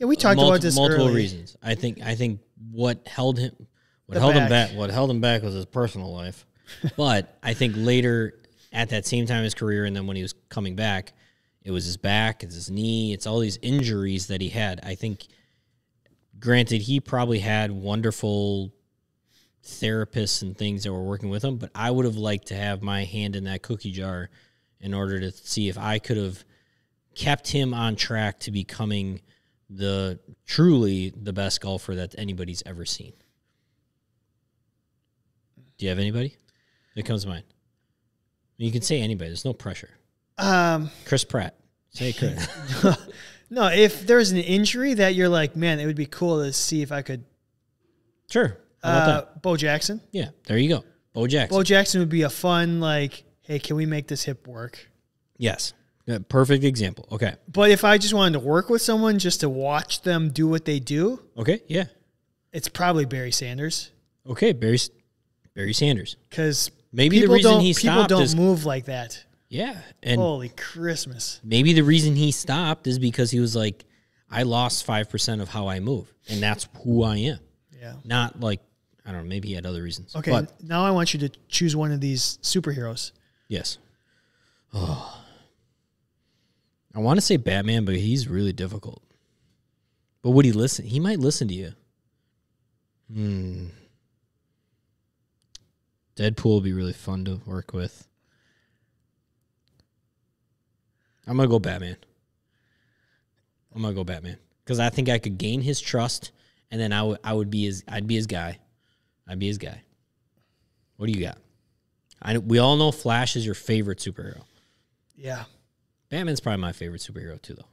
[SPEAKER 1] Yeah, we talked
[SPEAKER 2] Multi-
[SPEAKER 1] about this
[SPEAKER 2] multiple
[SPEAKER 1] early.
[SPEAKER 2] reasons. I think I think what held him what
[SPEAKER 1] The
[SPEAKER 2] held him
[SPEAKER 1] back.
[SPEAKER 2] back what held him back was his personal
[SPEAKER 1] [laughs]
[SPEAKER 2] life. but I think later at that same time in his career and then when he was coming back, it was his back, it's his knee, it's all these injuries that he had. I think granted he probably had wonderful therapists and things that were working with him, but I would have liked to have my hand in that cookie jar in order to see if I could have kept him on track to becoming the truly the best golfer that anybody's ever seen. Do you have anybody that comes to mind? You can say anybody. There's no pressure.
[SPEAKER 1] Um
[SPEAKER 2] Chris Pratt. Say Chris.
[SPEAKER 1] [laughs] no, if there's an injury that you're like, man, it would be cool to see if I could
[SPEAKER 2] sure. How about
[SPEAKER 1] uh
[SPEAKER 2] that?
[SPEAKER 1] Bo Jackson.
[SPEAKER 2] Yeah. There you go. Bo Jackson.
[SPEAKER 1] Bo Jackson would be a fun like, hey, can we make this hip work?
[SPEAKER 2] yes. Yeah, perfect example. Okay.
[SPEAKER 1] But if I just wanted to work with someone just to watch them do what they do,
[SPEAKER 2] Okay. Yeah.
[SPEAKER 1] it's probably Barry Sanders
[SPEAKER 2] Okay. Barry, S- Barry Sanders.
[SPEAKER 1] because
[SPEAKER 2] Maybe the
[SPEAKER 1] people
[SPEAKER 2] reason
[SPEAKER 1] don't,
[SPEAKER 2] he
[SPEAKER 1] people
[SPEAKER 2] stopped
[SPEAKER 1] don't
[SPEAKER 2] is-
[SPEAKER 1] move like that.
[SPEAKER 2] Yeah. And
[SPEAKER 1] Holy Christmas!
[SPEAKER 2] maybe the reason he stopped is because he was like, I lost 5% of how I move, and that's who I am.
[SPEAKER 1] Yeah.
[SPEAKER 2] Not like, I don't know, maybe he had other reasons.
[SPEAKER 1] Okay,
[SPEAKER 2] But
[SPEAKER 1] now I want you to choose one of these superheroes.
[SPEAKER 2] yes. Oh. I want to say Batman, but he's really difficult. But would he listen? He might listen to you. Hmm. Deadpool would be really fun to work with. I'm gonna go Batman. I'm gonna go Batman because I think I could gain his trust, and then I would I would be his I'd be his guy, I'd be his guy. What do you got? I we all know Flash is your favorite superhero.
[SPEAKER 1] Yeah,
[SPEAKER 2] Batman's probably my favorite superhero too, though.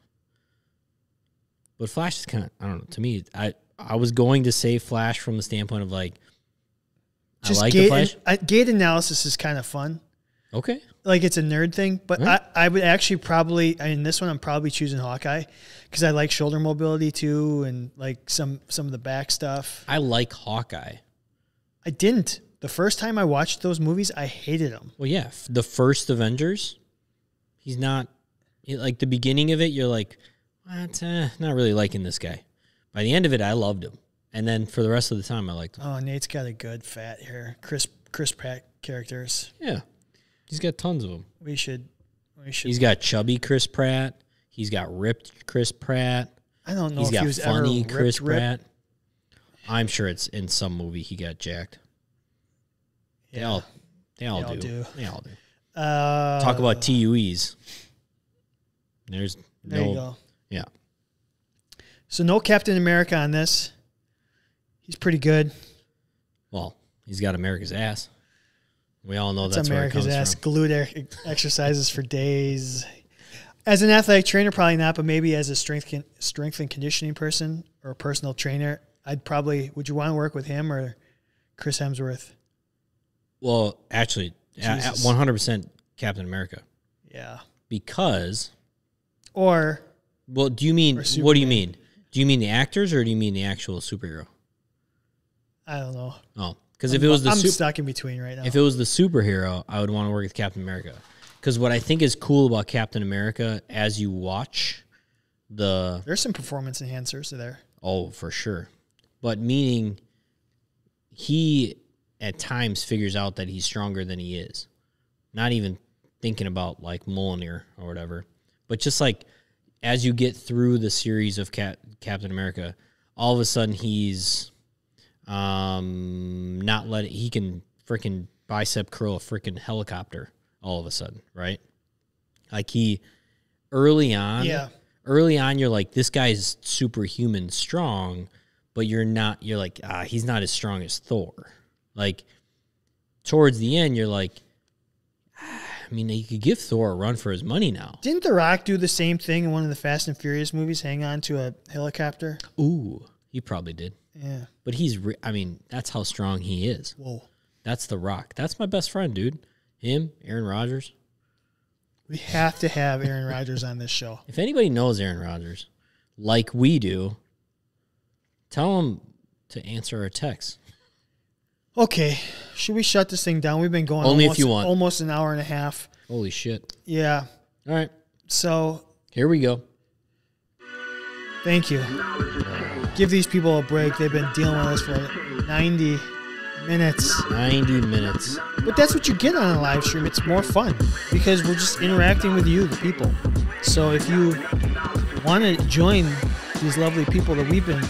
[SPEAKER 2] But Flash is kind of I don't know. To me, I I was going to say Flash from the standpoint of like I like the
[SPEAKER 1] gate,
[SPEAKER 2] Flash.
[SPEAKER 1] uh, gate analysis is kind of fun.
[SPEAKER 2] Okay,
[SPEAKER 1] Like it's a nerd thing, but
[SPEAKER 2] Right.
[SPEAKER 1] I, I would actually probably in this one I'm probably choosing Hawkeye because I like shoulder mobility too and like some some of the back stuff.
[SPEAKER 2] I like Hawkeye.
[SPEAKER 1] I didn't the first time I watched those movies. I hated them.
[SPEAKER 2] Well, yeah, f- the first Avengers, he's not he- like the beginning of it. You're like, what? Eh, not really liking this guy. By the end of it, I loved him, and then for the rest of the time, I liked him.
[SPEAKER 1] Oh, Nate's got a good fat hair. Chris Chris Pratt characters.
[SPEAKER 2] Yeah, he's got tons of them.
[SPEAKER 1] We should we should.
[SPEAKER 2] He's got chubby Chris Pratt. He's got ripped Chris Pratt.
[SPEAKER 1] I don't know
[SPEAKER 2] He's
[SPEAKER 1] if he
[SPEAKER 2] got
[SPEAKER 1] was
[SPEAKER 2] funny
[SPEAKER 1] ever
[SPEAKER 2] Chris
[SPEAKER 1] ripped, ripped.
[SPEAKER 2] Pratt. I'm sure it's in some movie he got jacked. They all, they all,
[SPEAKER 1] all
[SPEAKER 2] do.
[SPEAKER 1] do.
[SPEAKER 2] They all do.
[SPEAKER 1] Uh,
[SPEAKER 2] Talk about TUEs. There's
[SPEAKER 1] There
[SPEAKER 2] no,
[SPEAKER 1] you go.
[SPEAKER 2] yeah.
[SPEAKER 1] So no Captain America on this. He's pretty good.
[SPEAKER 2] Well, he's got America's ass. We all know
[SPEAKER 1] It's
[SPEAKER 2] that's,
[SPEAKER 1] America's
[SPEAKER 2] where it comes
[SPEAKER 1] ass. Glued e- exercises for days. As an athletic trainer, probably not, but maybe as a strength con- strength and conditioning person or a personal trainer, I'd probably. Would you want to work with him or Chris Hemsworth?
[SPEAKER 2] from. Well, actually, at- at
[SPEAKER 1] Jesus.
[SPEAKER 2] 100% Captain America.
[SPEAKER 1] Yeah.
[SPEAKER 2] Because,
[SPEAKER 1] Or
[SPEAKER 2] well, do you mean,
[SPEAKER 1] Or
[SPEAKER 2] what do you mean? Do you mean the actors or do you mean the actual superhero?
[SPEAKER 1] I don't know.
[SPEAKER 2] Oh, because if it was the
[SPEAKER 1] I'm
[SPEAKER 2] super,
[SPEAKER 1] stuck in between right now.
[SPEAKER 2] if it was the superhero, I would want to work with Captain America. Because what I think is cool about Captain America, as you watch the
[SPEAKER 1] There's some performance enhancers there.
[SPEAKER 2] Oh, for sure. But meaning he at times figures out that he's stronger than he is. Not even thinking about like Mjolnir or whatever. But just like as you get through the series of Cap- Captain America, all of a sudden he's um not letting he can freaking bicep curl a freaking helicopter all of a sudden, right? Like he early on
[SPEAKER 1] Yeah.
[SPEAKER 2] early on you're like this guy's superhuman strong but you're not you're like ah he's not as strong as thor like towards the end you're like ah, i mean you could give thor a run for his money now
[SPEAKER 1] Didn't The Rock do the same thing in one of the Fast and Furious movies? Hang on to a helicopter.
[SPEAKER 2] ooh he probably did
[SPEAKER 1] Yeah.
[SPEAKER 2] but he's re- i mean that's how strong he is
[SPEAKER 1] Whoa.
[SPEAKER 2] that's the rock that's my best friend dude him aaron rodgers
[SPEAKER 1] We have to have Aaron Rodgers on this show.
[SPEAKER 2] if anybody knows aaron rodgers like we do tell him to answer our text
[SPEAKER 1] Okay, should we shut this thing down? We've been going
[SPEAKER 2] Only if
[SPEAKER 1] almost,
[SPEAKER 2] you want.
[SPEAKER 1] almost an hour and a half.
[SPEAKER 2] holy shit
[SPEAKER 1] Yeah.
[SPEAKER 2] all right
[SPEAKER 1] So
[SPEAKER 2] here we go
[SPEAKER 1] thank you. Give these people a break. They've been dealing with us for 90 minutes.
[SPEAKER 2] 90 minutes.
[SPEAKER 1] But that's what you get on a live stream. It's more fun because we're just interacting with you, the people. So if you want to join these lovely people that we've been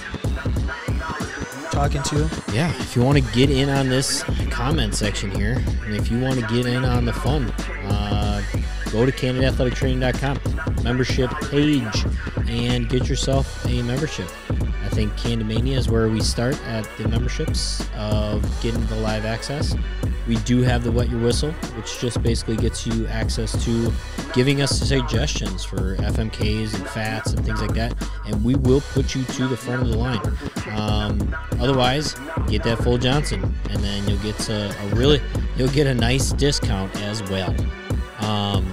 [SPEAKER 1] talking to,
[SPEAKER 2] Yeah, if you want to get in on this comment section here, and if you want to get in on the fun, uh, go to CanadaAthleticTraining.com, membership page, and get yourself a membership. I think Candymania is where we start at the memberships of getting the live access. We do have the Wet Your Whistle, which just basically gets you access to giving us suggestions for FMKs and fats and things like that. And we will put you to the front of the line. Um, otherwise, get that full Johnson, and then you'll get a, a really you'll get a nice discount as well. Um,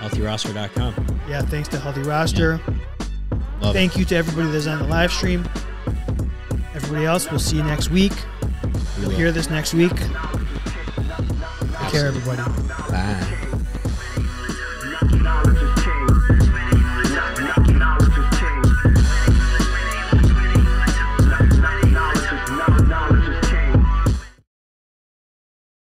[SPEAKER 2] healthyroster.com.
[SPEAKER 1] Yeah, thanks to Healthy Roster.
[SPEAKER 2] Love it.
[SPEAKER 1] Thank you to everybody that's on the live stream. Everybody else, we'll see you next week.
[SPEAKER 2] We
[SPEAKER 1] You'll
[SPEAKER 2] will.
[SPEAKER 1] hear this next week. Take care, everybody.
[SPEAKER 2] Bye.